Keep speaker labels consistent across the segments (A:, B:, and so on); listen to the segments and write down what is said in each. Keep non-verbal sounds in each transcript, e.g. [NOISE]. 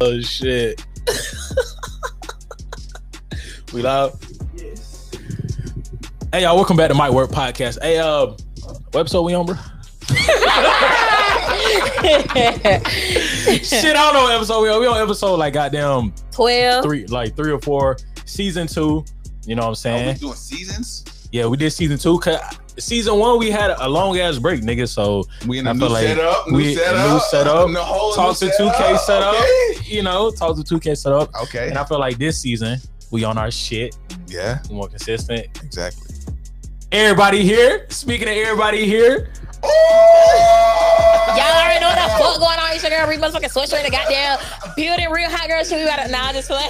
A: Oh shit. we loud?
B: Yes.
A: Hey y'all, welcome back to My Work Podcast. Hey um what episode we on, bro? Shit, I don't know what episode we on. We on episode like goddamn
C: 12.
A: three like three or four. Season two. You know what I'm
B: Are we
A: saying?
B: doing seasons?
A: Yeah, we did season two. 'cause Season one, we had a long ass break, nigga. So
B: We in
A: I
B: a
A: feel
B: new
A: like
B: setup. New
A: we-
B: setup.
A: new setup.
B: The whole
A: Talk
B: new
A: to 2K setup.
B: Okay.
A: you know, talk to 2K set up.
B: Okay.
A: And I feel like this season, we on our shit.
B: yeah.
A: We more consistent.
B: Exactly.
A: Everybody here. Speaking of everybody here,
B: Oh!
C: Y'all already know what the fuck going on. It's your girl, Reed motherfucking sweatshirt in the goddamn building. Real hot girl shit. We about to, nah, I'm just play.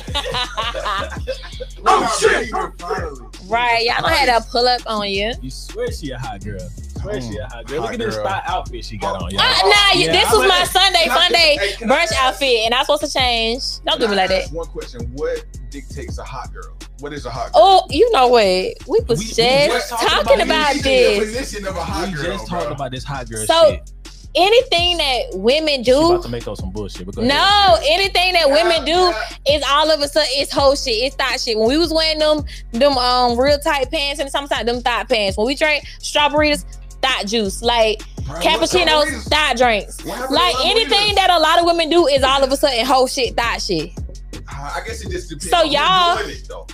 C: [LAUGHS]
B: Oh shit! Finally.
C: right. Y'all don't have to pull up on you.
A: you swear she a hot girl. Swear she a hot girl.
B: Hot
A: Look at this Oh,
B: girl.
A: thought outfit she got on,
C: Uh,
A: y'all.
C: nah, you,
A: Yeah,
C: this
A: I'm
C: was my
A: like-
C: Sunday,
B: Can I just-
C: Sunday
B: hey, can I
C: brunch
B: ask-
C: outfit, and I'm supposed to change. Don't do me
B: Can I
C: like that.
B: ask One question: What dictates a hot girl? What is a hot girl?
C: Oh, you know what? We was
A: We- we
C: just
A: just talked
C: talking
A: about
C: about
B: She's in the
C: this.
B: position of a hot
A: We
B: girl.
A: just talked
B: bro.
A: about this hot girl
C: So,
A: shit.
C: Anything that women
A: She
C: do,
A: about to make up some bullshit. But go ahead.
C: no, anything that women do
B: Uh, uh,
C: it's all of a sudden it's whole shit. It's thought shit. When we was wearing them them um real tight pants and sometimes them thought pants. When we drank strawberries, thought juice. Like
B: bro, what
C: cappuccinos,
B: Loritas?
C: thought drinks.
B: What happened to
C: Like
B: Loritas?
C: anything that a lot of women do is all of a sudden whole shit, thought shit.
B: Uh, I guess it just depends.
C: So
B: on who's
C: y'all-
B: doing it, though.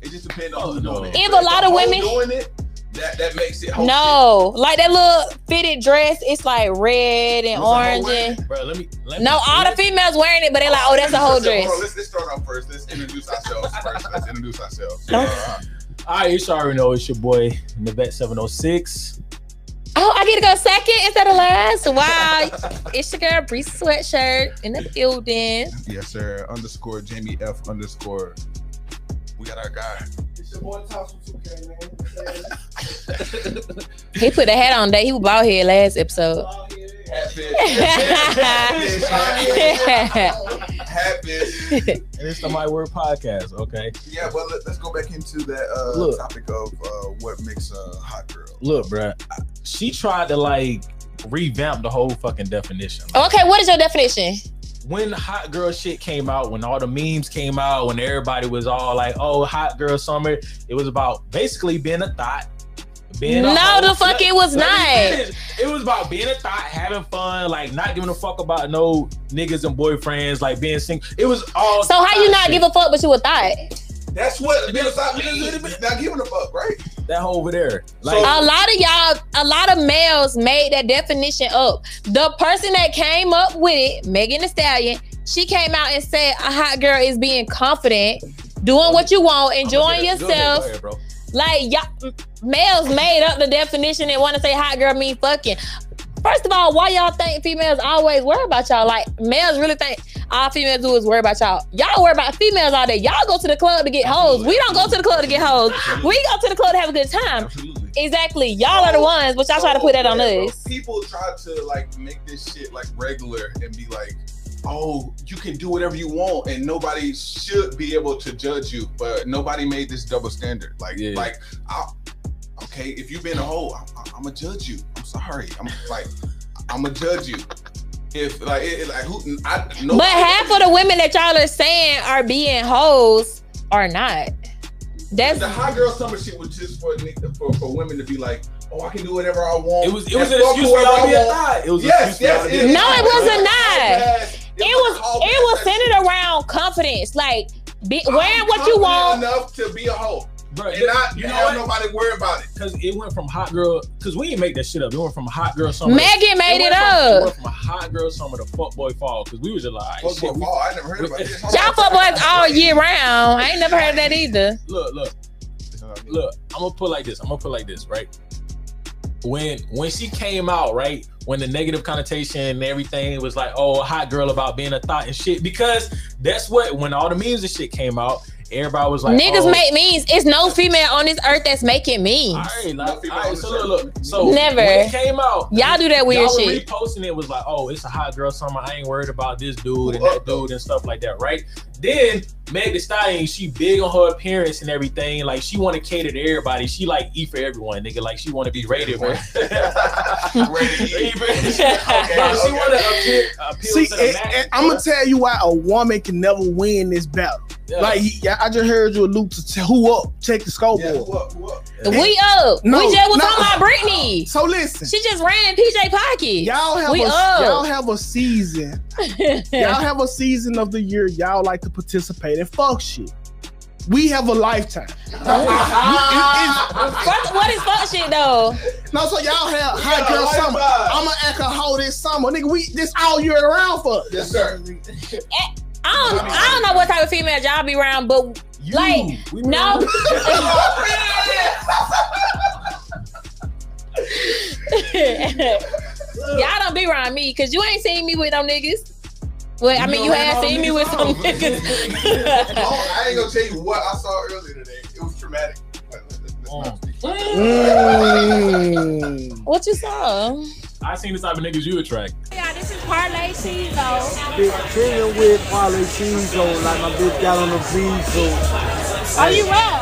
B: It just depends on
A: Oh,
B: who's
A: no.
B: doing it.
C: If a lot of
B: the hoe
C: women-
B: doing it, that that makes it. whole
C: No, like that little fitted dress, it's like red
B: shit.
C: and
B: Was the hoe
C: orange
B: wearing
C: and.
B: it?
A: Bro, let me. Let
C: No,
A: me,
C: all the females wearing it, but they like, oh, that's a whole
B: Hold on,
C: dress.
B: Let's, let's start off first. Let's introduce ourselves first. Let's introduce ourselves.
C: No.
B: Uh,
A: All right, you should already know it's your boy Nivette seven oh six.
C: Oh, I get to go second instead of last. Wow, it's your girl Bree sweatshirt in the building.
B: yes, sir. Underscore Jamie F. Underscore. We got our guy.
D: It's your boy Tops from 2K, man.
C: He put a hat on that. He was bald head last episode. [LAUGHS]
B: Happy.
A: And it's the My Word Podcast. Okay,
B: Yeah, but let, let's go back into that uh,
A: Look.
B: topic of uh, what makes a hot girl.
A: look, bro. She tried to like revamp the whole fucking definition.
C: okay, what is your definition?
A: when hot girl shit came out, when all the memes came out, when everybody was all like, "Oh, hot girl summer," it was about basically being a thought. Being a
C: No,
A: hoe.
C: the fuck
A: Let-
C: it was
A: let me
C: not.
A: finish. It was about being a thought, having fun, like not giving a fuck about no niggas and boyfriends, like being single. It was all.
C: So how you not
A: shit.
C: give a fuck, but you a thought?
B: That's what
A: It is-
B: because I mean. Not giving a fuck, right?
A: that hoe over there? Like,
C: A lot of y'all, a lot of males made that definition up. The person that came up with it, Megan Thee Stallion, she came out and said a hot girl is being confident, doing what you want, enjoying
A: Go ahead, go ahead,
C: yourself.
A: go ahead, bro.
C: Like y'all, m- males made up the definition and want to say hot girl mean fucking. First of all, why y'all think females always worry about y'all? Like males really think all females do is worry about y'all. Y'all worry about females all day. Y'all go to the club to get hoes. We don't go to the club to get hoes. We go to the club to have a good time.
B: Absolutely.
C: Exactly. Y'all are the ones, but y'all try to put that on
B: Yeah, bro.
C: us.
B: People try to like make this shit like regular and be like, oh, you can do whatever you want, and nobody should be able to judge you. But nobody made this double standard. Like,
A: Yeah.
B: like, I, okay, if you've been a hoe, I'm, I'm gonna judge you. I'm sorry. I'm like, I'm gonna judge you. If like, it, it- like who? I no.
C: But half of the women that y'all are saying are being hoes are not. That's
B: the hot girl summer shit was just for, nigga- for for women to be like, oh, I can do whatever I want.
A: It was it was an
B: and fuck
A: excuse for
B: whoever
A: y'all to
B: I
A: be a
B: want.
A: thought. It was an
B: Yes,
A: excuse for y'all to
B: yes,
A: be a
C: No,
A: thought.
C: it wasn't that.
B: It
C: it was it was centered around confidence, like be, wearing what you want.
B: enough to be a hoe
A: Bro,
B: and not
A: you know
B: have
A: what?
B: nobody worry about it.
A: Cause it went from hot girl, cause we didn't make that shit up. It went from hot girl summer.
C: Megan made it
A: went From,
C: up.
A: went from a hot girl summer to fuck boy fall, cause we was just like,
B: Fuck
A: shit,
B: boy,
A: we-
B: ball, Oh, I never heard about this.
C: Y'all fuck boys all year round. I ain't never heard of that either.
A: look, look, look. I'm gonna put like this. I'm gonna put like this, right? When when she came out, right? When the negative connotation and everything was like, oh, a hot girl about being a thought and shit, because that's what when all the memes and shit came out, Everybody was like,
C: Niggas
A: oh,
C: make memes. It's no female on this earth that's making memes.
A: All right,
B: No
A: like,
B: female
A: all right,
B: on
A: so
B: the
A: look, look. So
C: Never.
A: when it came out.
C: Y'all do that weird
A: y'all were
C: shit.
A: reposting it was like, oh, it's a hot girl summer. I ain't worried about this dude and
B: Who
A: that
B: up, though?
A: dude and stuff like that, right? Then Meg Thee Stallion, she big on her appearance and everything. Like she want to cater to everybody. She like E for everyone, nigga. Like she want to be rated one. [LAUGHS]
B: Ready to eat.
A: Like, she
B: okay.
A: want to appeal, appeal
E: See,
A: to the
E: and,
A: masses,
E: and I'm
A: bro.
E: gonna tell you why a woman can never win this battle.
A: Yeah.
E: Like, he- yeah, I just heard you allude to t- who up, check the
B: Yeah,
E: scoreboard.
B: who up, who up?
C: we up.
E: No,
C: we just was
E: no.
C: talking about Britney.
E: So listen,
C: She just ran PJ [LAUGHS] Pocket.
E: y'all have
C: We
E: a,
C: up.
E: y'all have a season. y'all have a season of the year. Y'all like to participate in fuck shit. We have a lifetime.
B: [LAUGHS]
E: It-
C: Fuck- what is fuck shit though?
E: it- no, so y'all have
B: Yeah,
E: hot girl
B: like
E: summer.
B: mine.
E: I'm gonna act a hoe this summer, nigga. We this all year around for us.
B: Yes,
A: [LAUGHS]
B: sir. [LAUGHS]
C: I don't, I don't know what type of female y'all be around, but
A: You,
C: like,
A: we
C: no,
A: remember-
C: [LAUGHS] y'all don't be around me because you ain't seen me with no niggas. Well, I
B: You
C: mean,
B: know
C: you
B: that
C: have
B: all
C: seen me
B: niggas
C: with some
B: know. [LAUGHS]
C: niggas. [LAUGHS]
B: Oh, I ain't gonna tell you what I saw earlier today. It was traumatic. But let's- let's
A: Oh.
B: not speak.
E: Mm.
C: what you saw?
A: I seen the type of niggas you attract.
F: Yeah, this is Parlay Cheezo.
G: Big chillin' with Polly Cheese on, like my bitch got on the diesel.
F: Are you real?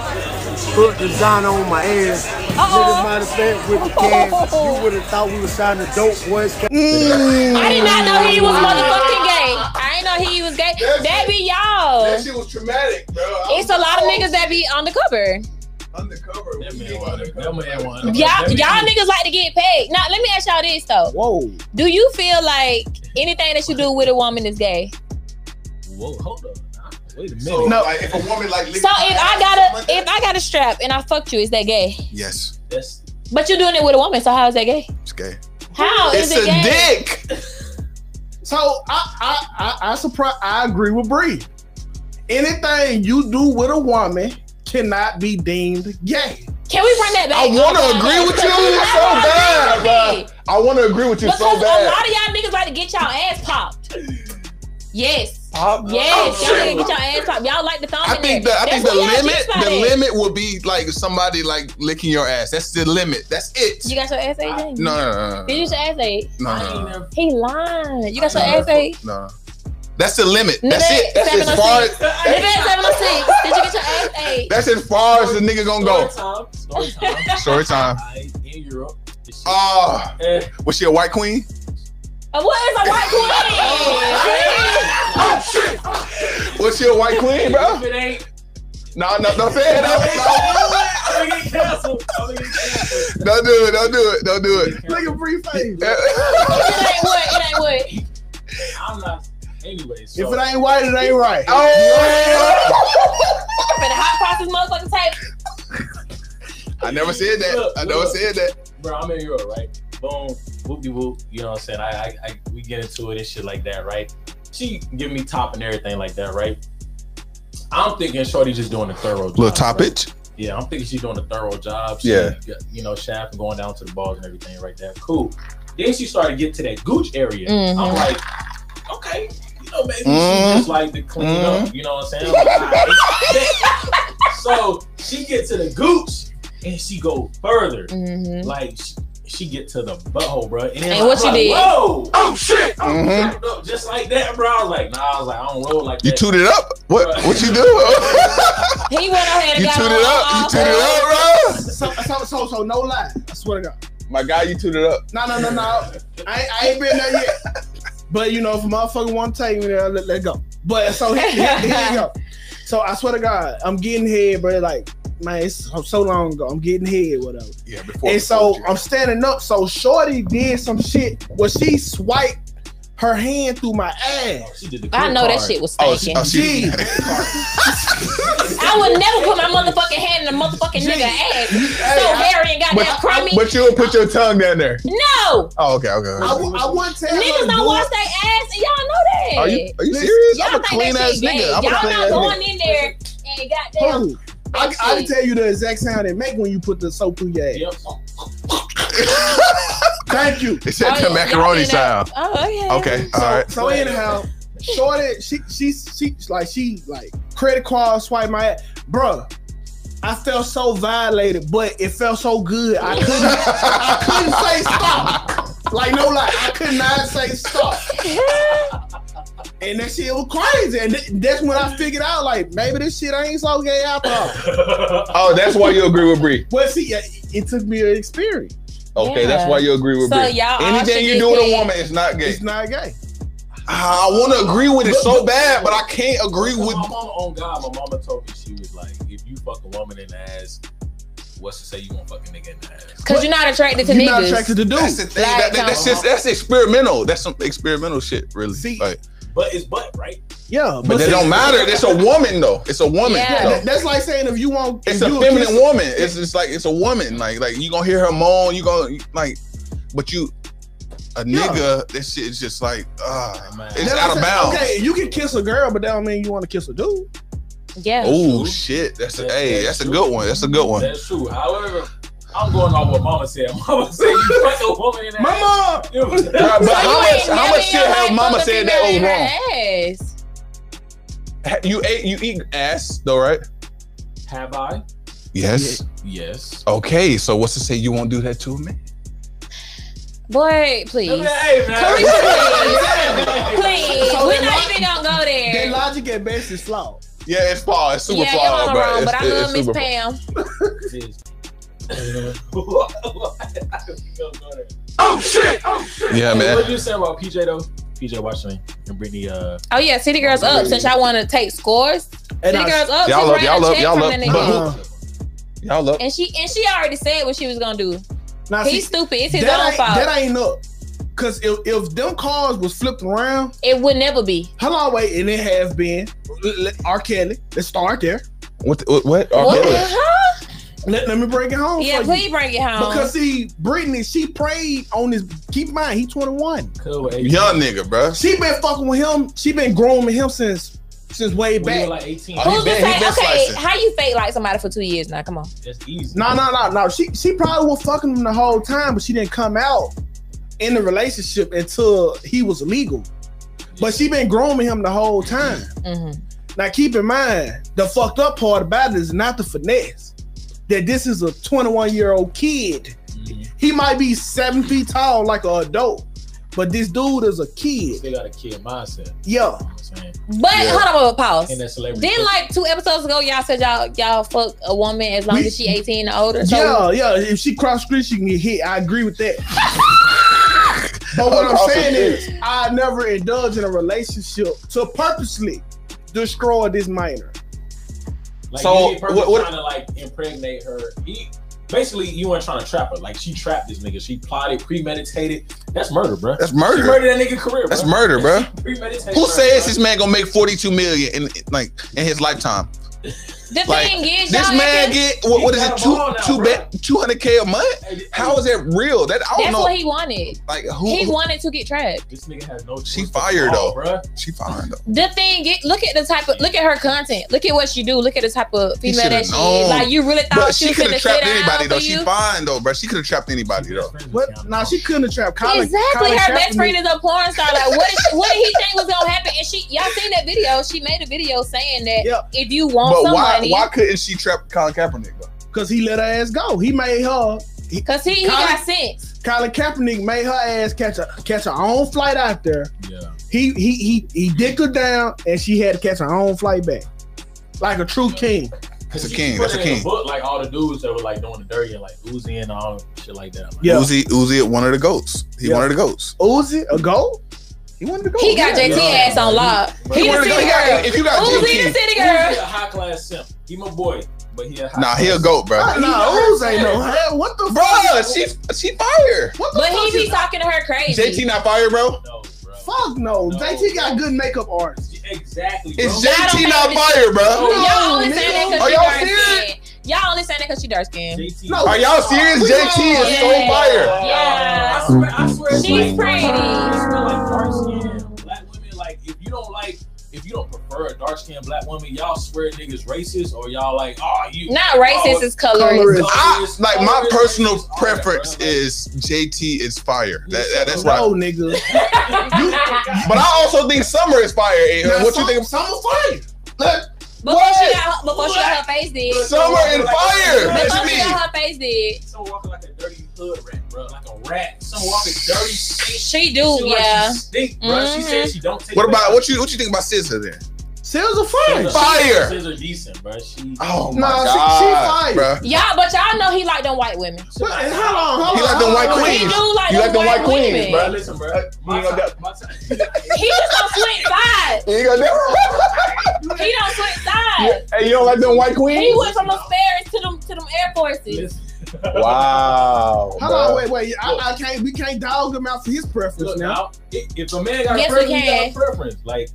G: Put design on my ass. Niggas might have spent with the cash.
F: [LAUGHS]
G: You would have thought we was signing dope boys.
C: I did not know he was motherfucking gay. I ain't know he was gay.
B: That's
C: That
B: it.
C: be y'all.
B: That shit was traumatic, bro. I
C: It's a
B: was
C: lot of
B: like,
C: niggas that be undercover.
B: oh, undercover. We
A: That man
B: ain't
A: wanted-
B: undercover.
A: that man wanted-
C: Y'all,
A: that man-
C: y'all niggas like to get paid. Now, let me ask y'all this though.
E: Whoa.
C: Do you feel like anything that you do with a woman is gay?
A: Whoa, hold up. Nah, Wait a minute.
B: So,
E: No.
B: like, if a woman like,
C: So if I got a if I got a strap and I fucked you, is that gay?
B: yes,
A: That's
C: But you're doing it with a woman, so how is that gay?
B: it's gay.
C: How Oh, is
B: It's
C: it
B: a
C: gay?
B: dick.
E: So I I I I, surpri- I agree with Bree. Anything you do with a woman cannot be deemed gay.
C: Can we bring that back?
B: I want to
C: I'm sorry.
B: agree with you
C: I
B: so
C: wanna
B: bad,
C: agree with
B: bro.
C: me.
B: I want to agree with you
C: Because
B: so
C: a
B: bad.
C: lot of y'all niggas like to get y'all ass popped. Yes.
B: I'm-
C: Yes, y'all
B: I'm saying,
C: niggas get y'all ass popped. Y'all like the thumb
B: Oh, I
C: in
B: think the
C: there.
B: I think the
C: That's where y'all
B: limit
C: G-spot
B: the
C: at.
B: limit would be like somebody like licking your ass. That's the limit. That's it.
C: You got your ass ate? didn't you?
B: no, no, no,
C: Did you get your ass ate?
B: no,
A: I
B: no,
A: ain't
B: no,
A: [LAUGHS] never.
C: He lying. You got your
B: No.
C: ass ate?
B: no. That's the limit.
C: Nigga,
B: That's it. That's as far. as-
C: Nigga, it's 706. Did you get your ass ate?
B: That's as far as the nigga gonna go.
A: Story time. Story time.
B: Story time.
A: I in Europe. This shit-
B: Ah,
A: Eh,
B: was she a white queen?
C: Uh, what is a
B: [LAUGHS]
C: white
B: Oh,
C: queen?
B: Was she a white queen, bro?
A: If it ain't,
B: No, no, no, fair, no, no,
A: I'm gonna get canceled. I'm gonna get canceled.
B: don't do it, don't do it, don't do it.
E: Look at Bree
B: [LAUGHS]
E: face.
C: it ain't what? It ain't what?
A: I'm not. Anyway, so
E: If it ain't white, it ain't right.
B: Oh!
C: For the hot process motherfucking tape.
B: I never said that. I never said that.
A: bro, I'm in Europe, right? Boom, whoop de whoop. You know what I'm saying? I, I, I, we get into it and shit like that, right? She give me top and everything like that, right? I'm thinking Shorty just doing a thorough job.
B: Little
A: right?
B: topic.
A: Yeah, I'm thinking she's doing a thorough job. She,
B: Yeah.
A: You know, shaft and going down to the balls and everything right there. Cool. Then she started to get to that gooch area.
C: Mhm.
A: I'm like, okay, you know, maybe
B: Mm.
A: she just like to clean
B: Mm.
A: up. You know what I'm saying? I'm like, all right. so she get to the gooch and she go further.
C: Mm-hmm.
A: Like she, she get to the butthole, bro. And, then
C: And what
A: I'm
C: you
A: like,
C: did?
A: Whoa! Oh shit! Oh,
B: Mhm.
A: no, just like that, bro. I was like, nah. I was like, I don't roll like
B: You
A: that.
B: tooted up. What? What you do?
C: He went ahead and
B: You
C: got
B: tuned
C: on
B: it
C: all
B: up. You tuned
C: fours.
B: it up,
E: So, so, so, so, no lie. I swear to God.
B: bro. [LAUGHS] My guy, you tuned it up.
E: No, no, no, no. I, ain't- I ain't been there yet. But you know, if a motherfucker want to take me there, let, let go. But so here, here, here you go. So I swear to God, I'm getting head, bro. Like, man, it's so long ago. I'm getting head, whatever.
B: Yeah, before.
E: And so I'm standing up. So Shorty did some shit where she swiped her hand through my ass.
A: She did the
C: I
A: credit
C: know that
A: card.
C: shit was
B: Oh,
C: stinking.
B: oh, she-
E: Gee.
C: I would never put my motherfucking hand in a motherfucking nigga ass. so hairy and goddamn
B: But,
C: crummy.
B: but you'll put your tongue down there.
C: no,
B: Oh, okay, okay. okay.
E: I, w- I wouldn't tell her to
C: niggas
E: do
C: don't
E: it.
C: wash their ass, and y'all know that.
B: Are you are you serious?
C: y'all
B: I'm a
C: think
B: clean
C: that
B: ass
C: shit gay.
B: nigga. I'm a
C: y'all
B: clean
C: not
B: ass nigga.
C: going in there and goddamn.
E: Hold. I, I can tell you the exact sound it make when you put the soap through your ass.
A: Yep. [LAUGHS]
E: Thank you.
B: They said
C: Oh,
B: the
C: yeah, Oh,
B: macaroni
C: y'all did that.
B: style.
C: Oh yeah. [LAUGHS]
B: Okay,
E: So,
B: all right.
E: so anyhow, Shorty, she she she like she like credit card swipe my ass. Bruh, I felt so violated, but it felt so good. I couldn't I couldn't say stop. Like no lie, I could not say stop. And that shit was crazy. And th- that's when I figured out like maybe this shit ain't so gay after all.
B: Oh, that's why you agree with Bree.
E: Well, see, yeah, it took me an experience.
B: Okay,
C: Yeah.
B: that's why you agree with
C: So
B: Bree.
C: y'all all should
B: Anything you
C: get
B: do with a
C: paid.
B: woman is not gay.
E: It's not gay.
B: I want to agree with it so bad, but I can't agree with.
A: my mama on God. My mama told me she was like, if you fuck a woman in the ass, what's to say you won't fuck a nigga in the ass?
C: Cause you're not attracted to
E: You're not
C: niggas.
E: attracted to
B: That's
E: dudes.
B: the thing.
C: Like,
B: that, that- that's
C: come
B: just that's experimental. That's some experimental shit, really.
E: See,
B: like,
A: But it's butt, right?
E: Yeah,
B: but that
E: see-
B: don't matter. It's a woman though. It's a woman.
C: Yeah.
E: Yeah,
B: though.
E: that- that's like saying if you want,
B: It's
E: if
B: a
E: you
B: feminine
E: kiss-
B: woman. It's just like it's a woman. Like like you gonna hear her moan. You gonna like, but you a
E: Yeah.
B: nigga. This shit is just like ah,
A: Man.
B: it's
E: That's
B: out of
E: what I'm
B: bounds.
E: saying. Okay, you can kiss a girl, but that don't mean you want to kiss a dude.
C: Yeah.
B: Oh
A: true.
B: shit! That's a
A: That-
B: hey.
A: that's
B: That's a
A: true.
B: good one. That's a good one.
A: That's true. However, I'm going off what mama said. [LAUGHS] Mama said you fuck a woman in the
E: My
A: ass.
E: mom,
B: Bruh, but
C: So
B: how
C: you ain't
B: much how
C: never
B: much
C: in
B: shit
C: your
B: have
C: life
B: mama
C: fucked a
B: said that
C: female
B: was
C: in
B: wrong?
C: her ass.
B: Ha- You ate you eat ass though, right?
A: Have I?
B: Yes.
A: Yes.
B: Okay, so what's to say you won't do that to a man?
C: Boy, please.
A: Hey,
C: Please,
A: man.
C: please.
E: So
C: We're
E: that
C: not
E: lo-
C: even gonna go
E: that
C: there.
E: logic at best is flawed.
B: Yeah, it's flawed. It's super
C: yeah,
B: flawed,
C: y'all are
B: bro.
C: wrong,
B: it's,
C: but I
B: it's
C: love Miss
B: super-
C: Pam.
A: What? What? I didn't go there.
B: Yeah,
A: Hey,
B: man.
A: What you say about PJ though? PJ Washington and Brittany. Uh,
C: Oh yeah, City Girls up. Since y'all want to take scores,
E: And
C: City
E: I-
C: Girls up.
B: Y'all
C: just
B: up,
C: ran a
B: y'all up,
C: check
B: y'all
C: from
B: up.
C: the nigga.
E: But who-
B: Uh, Y'all up.
C: And she and she already said what she was gonna do.
E: now, see,
C: He's stupid. It's his
E: that,
C: own
E: ain't,
C: fault.
E: that ain't up. Cause if, if them cars was flipped around,
C: it would never be.
E: how long wait? And it has been. Let- let- R. Kelly, let's start there.
B: What? the- What? what? Oh,
C: What?
B: really?
C: Huh?
E: Let, let me break it home.
C: Yeah,
E: for
C: please
E: You.
C: bring it home.
E: Because see, Brittany, she prayed on this. Keep in mind, he twenty one.
A: cool, with 18.
B: Young nigga, bro.
E: She been fucking with him. She been grooming him since since way
A: When you
E: back.
A: were like 18.
B: Oh,
C: Who's
B: he
C: to
B: been- he
C: say?
B: been
C: Okay,
B: slicing.
C: how you fake like somebody for two years now? Come on.
A: That's easy.
E: No, no, no, no. She she probably was fucking him the whole time, but she didn't come out in the relationship until he was legal. But she been grooming him the whole time.
C: Mm-hmm.
E: Now keep in mind, the fucked up part about it is not the finesse. That this is a 21 year old kid.
A: Mhm.
E: He might be seven feet tall like an adult, but this dude is a
A: You
E: kid.
A: still got a kid mindset. You know
E: Yeah.
A: what I'm saying?
C: But
B: Yeah.
C: hold on, a pause.
A: And that celebrity.
C: Then like two episodes ago, y'all said y'all y'all fuck a woman as long
E: We-
C: as she eighteen or older. So
E: yeah, yeah. If she cross street, she can get hit. I agree with that. but what I'm
B: Across the
E: saying is, I never indulge in a relationship to purposely destroy this minor.
A: Like,
B: So,
A: so what,
B: what- what-
A: trying to like impregnate her. He basically you weren't trying to trap her. Like she trapped this nigga. She plotted, premeditated. That's murder, bro.
B: That's
A: She
B: murder.
A: murdered that nigga career.
B: That's
A: bruh.
B: murder, bruh.
A: She premeditated
B: Who
A: murder,
B: says
A: bruh.
B: this man gonna make forty two million in like in his lifetime?
C: the
B: like,
C: thing is,
B: This
C: y'all
B: man
C: acting-
B: get what, what is
A: He
B: it
A: got
B: two
A: a ball now,
B: two
A: bruh.
B: two hundred k a month?
A: Hey, this-
B: How is that real? That I don't
C: that's
B: know.
C: what he wanted.
B: like
C: He
B: who?
C: wanted to get trapped.
A: This nigga has no.
B: She
A: choice to
B: fired,
A: fall,
B: though.
A: bruh.
B: She fine though.
C: The thing, is- look at the type of look at her content. Look at what she do. Look at the type of
B: He
C: female that
B: should've
C: she
B: known.
C: is. Like you really thought
B: But
C: she,
B: she
C: was
B: could
C: gonna
B: have
C: sit
B: trapped
C: down
B: anybody
C: for
B: though.
C: you.
B: She fine though, bro. She could have trapped anybody though.
E: What? Nah, she couldn't have trapped Colin.
C: exactly.
E: Colin
C: her
E: Kaepernick.
C: best friend is a porn star. Like, what, is she, what did he think was gonna happen? And she, y'all seen that video? She made a video saying that
E: Yeah.
C: if you want
B: But why
C: somebody,
B: why couldn't she trap Colin Kaepernick though?
E: Cause he let her ass go. He made her.
C: because he, he
E: Colin-
C: got sense.
E: Colin Kaepernick made her ass catch a catch her own flight out there.
A: Yeah.
E: He he he he dicked her down, and she had to catch her own flight back, like a true king.
B: That's a
A: She
B: king.
A: put
B: That's
A: it
B: a
A: in the
B: king.
A: Book like all the dudes that were like doing the dirty and like Uzi and all shit like that. Like,
E: Yeah.
B: Uzi Uzi one of the goats. He
E: Yeah.
B: one of the goats.
E: Uzi a goal? He wanted to go.
C: He got
E: yeah.
C: JT
A: yeah.
C: ass on lock.
A: He
C: He
B: Oh, He one
C: the
B: of the
C: city
B: goats. You
C: girl.
B: got- If you got
C: Uzi
B: GP,
C: the city
A: Uzi
C: girl.
A: a high class simp. He my boy, but he a high.
B: nah,
A: class
B: he a goat, bro.
E: Nah, nah, Uzi ain't no hell. What the
B: Bro,
E: fuck?
B: she she fire.
E: what the
C: But
E: fuck
C: he
E: is-
C: be talking to her crazy.
B: JT not fire, bro.
A: No, bro.
E: Fuck no.
A: No.
E: JT got good makeup artists.
A: Exactly. Bro.
B: It's
C: Y'all don't
B: JT not
C: make
B: fire, bro.
C: Y'all only
E: No,
C: saying
E: nigga.
C: that
B: Are y'all
C: because she dark skin. Y'all only saying that because she dark skin.
A: JT.
E: No.
B: Are y'all serious?
E: We
B: JT is so
C: Yeah.
B: fire.
A: I
C: Yeah.
A: swear, I swear,
C: She's
A: like,
C: pretty.
A: It's been like dark skin, black women. Like, if you don't like if you don't prefer a dark skinned black woman, y'all swear niggas racist or y'all like, oh you
C: Not racist, it's colorist.
E: Colorist.
B: I, like my
A: Colorist.
B: personal
A: All that, bro.
B: preference is JT is fire. That, that- that's
E: no,
C: [LAUGHS]
B: right.
E: nigga.
B: But I also think Summer is fire. in her.
E: Now,
B: What
E: some-
B: you think?
E: Some are fire.
B: Look,
C: Before she got her, before she got her face did.
B: Summer and fire. That's
C: Before she
B: me.
C: got her face did.
A: Someone walking like a dirty hood rat, bro, like a rat. Someone walking dirty stink.
C: She do,
A: She like
C: yeah. Mm-hmm.
A: she stink, bro. She said she don't take.
B: What about what you what you think about Scissor then?
E: Sales are fire.
B: Fuck. Fire.
A: Scissors are decent, bro. She
B: Oh my
E: Nah, she- she
B: god,
E: fire.
B: bruh.
C: Y'all, but y'all know he like them white women.
E: But, and hold on, hold on.
B: He like them
E: hold
B: white
E: on.
C: He
B: queens.
C: do like
B: You
C: them
B: like them white queens,
C: women.
A: Bro, listen, bro. My
B: You know
A: time,
B: that-
A: my time.
C: He just don't switch sides.
B: You ain't got that.
C: He don't switch sides.
B: Hey, you don't like them white queens?
C: He went from the Ferris to them to them Air Forces.
A: Listen. [LAUGHS]
B: Wow.
E: Hold on,
B: bruh.
E: wait, wait. I, I can't. We can't dog him out for his preference
A: Look,
E: now.
A: now, if if a man got
C: Yes,
A: a
C: we
A: preference, he got
C: can.
A: a preference. Like,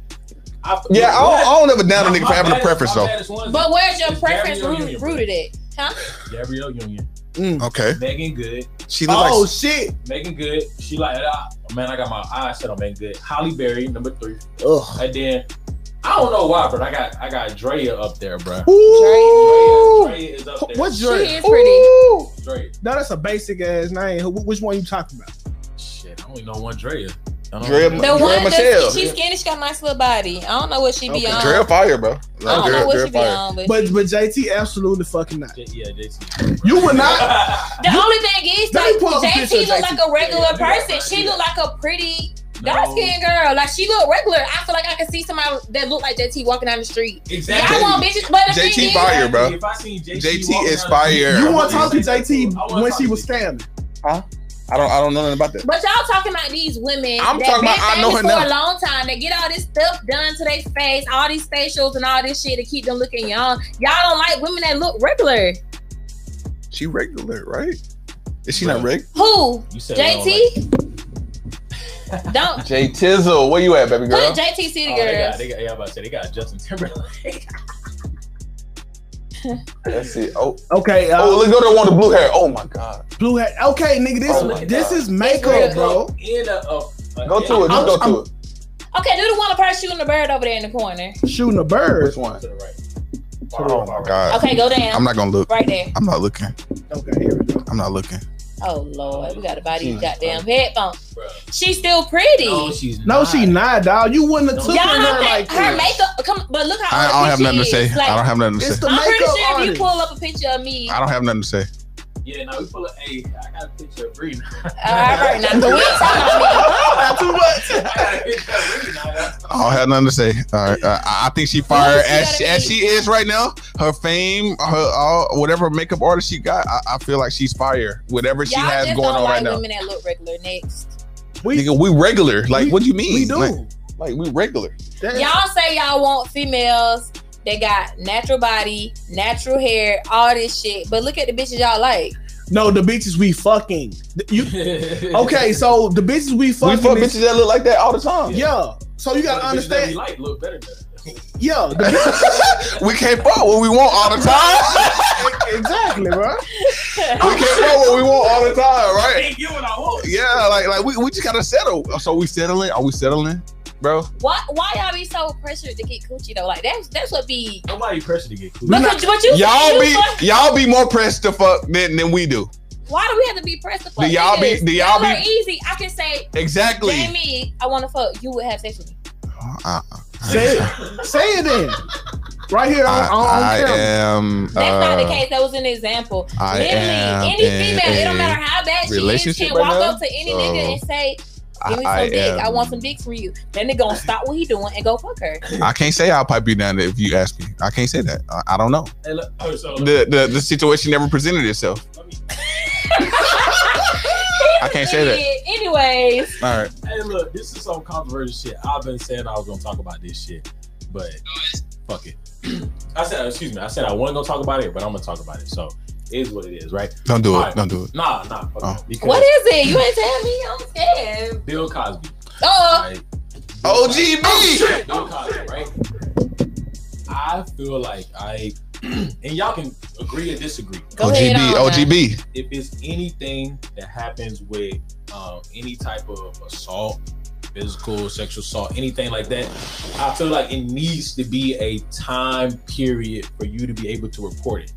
A: I,
B: Yeah, I don't, I don't ever
A: My-
B: down a nigga
A: my
B: for having a
A: baddest-
B: preference
A: my
B: though.
A: baddest ones
C: But where's your
A: It's
C: preference
A: Gabrielle
C: rooted,
A: Union, bro.
C: rooted at? Huh?
A: is Gabrielle Union,
B: Okay.
A: Megan Good,
B: She look
E: Oh
B: like
E: shit.
A: Megan Good. She like, ah, man, I got my eyes set on Megan Good. Holly Berry, number three,
E: Ugh.
A: and then I don't know why, but I got I got Drea up there, bro.
E: Ooh.
A: Drea is up there.
E: What's
C: She
E: your?
C: is pretty.
E: Ooh.
A: Drea?
E: No, that's a basic ass name. Wh- Which one you talking about?
A: Shit, I only know one Drea. I don't
B: Drea-
A: know.
C: The
B: Drea
C: one
B: Michelle.
C: that's she's skinny, she got a nice little body. I don't know what she be
E: Okay.
C: on.
B: Drill fire, bro. Like,
C: I don't
B: Drill-
C: know what
B: Drill
C: she be on, but,
E: But but JT absolutely fucking not.
A: J- yeah,
E: [LAUGHS]
A: JT.
E: You would not.
C: the only thing is,
E: Let me pull up a
C: like,
E: picture of
C: JT look
E: JT.
C: like a regular
A: Yeah, yeah,
C: person.
A: yeah.
C: She look like a pretty
A: No.
C: dark skinned girl. Like she look regular. I feel like I can see somebody that look like JT walking down the street.
A: Exactly.
C: Y'all want bitches, but the
B: JT
C: thing
B: fire.
C: is,
B: bro.
A: If I seen JT,
B: JT
A: walking
B: is
A: down the
B: fire.
A: street-
E: You
B: I
E: want to talk to
A: I
E: JT
A: wanna
E: when
A: talk
E: she
A: to
E: was
A: JT.
E: standing?
B: I don't. I don't know nothing about that.
C: but y'all talking about these women.
B: I'm
C: that
B: talking
C: been
B: about I know
C: famous
B: her
C: for
B: now.
C: a long time. They get all this stuff done to their face, all these facials and all this shit to keep them looking young. Y'all don't like women that look regular.
B: She regular, right? Is she
A: Bruh.
B: not reg?
C: Who?
A: You said I don't like- oh, [LAUGHS]
C: JT? Don't
B: J Tizzle, where you at, baby
C: put JT City
A: Oh,
C: Girls.
A: they got, they got, yeah, I'm about to say they got Justin Timberlake.
B: Let's see. Oh,
E: Okay. Uh,
B: oh, let's go to the one with the blue hair. Oh my god.
E: Blue hat. Okay, nigga. This
B: Oh my
E: this
B: God.
E: is
C: real.
E: makeup, bro.
A: In a, a, a-
B: Go to it. Just
E: I'm-
B: go to
E: I'm-
B: it.
C: Okay, do the one of her shooting the bird over there in the corner.
E: Shooting a bird.
B: Which one?
A: To the right.
B: Oh my god.
C: Okay, go down.
B: I'm not gonna look.
C: right there.
B: I'm not looking.
E: Okay, here we go.
B: I'm not looking.
C: Oh Lord, we gotta buy these
B: Jesus
C: goddamn headphones.
A: Bruh.
C: She's still pretty.
E: Oh,
A: No, she's
E: No,
A: not.
E: she not, dog. You wouldn't have
A: No.
E: took
C: Y'all
E: her,
C: don't
E: like
C: think her
E: this.
C: makeup come but look how
B: I, I don't have
C: ugly
B: nothing to
C: she
B: say.
C: is. Like,
B: I don't have nothing to
E: It's
B: say.
E: the
C: I'm pretty
E: makeup
C: sure if you
E: artist.
C: pull up a picture of me,
B: I
C: all
B: don't have nothing to say.
A: Yeah, now we pull up. Hey, I got a picture of Bree.
C: right now, but we ain't talking about me.
E: [LAUGHS] Not too
A: [LAUGHS] I
E: much.
A: got a picture of Bree. now. That's-
B: I don't have nothing to say. All right. Uh, I I think she fired
C: she
B: as
C: gotta
B: she, as
C: be?
B: she is right now. Her fame, her all whatever makeup artist she got, I, I feel like she's fire. Whatever she
C: Y'all
B: has
C: just
B: going
C: don't
B: on
C: like
B: right now.
C: women that look regular next.
E: We,
B: Nigga, we regular. Like,
E: We-
B: what do you mean?
E: we do.
B: Like, like, we regular.
E: That-
C: Y'all say y'all want females that got natural body, natural hair, all this shit. But look at the bitches y'all like.
E: No, the bitches we fucking. Th- You [LAUGHS] okay? So the bitches we
B: we
E: fucking.
B: fuck
E: is-
B: bitches that look like that all the time.
E: Yeah. So you
A: But
E: gotta
A: the bitches that we
E: understand.
A: like look better than us.
E: Yeah. The bitch,
B: we can't fuck what we want all the
C: [LAUGHS]
B: time.
E: exactly, bro.
A: [LAUGHS]
B: we can't fuck what we want all the time, right?
A: Can't get what I want.
B: Yeah, like like we, we just gotta settle. So we settling? Are we settling, bro?
C: Why why y'all be so pressured to get coochie though? Like that's that's what be
A: Nobody pressure to get cool.
C: but, but you
B: Y'all
C: you
B: be
C: fuck-
B: y'all be more pressed to fuck than than we do.
C: why do we have to be pressed to fuck?
B: Do y'all be?
C: niggas?
B: Do y'all
C: Y'all are
B: be?
C: easy. I can say,
B: Exactly.
C: Jamie, I want to fuck. You would have sex with me.
B: I,
E: Say it. Say it then. Right here on,
B: I,
E: on, on
B: I
E: camera.
B: am.
C: That's not the
B: uh,
C: case. That was an example.
B: I
C: Literally,
B: am
C: any
B: in
C: female, it
B: a
C: don't matter how bad she is,
B: relationship
C: can
B: right
C: walk
B: now,
C: up to any
B: so
C: nigga and say,
B: I-
C: "Give me some
B: I
C: dick. I want
B: am-
C: some dick from you." Then they gonna stop what he doing and go fuck her.
B: I can't say I'll pipe you down if you ask me. I can't say that. I, I don't know.
A: Hey, look, oh, so look,
B: The, the the situation never presented itself.
A: let me,
B: [LAUGHS] I can't say that.
C: Idiot. Anyways,
B: All right.
A: hey, look, this is some controversial shit. I've been saying I was gonna talk about this shit, but fuck it. [CLEARS THROAT] I said, excuse me, I said I wasn't gonna talk about it, but I'm gonna talk about it. So it is what it is, right?
B: Don't do it.
A: All right.
B: Don't do it.
A: Nah, nah, fuck
B: Oh.
A: it. because
C: what is it? You ain't tell me. I'm scared.
A: Bill Cosby,
C: Oh,
A: right?
B: OGB.
H: Oh,
A: Bill Cosby, right? I feel like I, [CLEARS THROAT] and y'all can agree or disagree.
C: go ahead on.
B: OGB.
A: if it's anything that happens with um, any type of assault, physical, sexual assault, anything like that, I feel like it needs to be a time period for you to be able to report it.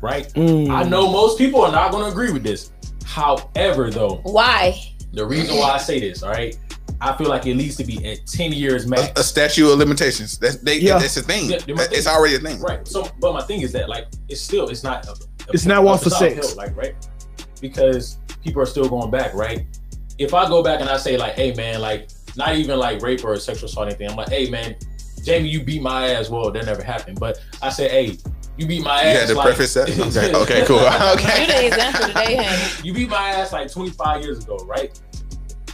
A: Right? I know most people are not going to agree with this. However, though,
C: Why?
A: the reason why I say this, all right, I feel like it needs to be at 10 years max.
H: A, a statute of limitations. That's they.
E: Yeah.
H: That's a thing.
A: Yeah, they're my
H: it's
A: thing.
H: already a thing.
A: Right. So, but my thing is that like it's still it's not a- a-
E: It's not one for
A: it's uphill,
E: six.
A: like right because people are still going back. Right. If I go back and I say like, hey man, like not even like rape or sexual assault or anything, I'm like, hey man, Jamie, you beat my ass. Well, that never happened. But I say, hey, you beat my
H: You
A: ass.
H: had to
A: like-
H: preface
A: [LAUGHS]
H: that. Okay. Okay. Cool. [LAUGHS]
C: You the
H: okay.
C: example today, honey.
A: you beat my ass like 25 years ago, right?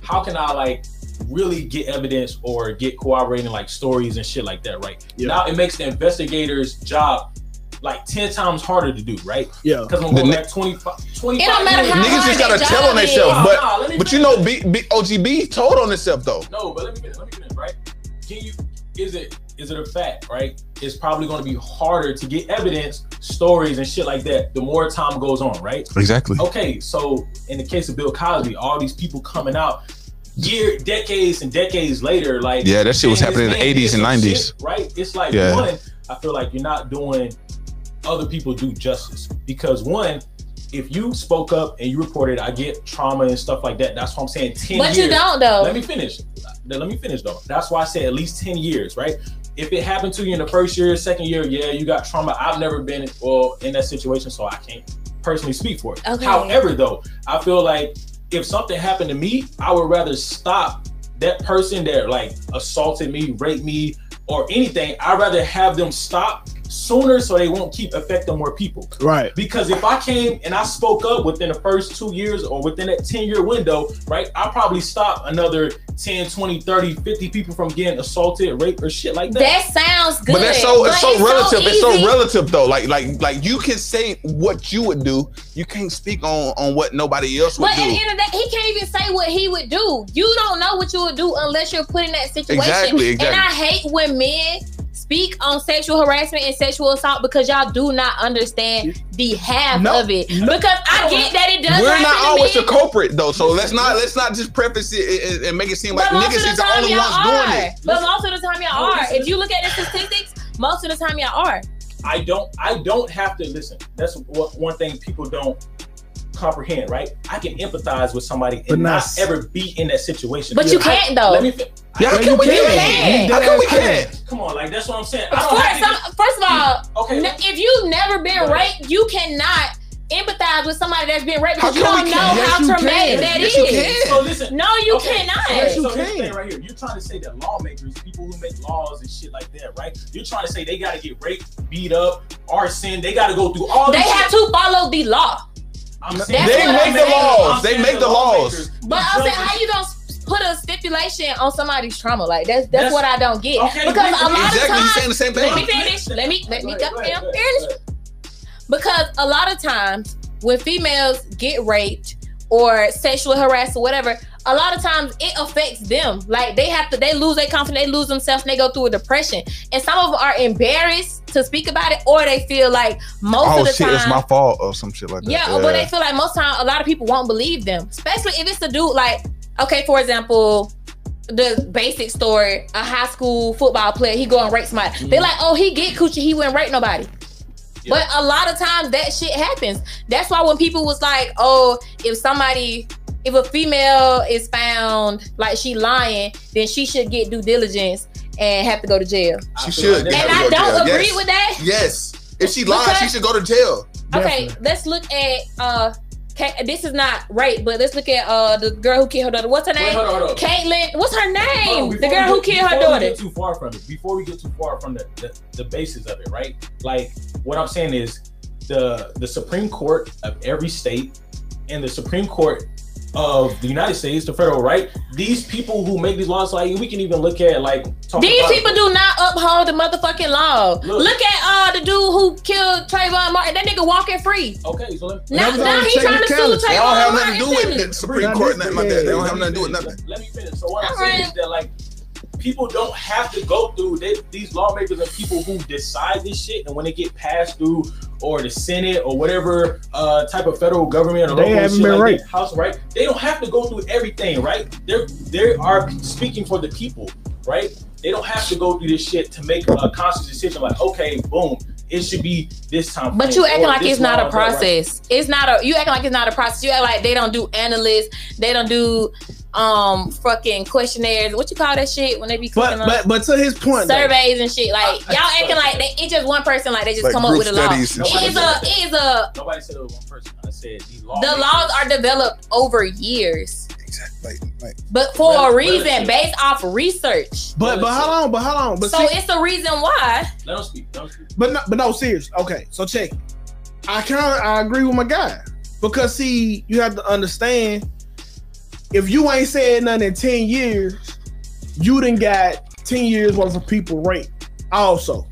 A: How can I like really get evidence or get corroborating like stories and shit like that, right?
E: Yeah.
A: Now it makes the investigator's job like 10 times harder to do, right?
E: Yeah.
A: Because I'm
H: The
A: going
H: ne-
A: back 25, 25
C: It don't matter
A: years.
C: how
H: Niggas just
C: hard
H: gotta
C: that
H: tell on
C: job is.
H: themselves, but-
A: Nah, let me
H: But
A: finish
H: you know,
A: this.
H: B, B, OGB told on himself though.
A: No, but let me finish. Let me finish. Right? Can you? Is it? Is it a fact? Right? It's probably going to be harder to get evidence, stories, and shit like that. The more time goes on, right?
H: Exactly.
A: Okay, so in the case of Bill Cosby, all these people coming out year, decades, and decades later, like
H: Yeah, that shit was
A: man, this
H: happening in the
A: man did
H: 80s and
A: some
H: 90s.
A: shit, right? It's like
H: Yeah.
A: one, I feel like you're not doing other people due justice because one. If you spoke up and you reported, I get trauma and stuff like that. That's what I'm saying. Ten
C: But
A: years.
C: you don't though.
A: Let me finish. Let me finish though. That's why I said at least 10 years, right? If it happened to you in the first year, second year, yeah, you got trauma. I've never been well in that situation, so I can't personally speak for it.
C: Okay.
A: However, though, I feel like if something happened to me, I would rather stop that person that like assaulted me, raped me, or anything. I'd rather have them stop sooner so they won't keep affecting more people.
E: Right.
A: Because if I came and I spoke up within the first two years or within that 10 year window, right, I probably stop another 10, 20, 30, 50 people from getting assaulted, raped, or shit like that.
C: That sounds good.
H: But that's so it's
C: but
H: so relative. it's so
C: easy.
H: relative though. Like like like you can say what you would do. You can't speak on on what nobody else would
C: But at the
H: do.
C: end of the day, he can't even say what he would do. You don't know what you would do unless you're put in that situation.
H: Exactly, exactly.
C: And I hate when men speak on sexual harassment and sexual assault because y'all do not understand the half
E: No,
C: of it.
E: no.
C: because I get that it does.
H: We're
C: happen
H: not
C: to
H: always the
C: men,
H: culprit though. So let's not let's not just preface it and- and, and make it seem like
C: but most
H: niggas
C: of
H: is the
C: time
H: only
C: y'all
H: ones
C: are.
H: doing it. Oh,
C: But most of the time y'all
A: No,
C: are.
A: listen.
C: If you look at the statistics, most of the time y'all are.
A: I don't I don't have to listen. That's what one thing people don't comprehend, right? I can empathize with somebody
E: But
A: and not
E: not-
A: ever be in that situation.
C: But you
A: I-
C: can't though.
A: Let me fi-
H: Yeah, how
E: Well,
H: can
E: you
H: we
E: can.
H: can't?
C: You
H: How can
E: dead
H: we
E: ass
H: can't?
A: come on, like that's what I'm saying.
C: Of
A: I don't
C: course,
A: have
C: I'm- first of all,
A: to, okay.
C: N- if you never been raped, you cannot empathize with somebody that's been raped
H: How
C: because you
H: come
C: don't
H: we
C: know
H: can't?
E: Yes,
C: how
E: you
C: traumatic
E: can.
C: that is.
H: Yes, you can.
A: so listen,
C: No, you
A: Okay.
C: cannot.
A: Yes,
E: you
A: so here's the
E: can.
A: thing right here, you're trying to say that lawmakers, people who make laws and shit like that, right? You're trying to say they got to get raped, beat up, arson. They got to go through all.
C: They
A: this
C: have
A: shit.
C: to follow the law.
A: I'm
E: That's
A: saying-
C: They what make the I'm saying.
H: laws.
A: I'm
H: They
A: saying
H: make the laws.
A: lawmakers,
C: But I'm
A: the
C: saying, how
A: judges-
C: you gonna s- put a stipulation on somebody's trauma? Like that's that's,
A: That's-
C: what I don't get.
A: Okay, wait,
C: because a lot
H: Exactly,
C: of
H: you're
C: times,
H: saying the same
C: let me
H: thing.
C: finish. Let me let me
A: Go
C: go
A: ahead, go ahead,
C: finish.
A: go ahead,
C: Because a lot of times when females get raped or sexual harassed or whatever, a lot of times it affects them. Like they have to, they lose their confidence, they lose themselves, and they go through a depression. And some of them are embarrassed to speak about it, or they feel like most
H: Oh
C: of the
H: shit,
C: time.
H: it's my fault or some shit like that.
C: Yeah, oh, but they feel like most time a lot of people won't believe them, especially if it's a dude like okay, for example, the basic story, a high school football player, he go and rape somebody.
H: Mm-hmm.
C: They're like, oh, he get coochie, he wouldn't rape nobody.
A: Yeah.
C: But a lot of times that shit happens. That's why when people was like, oh, if somebody, if a female is found like she lying, then she should get due diligence and have to go to jail.
A: I
H: She
A: feel
H: should
A: like
H: get
A: that-
C: And
H: to
C: I
H: go to
C: don't
H: jail,
C: agree
H: yes.
C: with that.
H: Yes. If she lies, she
C: Because-
H: should go to jail.
C: Okay, let's look at uh, Ka- this is not rape, but let's look at uh the girl who killed her daughter. What's her
A: Wait,
C: name?
A: hold on, hold on.
C: Caitlyn. What's her
A: Hold
C: name?
A: on,
C: the
A: before
C: girl
A: we
C: who
A: get-
C: killed her
A: before we
C: daughter.
A: get too far from it. Before we get too far from the, the the basis of it, right? Like what I'm saying is the the Supreme Court of every state and the Supreme Court of the United States, the federal right. These people who make these laws, like we can even look at like talk
C: These
A: about-
C: people do not uphold the motherfucking law. Look, at uh the dude who killed Trayvon Martin. That nigga walking free.
A: Okay, so let,
C: Now,
E: That was
C: now
E: on
C: he
E: the
C: trying to sue
E: technicality.
H: They
C: Trayvon
H: don't have nothing to
C: Martin.
H: do with
C: Timothy.
H: the Supreme Court, nothing like that. They don't have nothing to do with
A: Let-
H: nothing.
A: Let me finish. So what I'm
C: All
A: saying
C: right.
A: is that like people don't have to go through they, these lawmakers and people who decide this shit, and when it get passed through or the Senate or whatever uh, type of federal government or
E: They
A: local
E: haven't
A: shit
E: been
A: like
E: right.
A: that, House right, they don't have to go through everything, right? They're they are speaking for the people, right? They don't have to go through this shit to make a conscious decision. Like, okay, boom, it should be this time.
C: But
A: frame
C: you acting
A: or
C: like
A: this
C: it's not
A: law
C: a
A: or that, right?
C: process. It's not a you acting like it's not a process. You act like they don't do analysts, they don't do um fucking questionnaires. What you call that shit when they be
E: But
C: clicking on
E: but but to his point, though,
C: surveys and shit. Like
A: I- I-
C: y'all acting like they, it's just one person. Like they just
B: Like
C: come up
B: group
C: with a law. It
B: studies
C: is
B: and
A: shit.
C: a it is a
A: Nobody said it was one person. I said the law.
C: the laws are developed over years,
B: Exactly. Like, like,
C: but for
A: Well,
C: a
A: well,
C: reason
A: yeah.
C: based off research.
E: but but how long? But how long? But
C: so
E: see-
C: it's a reason why.
A: Let them speak. Let them speak.
E: But no, but no, serious. Okay, so check. it. I kind of I agree with my guy because see, you have to understand if you ain't said nothing in ten years, you done got ten years worth of people raped also.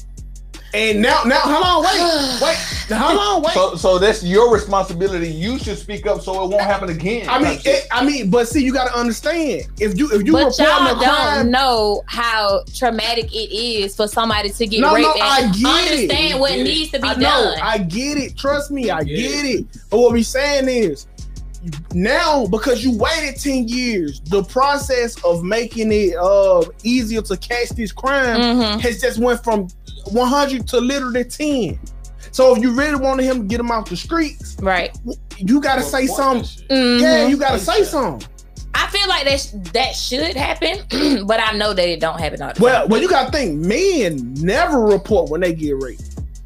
E: And now, now, how long? Wait, wait, how long? Wait.
H: So, so that's your responsibility. You should speak up so it won't happen again.
E: I mean, it, I mean, but see, you got to understand if you if you
C: but
E: reporting a
C: y'all
E: crime,
C: don't know how traumatic it is for somebody to get
E: No, no,
C: raped. and
E: I get it.
C: understand what
A: Get it.
C: needs to be
E: I
C: done.
E: know, I get it. Trust me, I
A: Get
E: get it. But what we saying is now because you waited 10 years, the process of making it uh easier to catch this crime
C: Mhm.
E: has just went from 100 to literally 10. So if you really wanted him to get him off the streets,
C: Right.
E: you gotta
A: Report
E: say
A: that
E: something.
A: shit.
C: Mhm.
E: Yeah, you gotta say something.
C: I feel like that sh- that should happen, [CLEARS THROAT] but I know that it don't happen all the
E: Well,
C: time.
E: well, you gotta think. Men never report when they get raped.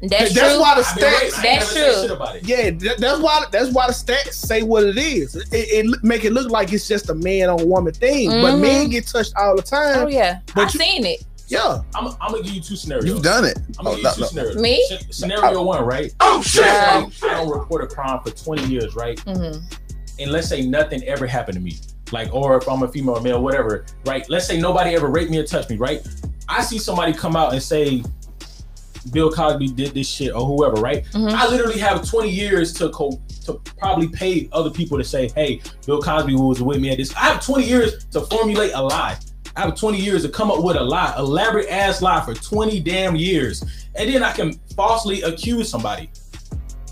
C: that's,
E: that's
C: true.
E: why the
A: I've been raped.
E: stats.
A: I ain't
C: That's
A: never said
C: true.
A: Shit about it.
E: Mm, Yeah, that, that's why that's why the stats say what it is. It, it look- make it look like it's just a man on woman thing, but
C: Mhm.
E: men get touched all the time.
C: Oh yeah,
E: But
C: I've
E: you-
C: seen it.
E: Yeah,
A: I'm, I'm gonna give you two scenarios.
B: you've done it.
A: I'm
B: Oh,
A: gonna give
B: no,
A: you two
B: no.
A: scenarios.
C: Me?
A: Sc- Scenario one, right?
B: oh
A: I don't report a crime for 20 years, right?
C: Mhm.
A: and let's say nothing ever happened to me, like, or if I'm a female or male, whatever, right? Let's say nobody ever raped me or touched me, right? I see somebody come out and say, Bill Cosby did this shit or whoever, right?
C: Mhm.
A: I literally have 20 years to co- to probably pay other people to say, hey, Bill Cosby was with me at this. I have 20 years to formulate a lie. I have 20 years to come up with a lie, elaborate ass lie for 20 damn years. And then I can falsely accuse somebody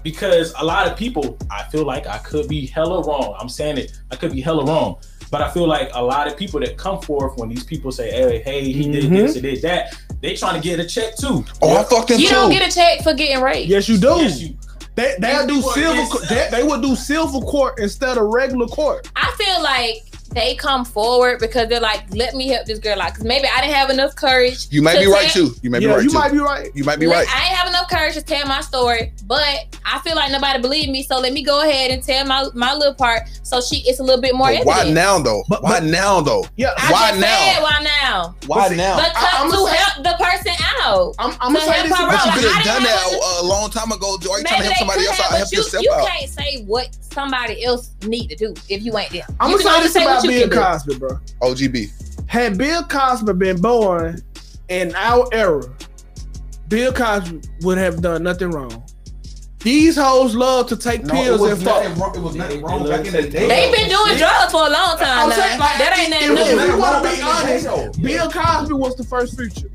A: because a lot of people, I feel like I could be hella wrong. I'm saying it, I could be hella wrong. But I feel like a lot of people that come forth when these people say, hey, hey, he did this, he did that, they trying to get a check too.
B: Oh, I fucked him
C: You
B: too.
C: don't get a check for getting raped.
E: yes, you do.
A: Yes, you-
E: they they'll do
A: You are
E: silver.
A: yes.
E: co- They, they will do silver court instead of regular court.
C: I feel like they come forward because they're like, "Let me help this girl out." Because maybe I didn't have enough courage.
B: you might be
C: to
B: right
C: tell-
B: too. You might
E: yeah,
B: be right
E: you
B: too.
E: might be right.
B: you might be
C: Look,
B: right.
C: I ain't have enough courage to tell my story, but I feel like nobody believed me. So let me go ahead and tell my my little part. So she, it's a little bit more.
B: But why
C: evident.
B: now though?
E: But-
B: why now though?
E: Yeah,
C: I
B: Why
C: just
B: now? Oh,
C: Said why now?
B: Why now?
C: Because
E: I- I'ma
C: to
E: say-
C: help the person out.
E: I'm, I'm gonna
C: But
E: say
C: help
E: this.
C: her
B: But
C: bro,
B: you
C: like,
B: could
C: I
B: have done
C: didn't have
B: that a, a long time ago. Or you trying
C: Maybe
B: to
C: they
B: help somebody
C: could
B: else out?
C: have,
B: Help
C: but you,
B: yourself
C: you
B: out.
C: can't say what somebody else need to do if you ain't there.
E: I'm
C: You
E: gonna
C: can only
E: say this about
C: what you can
E: Bill
C: do.
E: Cosby, bro.
B: OGB.
E: Had Bill Cosby been born in our era, Bill Cosby would have done nothing wrong. These hoes love to take
H: No, it
E: pills
H: was
E: and fuck.
H: nothing wrong. It was nothing wrong back in the day.
C: They've been doing drugs for a long time.
E: I'm
C: now.
E: saying, like,
C: that ain't
E: it-
C: nothing
E: it-
C: new.
E: we wanna be
H: honest.
E: Bill Cosby was the first feature.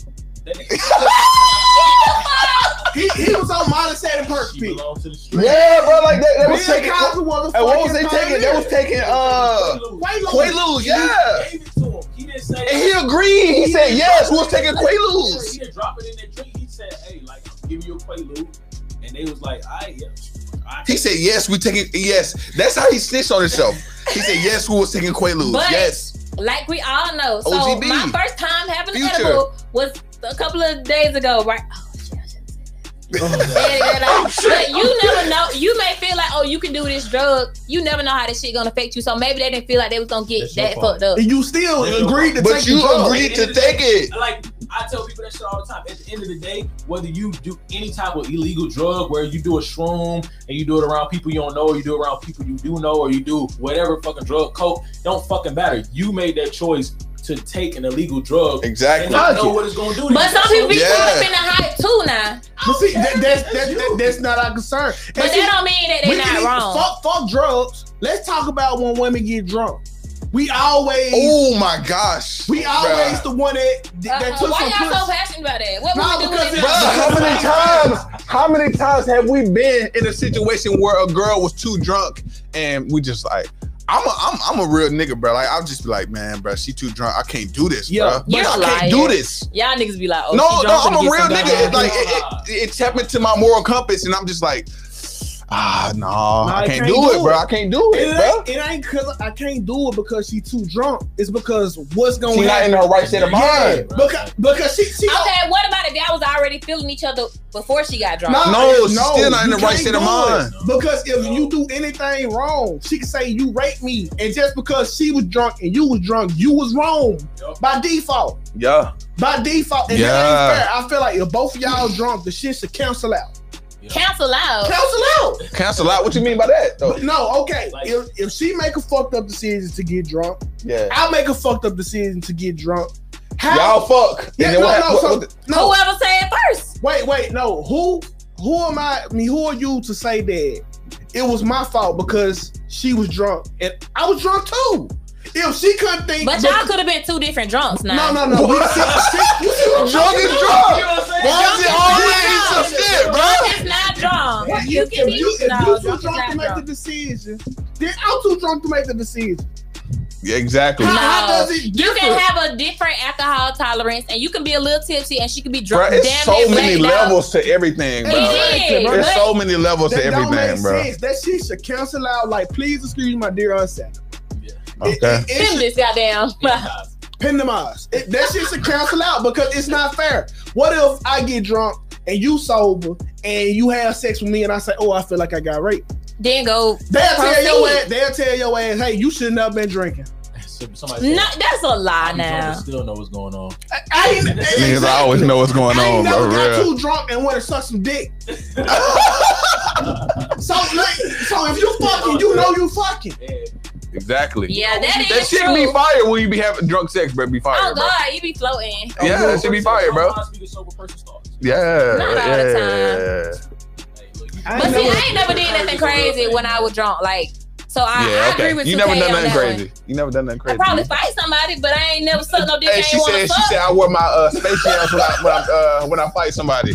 E: He, he was on Modern Saturday Perk
A: She
E: Pete.
A: belongs to the street.
H: Yeah, bro. Like that. That
E: Bill
H: was taking.
E: Cosby was a
H: Hey, what was they
E: fucking
H: taking? They was
E: pioneer.
H: taking uh
E: Quaaludes.
H: Quaaludes. uh, Yeah.
A: Gave it to him. He didn't say.
H: And he agreed. He said yes. Who was taking Quaaludes?
A: He didn't drop it in their drink. He said, "Hey, like, I'm giving you a Quaalude," and they was like, "I yeah." I-
B: He said yes. We taking yes. That's how he snitched on himself. He said yes. Who was taking Quaaludes?
C: But-
B: yes.
C: Like we all know. So
B: OGB.
C: my first time having an
B: Future.
C: edible was a couple of days ago, right? Oh, shit, I shouldn't say
A: [LAUGHS]
C: that. Yeah, yeah,
E: Oh,
C: like, but you never know. You may feel like, oh, you can do this drug. You never know how this shit gonna affect you. So maybe they didn't feel like they was gonna get
A: That's your
C: that
A: fault.
C: fucked up.
E: And you still
A: They
E: agreed to
B: But
E: take
B: you
E: the drug.
B: agreed to take it.
A: Like I tell people that shit all the time. At the end of the day, whether you do any type of illegal drug, where you do a shroom and you do it around people you don't know, or you do it around people you do know, or you do whatever fucking drug, coke, don't fucking matter. You made that choice to take an illegal drug and
B: Exactly.
A: not
E: Fuck
A: know
E: it.
A: what it's gonna do. to
C: But
A: you.
C: some people be
B: Yeah.
C: caught up in the hype too now.
E: But see, that, that's, that's, that, that's not our concern. And
C: But
E: see,
C: that don't mean that
E: we
C: they're
E: can
C: not
E: even-
C: wrong.
E: Fuck, fuck drugs. Let's talk about when women get drunk. We always,
B: Oh my gosh.
E: we always the one that that,
C: Uh-uh.
E: took
C: Why
E: some
C: y'all so
E: pussy.
C: passionate about that? What
E: Nah,
C: would we do
E: because
C: with
E: it-
B: Bruh,
H: How many times?
B: How many times have we been in a situation where a girl was too drunk and we just like, I'm a, I'm, I'm a real nigga, bro. Like I'll just be like, man, bro, she too drunk. I can't do this,
E: Yeah.
B: bro.
C: You're
B: I
C: a
B: can't
C: liar.
B: do this.
C: Y'all niggas be like, oh,
B: no,
C: she
B: no,
C: drunk,
B: I'm a
C: finna get
B: real
C: some
B: nigga.
C: goddamn
B: It's like
C: drink.
B: it, it, it tapped into my moral compass, and I'm just like, ah, no, I
E: I
B: can't,
E: can't
B: do,
E: do
B: it, bro.
E: it.
B: I can't do
E: It
B: it, bro.
E: ain't, it ain't cause I can't do it because she too drunk. It's because what's going
B: She
E: on?
B: not in her right state of
E: yeah,
B: mind.
E: because because she she don't-
C: Okay, what about if y'all was already feeling each other before she got drunk?
E: Nah,
B: No, she's still not in
E: you
B: the right
E: can't
B: state of
E: do
B: mind.
E: it. Because if you do anything wrong, she can say you raped me, and just because she was drunk and you was drunk, you was wrong
A: Yup.
E: by default.
B: Yeah,
E: By default, and
B: Yeah.
E: that ain't fair. I feel like if both of y'all drunk, the shit should cancel out.
C: Cancel out.
E: Cancel out.
B: cancel out. What you mean by that? Though?
E: But no, okay.
A: Like-
E: if, if she make a fucked up decision to get drunk,
B: Yeah,
E: I make a fucked up decision to get drunk. How?
B: y'all fuck.
E: yeah,
B: and then
E: no,
B: what,
E: no,
B: what-
E: so-
B: what the-
E: no.
C: Whoever said first.
E: Wait, wait, no. Who who am I, I mean, who are you to say that it was my fault because she was drunk and I was drunk too? If she couldn't think
C: But y'all could have been two different drunks now.
E: No, no, no. We, see, see, you see what I'm
B: [LAUGHS] drunk
E: talking
B: is
E: about?
B: drunk. Why is it always some
C: Drunk
B: shit, bro?
C: It's not drunk.
E: What
C: You
E: if,
C: can
E: if
C: be
E: you, if
C: no,
E: you too
C: drunk is
E: drunk
C: not
E: to make the
C: drunk.
E: decision, then I'm too drunk to make the decision.
B: Yeah, exactly.
E: How,
C: No.
E: how does it differ?
C: You can have a different alcohol tolerance, and you can be a little tipsy, and she can be
B: Bro,
C: drunk.
B: it's
C: damn
B: so
C: near
B: many
C: blacked out.
B: levels to everything, bro.
C: It is,
B: There's
C: but-
B: so many levels
E: that
B: to
E: don't
B: everything,
E: make
B: bro.
E: sense. That shit should cancel out. Like, please excuse my dear ancestor.
B: Okay.
E: It, it, it
C: Fem
E: should
C: this goddamn.
E: Pandemize. It, that shit should cancel out because it's not fair. What if I get drunk and you sober and you have sex with me and I say, oh, I feel like I got raped?
C: [LAUGHS] then go.
E: They'll tell your
C: Proceed.
E: ass, they'll tell your ass, hey, you shouldn't have been drinking.
A: Somebody
C: No, that's a
A: said,
C: lie
A: "I'm drunk
C: now.
A: and still know what's going on.
E: I, I ain't,
B: Niggas
E: exactly.
B: I always know what's going
E: I
B: on,
E: ain't
B: bro.
E: never got
B: Real.
E: too drunk and want to suck
B: [LAUGHS]
E: some dick. so, look, so if you fucking, you know you fucking.
A: Yeah.
B: Exactly.
C: Yeah, that
B: That
C: is
B: shit
C: true.
B: be fire when you be having drunk sex, bro. Be fire,
C: Oh
B: bro.
C: God, you be floating.
B: Yeah, that should be fire, bro.
A: Sometimes speak a sober person's thoughts.
B: Yeah,
C: Not all the
B: yeah.
A: Hey, look, you-
E: I
C: But see,
E: never-
C: I ain't never did nothing crazy when I was drunk. Like, so I,
B: yeah,
C: I agree with
B: you
C: 2K
B: never done
C: on
B: nothing
C: that
B: crazy.
C: one.
B: You never done nothing
C: I
B: crazy.
C: probably fight somebody, but I ain't never sucked no dick.
B: Hey,
C: I
B: she
C: ain't want
B: said
C: to
B: she
C: fuck.
B: said I wear my uh, space jams when I when I uh, when I fight somebody.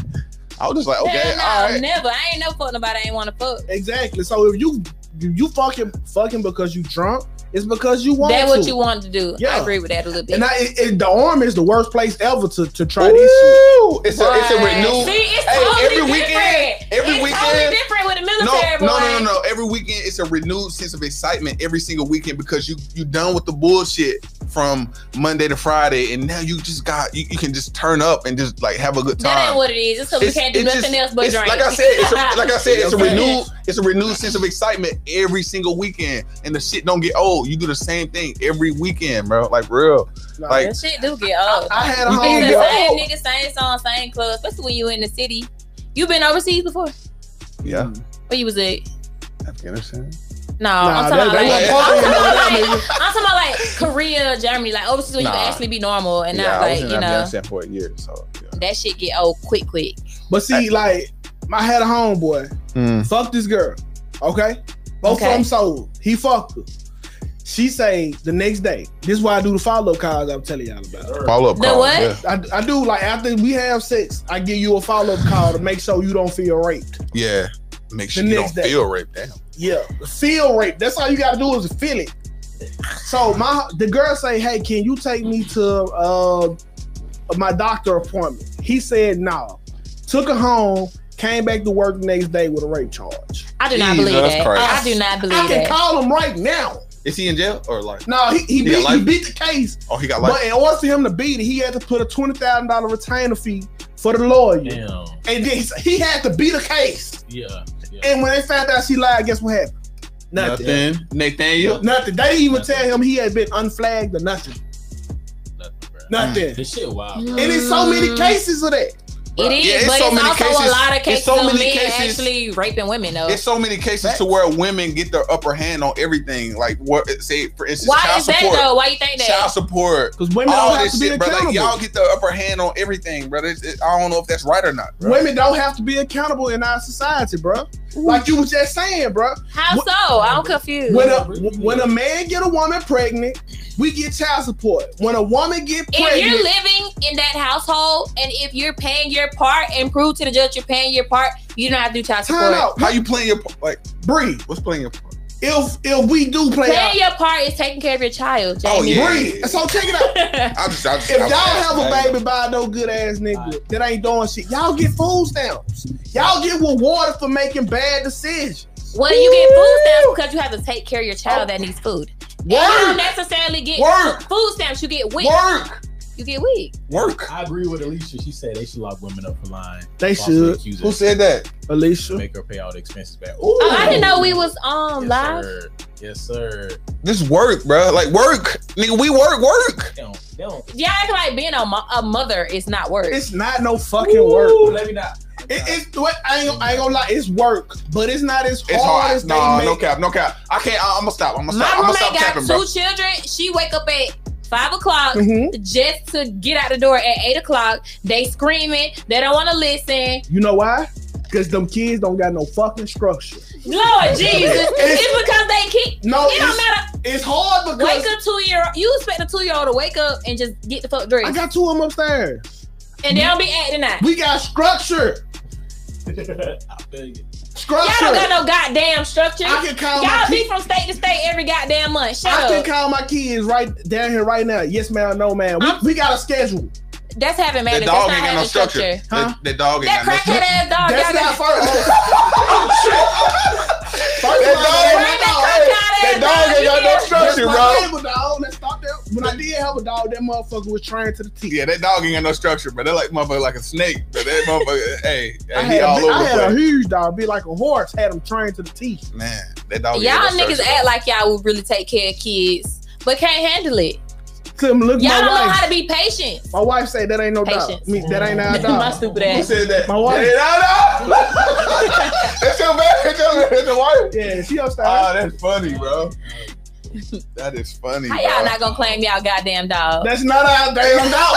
B: I was just like, okay,
C: Hell no,
B: all right.
C: never. I ain't never fucked nobody. I ain't want to fuck.
E: Exactly. So if you if you fucking fucking because you drunk, it's because you want
C: That's
E: to.
C: what you want to do. I
E: Yeah.
C: agree with that a little bit.
E: And I, it, it- the arm is the worst place ever to, to try this shit.
B: Ooh, it's a it's a
C: Boy.
B: renewed.
C: See, it's
B: Hey,
C: totally
B: every
C: different.
B: weekend- every
C: it's
B: weekend-
C: totally different with the
B: No,
C: military.
B: no,
C: boy.
B: no, no, no. Every weekend it's a renewed sense of excitement every single weekend because you you done with the bullshit from Monday to Friday, and now you just got you, you can just turn up and just like have a good
C: That ain't
B: time.
C: what it is. It's because we
B: It's-
C: can't do
B: it
C: nothing
B: just-
C: else but
B: it's-
C: drink.
B: Like I said, it's a,
C: [LAUGHS]
B: like I said, it's a
E: Okay.
B: renewed it's a renewed sense of excitement every single weekend, and the shit don't get old. You do the same thing every weekend, bro. Like real,
E: Nah,
B: like
C: That shit do get old.
E: I had a
B: You
E: homegirl.
B: think
C: It's
B: get
C: the
B: old.
C: same nigga, same song, same club. Especially when you in the city. You been overseas before?
B: yeah.
C: Where you was at?
B: Afghanistan.
C: No,
E: Nah,
C: I'm
E: that-
C: talking about
E: that
C: like,
B: wasn't
C: I'm talking about
E: part of it,
C: like, I'm talking about like Korea, Germany, like overseas when you
B: Nah.
C: can actually be normal and
B: yeah,
C: not
B: I
C: like
B: was
C: you
B: in
C: know
B: Afghanistan for a year, so. Yeah.
C: that shit get old quick, quick.
E: But see, like, I had a homeboy. Fuck this girl. Okay? Both
C: Okay.
E: of them sold. He fucked her. She say the next day. This is why I do the follow up calls I'm telling y'all about.
B: Follow up
C: The
B: call.
C: what?
B: Yeah.
E: I, I do like after we have sex, I give you a follow up call to make sure you don't feel raped.
B: Yeah. Make sure
E: The
B: you
E: next
B: don't
E: day.
B: feel raped. Damn.
E: Yeah, feel raped. That's all you gotta do is feel it. So my the girl say, "Hey, can you take me to uh, my doctor appointment?" He said, "No." Took her home, came back to work the next day with a rape charge.
C: I do not
B: Jesus
C: believe that.
B: Christ.
C: I do not
E: I
C: believe
E: can
C: that.
E: call him right now.
B: Is he in jail or like?
E: No, he, he,
B: got
E: beat, he
B: life?
E: beat the case,
B: Oh, he got like.
E: but in order for him to beat it, he had to put a twenty thousand dollar retainer fee for the lawyer,
A: Damn.
E: and then he, he had to beat a case.
A: Yeah. yeah.
E: And when they found out she lied, guess what happened? Nothing. Nothing.
B: Nathaniel.
E: They didn't even
A: Nothing.
E: tell him he had been unflagged or nothing.
A: Nothing, bro.
E: Nothing.
A: This shit wild. bro.
E: And it's so
B: Mm.
E: many cases of that.
C: It is,
B: Yeah, it's
C: but
B: so
C: it's
B: many
C: also
B: cases-
C: a lot of
B: it's
C: cases
B: so
C: of
B: many
C: men
B: cases-
C: actually raping women though.
B: It's so many cases to where women get their upper hand on everything. Like what? Say for instance,
C: Why
B: child
C: is that
B: support.
C: though? Why you think
B: Child
C: that?
B: support.
E: Because women
B: All
E: don't have to
B: this
E: be
B: shit, bro.
E: accountable.
B: Like y'all get the upper hand on everything, brother. It's- it- I don't know if that's right or not. bro.
E: women don't have to be accountable in our society, bruh. Like you was just saying, bruh.
C: How so? I'm confused.
E: When a when a man get a woman pregnant, We get child support. When a woman get
C: If you're
E: pregnant,
C: living in that household and if you're paying your part and prove to the judge you're paying your part, you don't have to do child
E: time
C: support.
E: out.
B: How you playing your part? Like,
E: Breathe.
B: what's playing your part?
E: If if we do play out,
C: Paying your part is taking care of your child,
B: Oh,
C: Jamie.
B: yeah.
E: breathe. So check it
C: [LAUGHS]
E: out.
B: I just, I just,
E: If
B: I
E: y'all
B: was
E: have
B: asking,
E: a
B: man.
E: baby by no good ass nigga that ain't doing shit, y'all get food stamps. Y'all get rewarded for making bad decisions.
C: well, you get food stamps because you have to take care of your child that needs food. And you don't
E: Work,
C: necessarily get
E: work,
C: food stamps. You get weak.
E: work.
C: You get weak.
B: work.
A: I agree with Alicia. She said they should lock women up for lying.
E: They
A: falsely
E: should.
A: accusing
B: Who said that?
A: to
E: Alicia.
A: make her pay all the expenses back.
C: Oh, I didn't know we was um
A: yes,
C: live.
A: Sir. Yes, sir.
B: This work, bro. Like work, nigga. We work, work.
A: They don't. They don't.
C: Yeah, I act like being a, mo- a mother is not work.
E: It's not no fucking work.
A: Ooh, Let me not.
E: It, it's what I ain't, I ain't gonna lie. It's work, but it's not as hard,
B: It's hard.
E: as they
B: Nah,
E: make.
B: no cap, no cap. I can't. I, I'm gonna stop. I'm gonna
C: My
B: stop. I'm gonna stop
C: roommate got
B: capping,
C: two
B: bro.
C: children. She wake up at five o'clock
E: Mhm.
C: just to get out the door at eight o'clock. They screaming. They don't want to listen.
E: You know why? Because them kids don't got no fucking structure.
C: Lord Jesus, it's because they keep.
E: No,
C: It don't
E: it's,
C: matter.
E: it's hard because
C: Wake up two year. You expect a two year old to wake up and just get the fuck
E: I
C: dressed,
E: got two of them upstairs.
C: and they don't be acting out.
E: We got structure,
A: [LAUGHS] I feel you.
E: structure.
C: Y'all don't got no goddamn structure.
E: I can call my
C: Y'all be
E: kids.
C: from state to state every goddamn month. Shut
E: I can
C: up.
E: call my kids right down here right now. Yes, ma'am. No, ma'am. We,
C: I'm-
E: we got a schedule.
C: That's having
B: That
C: manners. That's
B: dog
C: not
B: ain't got no
C: having
B: structure.
C: structure.
E: Huh?
B: That, that dog ain't
C: That
B: got no structure.
C: crackhead ass dog.
E: That's
C: Y'all got
E: not first. [LAUGHS] oh, shit. First of all,
B: That
E: that
C: Right, that
B: dog- that dog ain't got no
C: crackhead ass dog.
B: structure,
E: my
B: bro.
E: neighbor, dog. Let's stop that. When I did have a dog, that motherfucker was trying to the teeth.
B: Yeah, that dog ain't got no structure, bro. That like motherfucker like a snake, but that motherfucker, hey,
E: I
B: hey, he
E: had,
B: all
E: I
B: over the
E: had a
B: place.
E: huge dog, be like a horse, had him trained to the teeth.
B: Man, that dog. ain't
C: Y'all
B: got Oh, no
C: niggas
B: structure,
C: act like y'all would really take care of kids, but can't handle it.
E: Couldn't look
C: Y'all
E: my
C: don't know
E: wife.
C: how to be patient.
E: my wife said that ain't no dog.
C: Patience.
E: Me, that ain't
C: [LAUGHS]
E: our
C: My
E: dog.
C: stupid
B: Who
C: ass.
B: said that?
E: My wife.
B: Hey, no, no. [LAUGHS] That's your back. That's your, that's your wife.
E: yeah, she upstairs.
B: Oh, that's funny, bro. That is funny.
C: How y'all
B: bro.
C: not gonna claim y'all goddamn dog?
E: That's not our
B: [LAUGHS]
E: damn dog.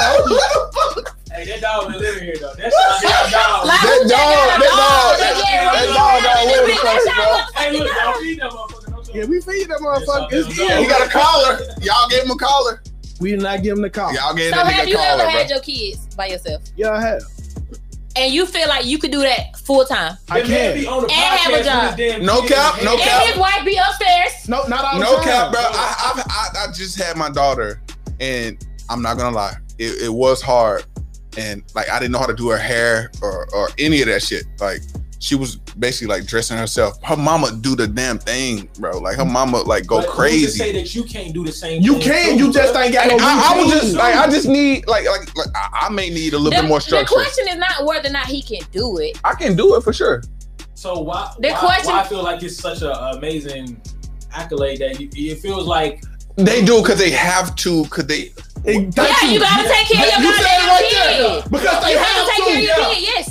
A: Hey, that dog been living here though. That's not
C: Like,
A: that
C: who
B: That
C: checking
B: dog-
C: the
B: that dog-
C: They
A: dog. Hey, look,
C: get rid of them. They let y'all motherfucking
B: that dog got away with us, bro.
C: dog.
A: don't feed that motherfucker. No joke.
E: yeah, we feed that motherfucker.
A: Yes,
E: It's
A: I
B: Yeah,
E: ill.
B: he got a collar. Y'all gave him a collar.
E: We did not give him the call.
B: Y'all gave
C: So
B: that
C: have
B: nigga a
C: you
B: collar,
C: ever
B: bro.
C: had your kids by yourself,
E: Yeah, I have.
C: and you feel like you could do that full time,
E: I
A: That man be
E: can't.
A: on the
C: And have a
A: podcast with his
C: job.
A: damn
B: No
A: kids.
B: cap, no
A: Hey,
B: cap.
C: and his wife be upstairs?
E: No, not all the
B: No
E: time.
B: cap, bro. I, I've- I, I just had my daughter, and I'm not gonna lie, it, it was hard, and like I didn't know how to do her hair or or any of that shit. Like she was basically like dressing herself. Her mama do the damn thing, bro. Like her mama like go
A: but who's to
B: crazy.
A: Say that you can't do the same.
E: You
A: thing,
E: can.
A: too,
E: You just
A: bro?
E: ain't got
B: I,
E: no.
B: I
E: routine.
B: was just like I just need like like, like I, I may need a little
C: the,
B: bit more
C: the
B: structure.
C: question is not whether or not he can do it.
B: I can do it for sure.
A: So why?
C: The
A: why,
C: question-
A: Why I feel like it's such an amazing accolade that you, it feels like [LAUGHS]
B: They do because they have to. Because they
E: Thank
C: yeah, you, gotta take care of your
E: You said it
C: goddamn
E: right there.
C: kid.
E: Because they
C: You
E: have
C: gotta take care of your
E: to.
C: kid. Yes,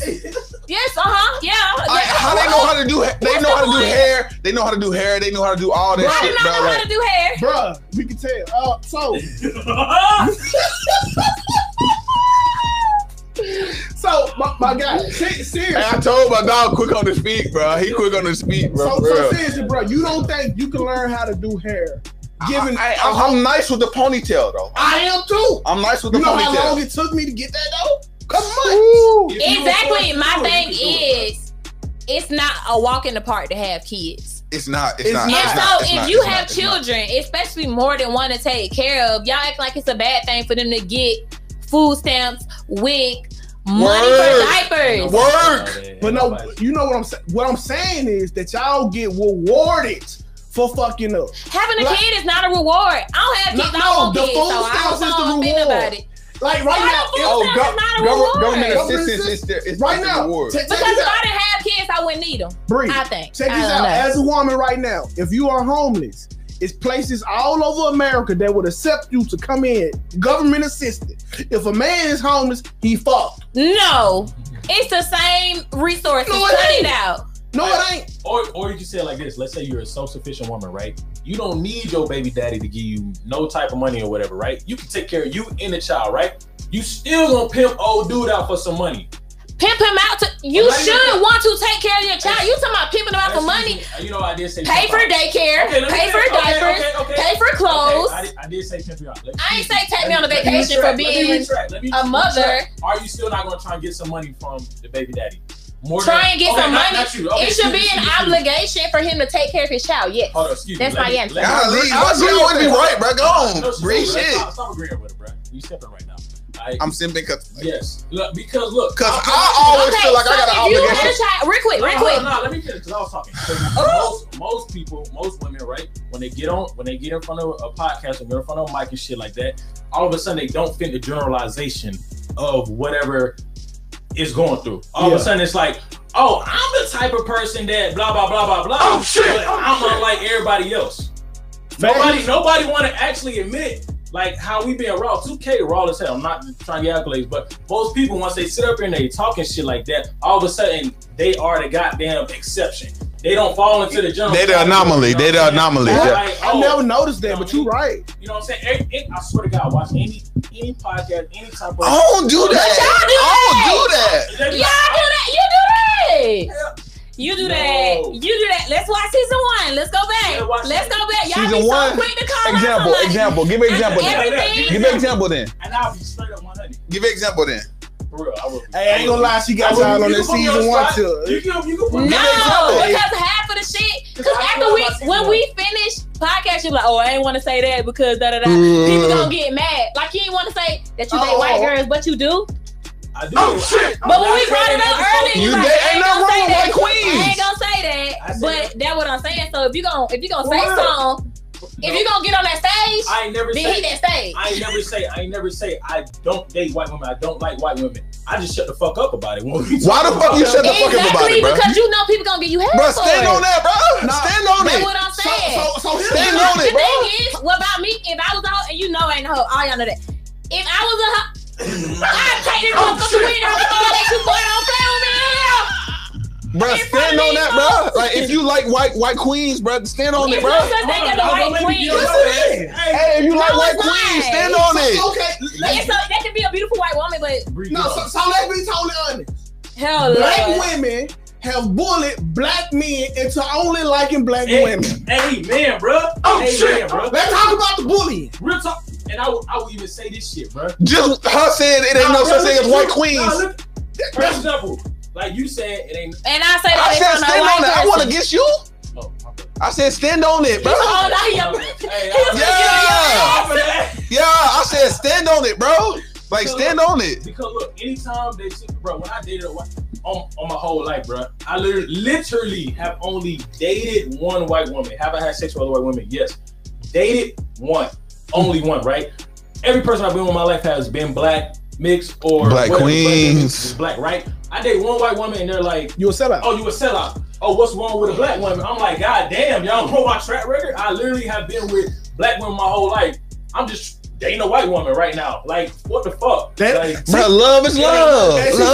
C: yes, uh huh, yeah.
B: I, how they know how to do ha- they
C: What's
B: know
C: the
B: how to do
C: point?
B: hair. They know how to do hair. They know how to do all that
C: I do
B: shit,
C: not
B: bro.
C: know
B: like-
C: how to do hair.
E: Bruh, we can tell. Uh, so, so my, my guy, se-
B: Hey,
E: seriously.
B: I told my dog quick on his feet, bro. He quick on his feet, bro.
E: So,
B: for
E: so
B: real.
E: seriously, bro, you don't think you can learn how to do hair? Given
B: I, am nice with the ponytail though.
E: I am too.
B: I'm nice with the
E: You know how long
B: ponytail.
E: it took me to get that though?
B: Come
E: Months.
A: If you
C: Exactly.
A: afford
C: My
A: to do it,
C: thing
A: you can do it,
C: is, it's not a walk in the park to have kids.
B: It's not. It's,
E: It's
B: not.
E: not.
C: And
B: Uh, it's
C: so,
B: not, it's
C: if
B: not,
C: you
B: it's
C: have
B: not, it's not.
C: children, especially more than one to take care of, y'all act like it's a bad thing for them to get food stamps, wig, money
B: Word.
C: for diapers.
B: Work.
E: But no, you know what I'm saying. What I'm saying is that y'all get rewarded for fucking up.
C: Having a
E: Like-
C: kid is not a reward. I don't have kids.
E: No,
C: I don't want
E: the
C: kids,
E: food
C: so I
E: stamps
C: don't
E: is
C: know
E: the
C: how I'm feeling
E: reward.
C: about it.
E: Like right
C: Why
E: now,
C: the
E: if-
C: food
B: Oh,
C: stamps
B: gov-
C: is not a
B: government-
C: reward.
B: government
E: Government
B: assistance
E: assist-
B: is there. It's
E: right
B: it's
E: now,
B: a reward.
E: check, check
C: Because
E: this
C: if
E: out.
C: I didn't have kids, I wouldn't need them.
E: Breathe.
C: I think.
E: Check
C: I
E: this
C: don't
E: out.
C: know.
E: As a woman right now, if you are homeless, it's places all over America that would accept you to come in, government assisted. If a man is homeless, he fucked.
C: No, it's the same resources.
E: No, it
C: Cut it
E: ain't.
C: out.
E: No, it ain't.
A: Or, or you can say it like this. Let's say you're a self-sufficient woman, right? You don't need your baby daddy to give you no type of money or whatever, right? You can take care of you and the child, right? You still gonna pimp old dude out for some money.
C: Pimp him out to you
A: Well, why do you
C: should
A: think-
C: want to take care of your child. You talking about pimping them out for money.
A: You know, I did say
C: Pay for daycare,
A: Okay, let me
C: pay
A: finish.
C: for
A: Okay,
C: diapers,
A: okay, okay.
C: pay for clothes.
A: Okay, I, did, I did say pimp me out. Let-
C: I ain't
A: let
C: say take me on a
A: let
C: vacation
A: retract.
C: for
A: Let me
C: being
A: retract. Let me
C: a mother.
A: retract. Are you still not going to try and get some money from the baby daddy? More
C: Try
A: than-
C: and get
A: okay,
C: some
A: not-
C: money.
A: not you. Okay,
C: It
A: excuse
C: should be
A: me,
C: an
A: excuse me.
C: obligation for him to take care of his child. Yes.
E: Oh,
A: Hold on, excuse me.
C: That's
A: Let
C: my
A: me-
C: answer.
A: let me-
B: Y'all leave. Why she always be right, bro? Go on.
A: No, she-
B: Read
A: let's
B: shit.
A: Stop, stop agreeing with it, bro. You stepping right now. I,
B: I'm simping because
A: yes. Look, because look.
B: because
A: I'll-
B: I always feel like I got
C: so
B: an
C: if you
B: obligation.
C: had a child, real quick,
A: No,
C: real
A: no,
C: quick.
A: No, no, let me finish because I was talking. 'Cause Most, most people, most women, right? When they get on, when they get in front of a podcast or get in front of a mic and shit like that, all of a sudden they don't fit the generalization of whatever is going through. All of
E: Yeah.
A: a sudden it's like, oh, I'm the type of person that blah blah blah blah blah. Oh shit! I'm unlike everybody else. Nobody, nobody want to actually admit like how we being raw. 2K raw as hell. I'm not trying to get accolades, but most people once they sit up here and they talking shit like that, all of a sudden they are the goddamn exception. They don't fall into the general.
B: They the anomaly. They the anomaly.
A: Like,
B: Yeah.
A: oh,
E: I never noticed that, but you right.
A: You know what I'm saying? Every- it- I swear to God, watch any any podcast, any type of.
B: I don't do
A: But
B: that.
C: y'all do
B: I don't do that.
A: They be
C: Y'all do
A: like,
C: that. You do that. You do that.
A: No.
C: You do that. Let's watch season one. Let's go back.
A: Yeah, watch
C: Let's
A: season-
C: go back. Y'all
I: Season
C: be so
I: one.
C: quick to call
I: Example,
C: out somebody.
I: example. Give me an example then.
C: Everything.
I: Give me an example then.
A: and I'll be straight up 100.
B: Give an example then.
A: For real, I will. be.
E: Hey, I ain't gonna lie, she got
A: I will be.
E: y'all on
A: You
E: that
A: can put me
E: season one
A: spot.
E: too.
A: You can, you can put
C: No,
A: me on the spot.
C: because half of the shit. Because
A: I
C: after
A: know
C: we
A: about season
C: when
A: one.
C: we finish podcast, you're like, oh, I ain't want to say that because da da da.
I: Mm-hmm.
C: People gonna get mad. Like you ain't want to say that you date
E: Oh.
C: white girls, but you do.
A: I do.
B: Oh, shit.
A: I'm
C: But when
A: not
C: we brought
A: saying
C: it up
A: that
C: earlier,
A: it's
C: you
I: You
C: like,
I: did-
C: I
I: ain't
C: ain't
I: nothing
C: gonna
I: wrong
C: say
I: with
C: that.
I: white queens.
C: I ain't gonna say that.
A: I said
C: But that's what I'm saying. So if you gonna if you gonna say
A: What?
C: something, if you gonna get on that stage,
A: I ain't never
C: then
A: say
C: he that stage.
A: I ain't never say I ain't never say I don't date white women. I don't like white women. I just shut the fuck up about it. [LAUGHS] Why
B: Why the fuck you shut the fuck up about
C: Exactly
B: it, bro?
C: because you know people gonna get you hell
B: Bro,
C: for it.
B: stand on that, bro.
E: Nah.
B: Stand on
C: That's
B: it.
C: what I'm
E: So,
C: saying.
E: so, so here's
B: Stand
E: the-
B: on
C: the
B: it, bro.
C: thing is, what about me? If I was a hoe, and you know I ain't a hoe, all y'all know that. If I was a hoe, I'd take this motherfucker with her phone that you put on film in hell.
B: Bro,
C: in front
B: stand
C: of
B: on
C: me,
B: that,
C: bro.
B: bro. Like if you like white white queens, bro, stand on it,
C: It's
B: bro.
C: no such thing as a white queen.
B: Hey, if you like
C: No,
B: white
C: it's not.
B: queens, stand on it.
E: Okay,
C: It's
E: let's,
C: a- That could be a beautiful white woman, but
E: no, so, so let's be totally honest.
C: hell,
E: Black
C: Lord.
E: women have bullied black men into only liking black women.
A: Hey, man, bro. Oh hey, shit, bro.
E: Let's talk about the bullying.
A: Real talk. And I will, I will even say this shit, bro.
B: Just her saying it ain't no such thing as white
A: Nah,
B: queens.
A: look, for example, like you said, it ain't.
C: and I say that
B: I
C: it's
B: said
C: on a
B: stand
C: white
B: on it. I want to
C: person.
B: get you.
A: Oh, my bad.
B: I said stand on it, bro.
C: Oh, no, he a-
A: Hey,
C: he a-
B: Yeah.
A: I'm for that.
B: Yeah, I said stand on it, bro. Like stand on it.
A: Because look, anytime they see, bro, when I dated a white on, on my whole life, bro, I literally, literally have only dated one white woman. Have I had sex with other white women? Yes. Dated one, only one, right? Every person I've been with in my life has been black, mixed, or
B: Black
A: whatever,
B: queens.
A: black, black, right? I date one white woman and they're like,
E: You a sellout.
A: "Oh, you a sellout." Oh, what's wrong with a black woman? I'm like, God damn, y'all know my track record. I literally have been with black women my whole life. I'm just dating a white woman right now. Like, what the fuck?
E: That-
A: like,
B: Bro, love is love. Love
E: That's
B: is
E: it.
C: I,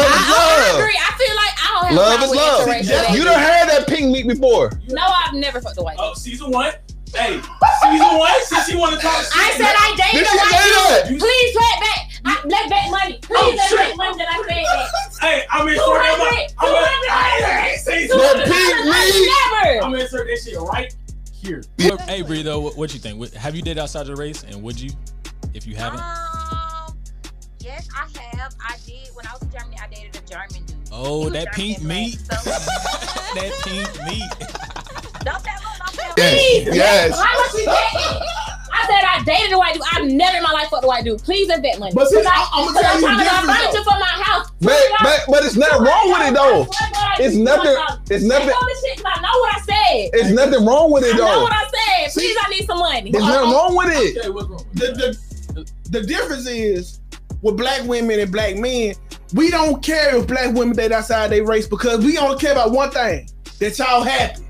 C: I
B: love.
C: agree. I feel like I don't have
B: Love is
C: a problem with
B: love.
C: interracial
B: You
C: dating.
B: done had that pink meat before.
C: No, I've never fucked a white.
A: Oh, season one. Hey, season one. Since she want to talk shit,
C: I said I dated
B: This
C: a
B: shit
C: white
B: ain't
C: woman. Please play it back. I, let back money.
J: Oh,
C: Please let
A: shit.
C: back money that I said
J: [LAUGHS]
C: that.
A: Hey, I'm in.
C: Two
A: I'm
C: hundred. Two hundred.
A: I ain't saying
C: Two hundred.
B: That
A: shit.
B: pink
C: I
B: meat.
A: I'm insert that shit right here.
J: Hey, Bree, though, what, what you think? What, have you dated outside the race, and would you, if you haven't?
K: Um, yes, I have. I did. When I was in Germany, I dated a German dude. He
J: Oh,
K: was
J: that
K: German
J: pink
K: and
J: meat.
K: black, so-
J: [LAUGHS] that pink
C: [LAUGHS]
J: meat.
K: [LAUGHS] Don't that look like that?
B: Yes.
C: never.
B: Yes.
C: How much you dating? I said I dated a white dude. I've never in my life fucked a white dude. Please let back money.
E: But see,
C: Because
E: I, I'm
C: Because
E: gonna tell
C: I'm
E: you
C: trying to buy
E: different.
C: furniture for my house.
B: But, but but it's nothing wrong with it though. It's nothing. It's nothing.
C: Shit, 'cause I know what I said.
B: It's nothing wrong with
C: I
B: it
C: know
B: though.
C: what I said.
B: See?
C: Please, I need some money.
B: There's nothing wrong with it.
A: Okay, what's wrong? With that?
E: the, the, the difference is with black women and black men, we don't care if black women date outside their race because we only care about one thing that y'all happy.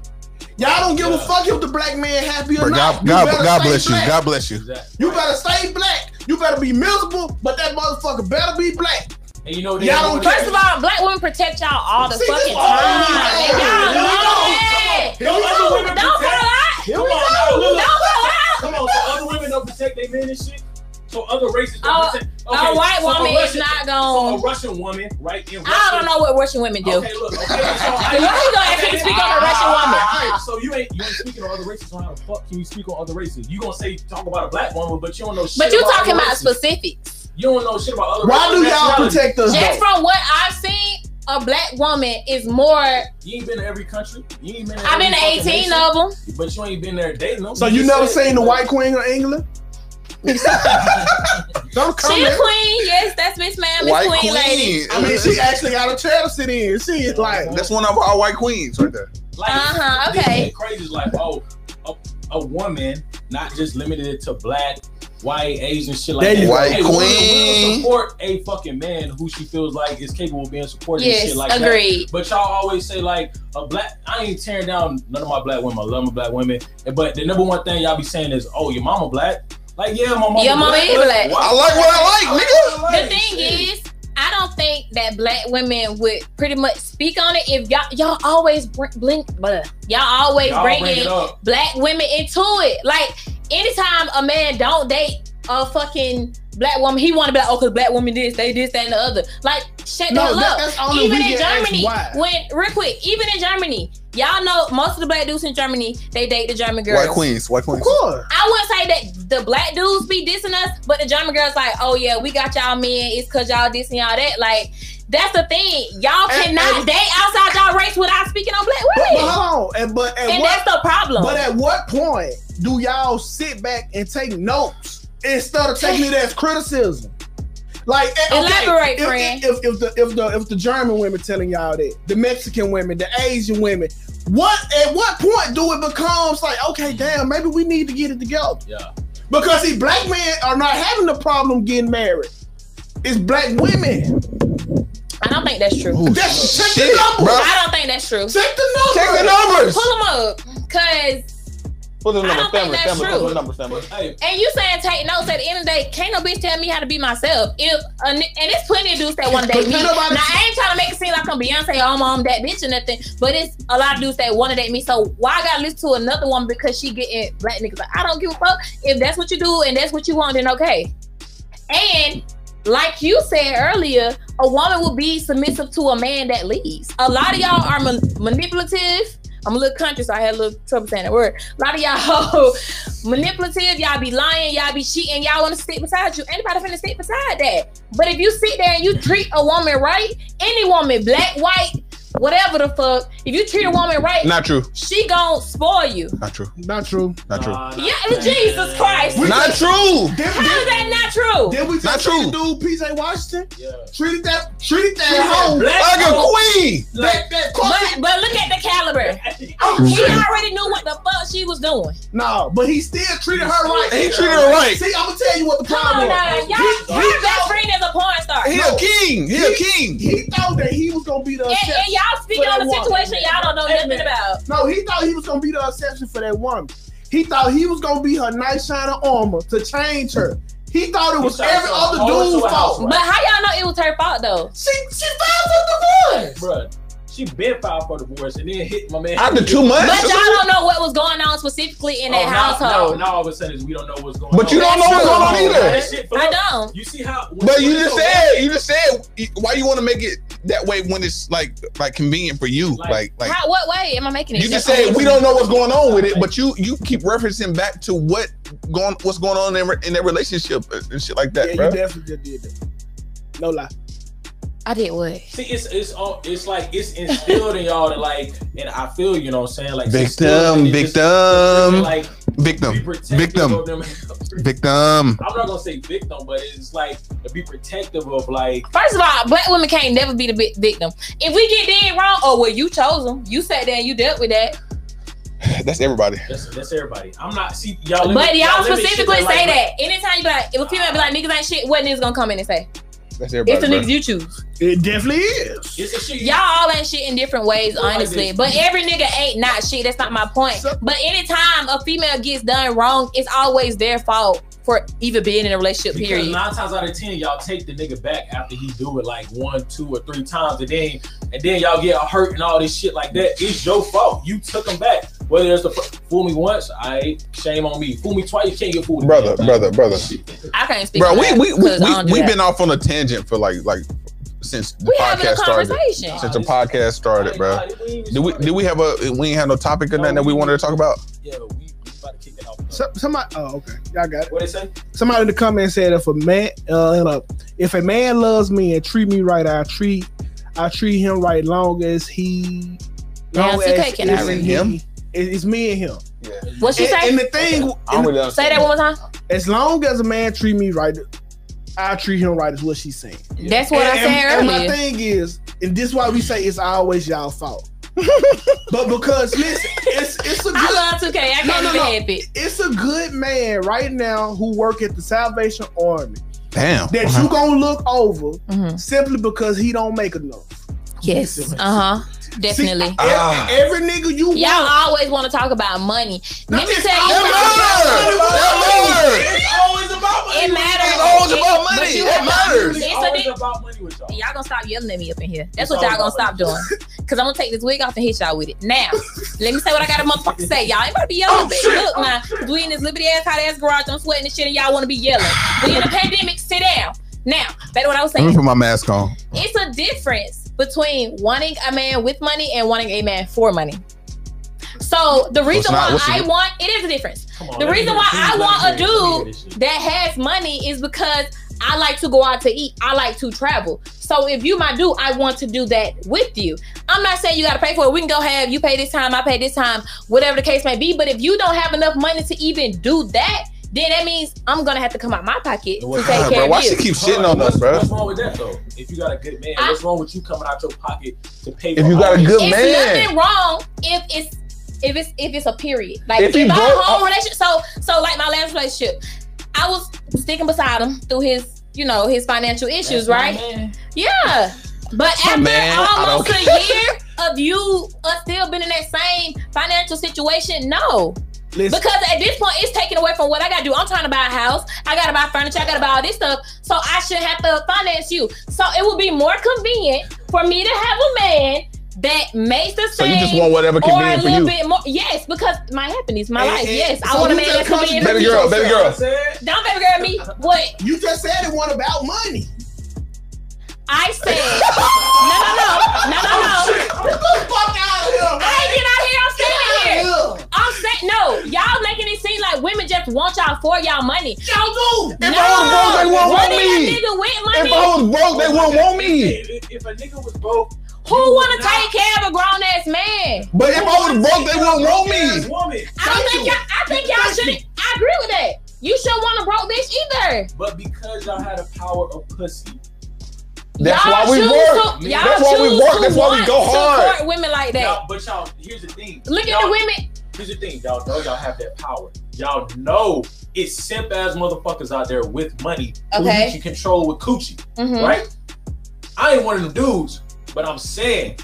E: Y'all don't give a
A: Yeah.
E: fuck if the black man happy or
B: But
E: not.
B: God,
E: You
B: God,
E: better
B: God
E: stay
B: bless you.
E: black.
B: God bless you.
A: Exactly.
E: you better stay black. You better be miserable, but that motherfucker better be black.
A: And you know what they
E: Y'all don't
A: want to
C: First of all, black women prprotect y'all all the
E: See, this
C: fucking
E: all we
C: time.
E: know.
C: And y'all
E: Here
C: know
E: we go.
C: that.
A: Don't other women
C: Don't
A: protect.
C: pull out.
A: Come on, now,
C: Don't
A: look.
C: pull out.
A: Come on, so other women don't protect their men and shit. So So other races. don't
C: Oh,
A: pretend-
C: a white woman is
A: Russian-
C: not
A: So
C: gon-
A: a Russian woman, right? In Russia,
C: I don't know what Russian women do.
A: Okay, look. Okay, so I,
C: Why you gonna ask me to speak on a Russian woman?
A: Alright, So you ain't you ain't speaking on other races. So how the fuck can you speak on other races? You gonna say talk about a black woman, but you don't know. Shit
C: But you
A: about
C: talking
A: other
C: about
A: races.
C: specifics.
A: You don't know shit about other.
E: Why
A: races,
E: do y'all
A: nationalities.
E: protect us?
C: Just
E: though?
C: from what I've seen, a black woman is more.
A: You ain't been to every country. You ain't been. To
C: I've been to
A: every fucking
C: 18
A: nation,
C: of them.
A: But you ain't been there dating them.
E: So you never
A: just said
E: seen the
A: that.
E: White Queen
C: [LAUGHS]
E: of England? Don't
C: She a
E: comment.
C: queen. Yes, that's Miss Ma'am. Miss
B: White
C: Queen,
B: queen.
C: lady.
E: I mean, she actually got a chastity in. She is like,
B: That's one of our white queens right there.
A: Like,
C: Uh-huh,
A: this
C: okay.
A: shit Crazy is like, oh, a, a woman, not just limited to black, white, Asian shit like
E: There
A: that.
E: you go.
B: White
A: will- will
B: queen.
A: support a fucking man who she feels like is capable of being supported and
C: Yes,
A: shit like that.
C: agreed.
A: But y'all always say like a black. I ain't tearing down none of my black women. I love my black women. But the number one thing y'all be saying is, oh, your mama black. Like yeah, my mama.
C: Your mama
A: black,
C: is
A: but
C: black.
A: why-
B: I like what I like, nigga.
C: The thing is, I don't think that black women would pretty much speak on it if y'all y'all always bring, bling, blah, y'all always
A: Y'all
C: bring,
A: bring it
C: in
A: up.
C: black women into it. Like anytime a man don't date a fucking black woman, he want to be like, oh, cause black women this, they this, that, and the other. Like shut
E: No,
C: the hell
E: that-
C: up.
E: that's only
C: even
E: we
C: in
E: get asked
C: Germany,
E: why.
C: when real quick, even in Germany, y'all know most of the black dudes in Germany they date the German girls.
B: White queens, white
E: of
B: queens.
E: course.
C: I wouldn't say that the black dudes be dissing us, but the German girls like, oh yeah, we got y'all men. It's cause y'all this and y'all that. Like that's the thing. Y'all
E: And-
C: cannot
E: and-
C: date outside y'all race without speaking on black
E: But, but
C: women,
E: hold on. And, but at
C: and
E: what?
C: that's the problem.
E: But at what point do y'all sit back and take notes instead of taking it as criticism? Like eh, okay,
C: Elaborate,
E: if,
C: friend.
E: If, if the if the if the German women telling y'all that, the Mexican women, the Asian women, what at what point do it becomes like, okay, damn, maybe we need to get it together?
A: Yeah.
E: Because see, black men are not having the problem getting married. It's black women.
C: I don't think that's true.
E: That's, check
B: shit,
E: the numbers.
B: bro.
C: I don't think that's true.
E: Check the numbers.
B: Check the numbers.
C: Pull them up, cause
I: Pull the
C: I
I: number,
C: don't think
I: family,
C: that's
I: family, pull
C: true.
I: the number, family.
A: Hey,
C: and you saying take notes at the end of the day, can't no bitch tell me how to be myself. If a ni- and it's plenty of dudes that want to date
E: But
C: me.
E: can't
C: Now
E: nobody-
C: I ain't trying to make it seem like I'm Beyonce or I'm, I'm that bitch or nothing, but it's a lot of dudes that want to date me. So why I gotta listen to another woman because she getting black niggas? Like, I don't give a fuck if that's what you do and that's what you want, then okay. And like you said earlier, a woman will be submissive to a man that leads. A lot of y'all are ma- manipulative. I'm a little conscious. I had a little trouble saying that word. A lot of y'all [LAUGHS] manipulative. Y'all be lying. Y'all be cheating. Y'all want to stick beside you. Anybody finna stick beside that? But if you sit there and you treat a woman right, any woman, black, white, whatever the fuck, if you treat a woman right,
B: Not true.
C: she gon' spoil you.
B: Not true.
E: Not true.
B: Not true.
A: nah, nah,
C: Yeah, Jesus Christ.
E: We-
B: Not true.
E: Did,
C: How is that not true?
E: did we
B: Not
E: just see
B: true.
E: the dude PJ Washington?
A: Yeah.
E: Treated that treated that
A: Yeah,
E: hoe
A: black
B: Like
A: folk-
B: a queen.
E: that, that
C: But, but look at the caliber. Oh, he already knew what the fuck she was doing.
E: No, but he still treated her right.
B: He treated her right.
E: See, I'm gonna tell you what the
C: Come on
E: problem
C: now,
E: was.
C: y'all. Her best friend is a porn star,
B: He
C: and,
B: a king. He a king.
E: He thought that he was gonna be the
C: and
E: exception.
C: y'all speak
E: But I
C: on a
E: want-
C: situation y'all don't know
E: Hey,
C: nothing
E: man.
C: about.
E: No, he thought he was gonna be the exception for that woman. He thought he was gonna be her nice shining armor to change her. He thought it
A: He
E: was
A: thought
E: every
A: so.
E: other
A: Oh, it's
E: dude's
A: a house,
E: fault.
A: right?
C: But how y'all know it was her fault though?
E: She she filed for divorce.
A: Bruh, she been filed for divorce and then hit my man.
B: After two months.
C: But y'all don't know what was going on specifically in that
A: Oh, now-
C: household.
A: Now, now all of a sudden we don't know what's going on.
B: But you don't know what's going on either.
A: That shit
C: I
A: flipped.
C: don't.
A: You see how?
B: But you just said, you just said, why you want to make it that way when it's like, like convenient for you?
A: Like-
B: Like, like
C: How, what way am I making it?
B: you just said we don't know what's going on with it, but you you keep referencing back to what going what's going on in, in their relationship and shit like that,
E: Yeah,
B: bro.
E: you definitely just did that. No lie.
C: I did what?
A: See, it's it's all it's like it's instilled in y'all that like, and I feel you know what I'm saying like it's instilled in
B: Victim,
A: you, just-
B: victim,
A: like be
B: victim,
A: protective
B: victim.
A: of them.
B: victim. [SIGHS]
A: I'm not gonna say victim, but it's like to be protective of like.
C: First of all, black women can't never be the vi- victim. If we get dead wrong, oh well, you chose them. You sat there and you dealt with that.
B: That's everybody.
A: That's that's everybody. I'm not see y'all. limit-
C: But y'all
A: limit shit
C: specifically
A: like-
C: say that anytime you be like, if a female be like niggas ain't shit, what niggas gonna come in and say?
B: That's
C: It's the
B: everybody.
C: niggas
B: bro.
C: you choose.
E: It definitely is.
A: It's a shit. you-
C: Y'all all ain't shit in different ways,
A: Like
C: honestly.
A: this.
C: But every nigga ain't not shit. That's not my point. But anytime a female gets done wrong, it's always their fault for even being in a relationship.
A: Because
C: Period.
A: nine times out of ten, y'all take the nigga back after he do it like one, two, or three times, and then and then y'all get hurt and all this shit like that. It's your fault. You took him back. Whether it's the fir- fool me once, I shame on me. Fool me twice, you can't get fooled.
B: brother, brother, brother.
C: I can't speak.
B: Bro,
C: on
B: we
C: that
B: we we
C: 'cause I
B: we
C: don't do
B: we
C: that.
B: been off on a tangent for like like since the
C: We having a
B: podcast started.
C: conversation.
B: Since the podcast started, bro. Did we did we have a we ain't had no topic or nothing that we wanted to talk about?
E: So, somebody, oh okay, y'all got it.
A: What they say?
E: Somebody in the comments said if a man, uh, look, if a man loves me and treat me right, I treat, I treat him right. Long as he,
C: Now,
E: long
C: CK
E: as
C: can not
E: it's
C: read.
E: he-
B: Him?
E: it- It's me and him.
C: What you
E: And,
C: say?
E: and the thing,
B: I'm
E: and
B: with us.
C: Say that one more time.
E: as long as a man treat me right, I treat him right. Is what she's saying.
C: That's what I
E: and,
C: said
E: and-
C: earlier.
E: And my thing is, and this why we say it's always y'all fault. but because listen, it's it's a
C: I
E: good
C: love 2K. I can't
E: No, no,
C: even
E: no.
C: help it.
E: it's a good man right now who work at the Salvation Army
B: Damn.
E: that you gonna look over
C: Mhm.
E: simply because he don't make enough.
C: Yes. Uh huh. Definitely.
B: Ah.
E: Every, every nigga you
C: Y'all
E: want,
C: always want to talk about money. Let me
E: it's
C: tell
E: always
C: you.
E: about money.
B: That
A: always about money.
C: It matters.
B: It's always
C: It-
B: about
C: but
B: money.
C: you
B: It
C: have-
B: matters.
C: It's
A: It's
C: a
A: always
C: di-
A: about money with y'all.
C: Y'all gonna stop yelling at me up in here.
A: It's
C: That's what y'all gonna
A: always
C: stop
A: about
C: doing. Cause I'm gonna take this wig off and hit y'all with it. Now, let me say what I got a motherfucker say. Y'all ain't about to be yelling. bitch. Look now, 'cause we in this liberty ass hot ass garage. I'm sweating and shit, and y'all want to be yelling. We in a pandemic. Sit down. Now, that's what I was
B: Let
C: saying.
B: me put my mask on.
C: it's a difference between wanting a man with money and wanting a man for money. So the reason
B: not-
C: why
B: what's the
C: I
B: di-
C: want it is a difference.
A: Come on,
C: The
A: let me
C: reason
A: hear
C: why
A: it. Please
C: I
A: let
C: want
A: me
C: a
A: hear it. Let me hear
C: dude
A: this shit.
C: that has money is because I like to go out to eat. I like to travel. So if you my dude, I want to do that with you. I'm not saying you gotta pay for it. We can go have you pay this time, I pay this time, whatever the case may be. But if you don't have enough money to even do that, then that means I'm gonna have to come out my pocket to
A: Well,
C: take
B: God,
C: care
B: bro, why
C: of you.
B: she keep
A: Hold
B: shitting on
A: what's,
B: us, bro?
A: What's wrong with that though? If you got a good man,
C: I-
A: what's wrong with you coming out your pocket to pay?
B: If
A: for
B: you
A: all
B: got a
A: this
B: good
C: it's
B: man,
C: nothing wrong if it's if it's if it's a period. Like
B: If
C: if,
B: he
C: our
B: broke- oh.
C: whole relationship. So so like my last relationship, I was sticking beside him through his you know his financial issues,
A: That's my
C: right?
A: man.
C: Yeah. But after
B: man, I
C: almost
B: don't
C: a year of you us still been in that same financial situation, no.
E: listen,
C: Because at this point, it's taken away from what I gotta do. I'm trying to buy a house. I gotta buy furniture. I gotta buy all this stuff. So I should have to finance you. So it would be more convenient for me to have a man that makes the
B: so
C: same
B: you just want whatever
C: or a
B: convenient for
C: little
B: you.
C: bit more. Yes, because my happiness, my
E: And-
C: life.
E: and-
C: yes, I
E: so
C: want a
E: you
C: man
E: just
C: that's convenient for
B: Baby
C: me.
A: You
B: girl,
A: see
B: baby
A: what
B: girl.
A: I'm saying?
C: Don't baby girl me. What
E: you just said it wasn't about money.
C: I
E: [LAUGHS]
C: said? no, no, no, no, no, no.
E: Get the fuck out of here, man.
C: I ain't get out here. I'm standing
E: Get
C: here.
E: out of here.
C: I'm saying no. Y'all making it seem like women just want y'all for y'all money.
E: Y'all do.
B: If I was broke, they wouldn't want
C: Running that
B: me.
C: nigga with
B: If
C: money.
B: I was broke, they wouldn't want me.
A: If, if- if a nigga was broke,
C: Who want to take care of a grown ass man?
B: But if I was broke, they wouldn't want me.
A: woman,
C: I don't think y'all. I think y'all shouldn't. I agree with that. You shouldn't want a broke bitch either.
A: but because y'all had the power of pussy,
B: That's
C: y'all
B: why we
C: choose
B: work.
C: To, y'all
B: That's why we
C: choose
B: work.
C: to
B: That's why we
C: want
B: go
C: to
B: hard.
C: court women like that.
A: y'all, but y'all, here's the thing.
C: Look at
A: Y'all-
C: the women.
A: Here's the thing, y'all know y'all have that power. Y'all know it's simp ass motherfuckers out there with money who
C: Okay.
A: you can control with coochie.
C: Mhm.
A: right? I ain't one of them dudes, but I'm saying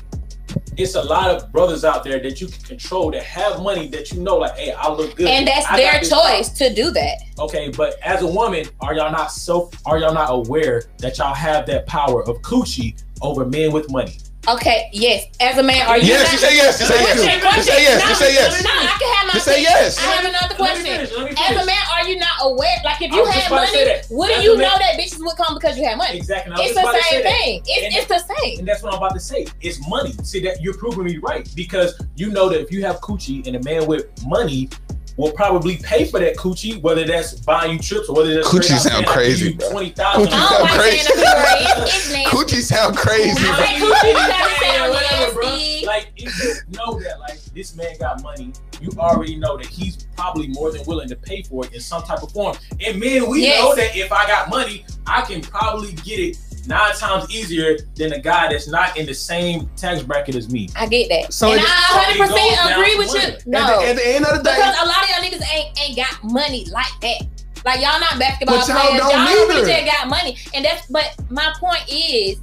A: it's a lot of brothers out there that you can control that have money that you know, like, hey, I look good,
C: And that's
A: I
C: their
A: got this
C: choice to do that.
A: power. Okay, but as a woman, are y'all not self? Are y'all not aware that y'all have that power of coochie over men with money?
C: Okay. Yes. As a man, are you?
B: Yes,
C: not-
B: she say yes. She say
C: Question,
B: yes. She
C: question.
B: say yes. She
C: No,
B: say yes.
C: No, I can have my.
B: She say yes.
C: I have another
A: Let me
C: question.
A: finish, let me
C: As a
A: finish.
C: man, are you not aware? Like, if
A: I
C: you
A: was just
C: had
A: about to say
C: money,
A: that.
C: wouldn't
A: As
C: you
A: a man-
C: know that bitches would come because you had money?
A: Exactly. and I was
C: It's
A: just
C: the
A: about to say
C: same
A: that.
C: thing. It's,
A: And-
C: it's the same.
A: And that's what I'm about to say. It's money. See that you're proving me right because you know that if you have coochie and a man with money will probably pay for that coochie, whether that's buying you trips or whether that's
B: Coochie
A: straight out saying,
B: sound
A: I'll give
B: crazy,
A: you
B: bro.
A: Twenty
B: Coochie
C: I don't
B: sound
A: thousand.
C: like
B: crazy.
C: saying the word. It's, it's nasty.
B: Coochie sound crazy.
C: I like coochie. That sound nasty.
A: Like if you know that, like this man got money, you already know that he's probably more than willing to pay for it in some type of form. And men, we
C: Yes.
A: know that if I got money, I can probably get it nine times easier than a guy that's not in the same tax bracket as me.
C: I get that.
E: So
C: and
E: it-
C: I 100
A: It goes
C: percent
A: down
C: agree
A: to
C: with
A: money.
C: you. No,
E: At, the, at the end of the day,
C: because a lot of y'all niggas ain't ain't got money like that. Like y'all not basketball
E: But y'all
C: players.
E: don't
C: y'all really
E: either.
C: just got money, and that's. But my point is,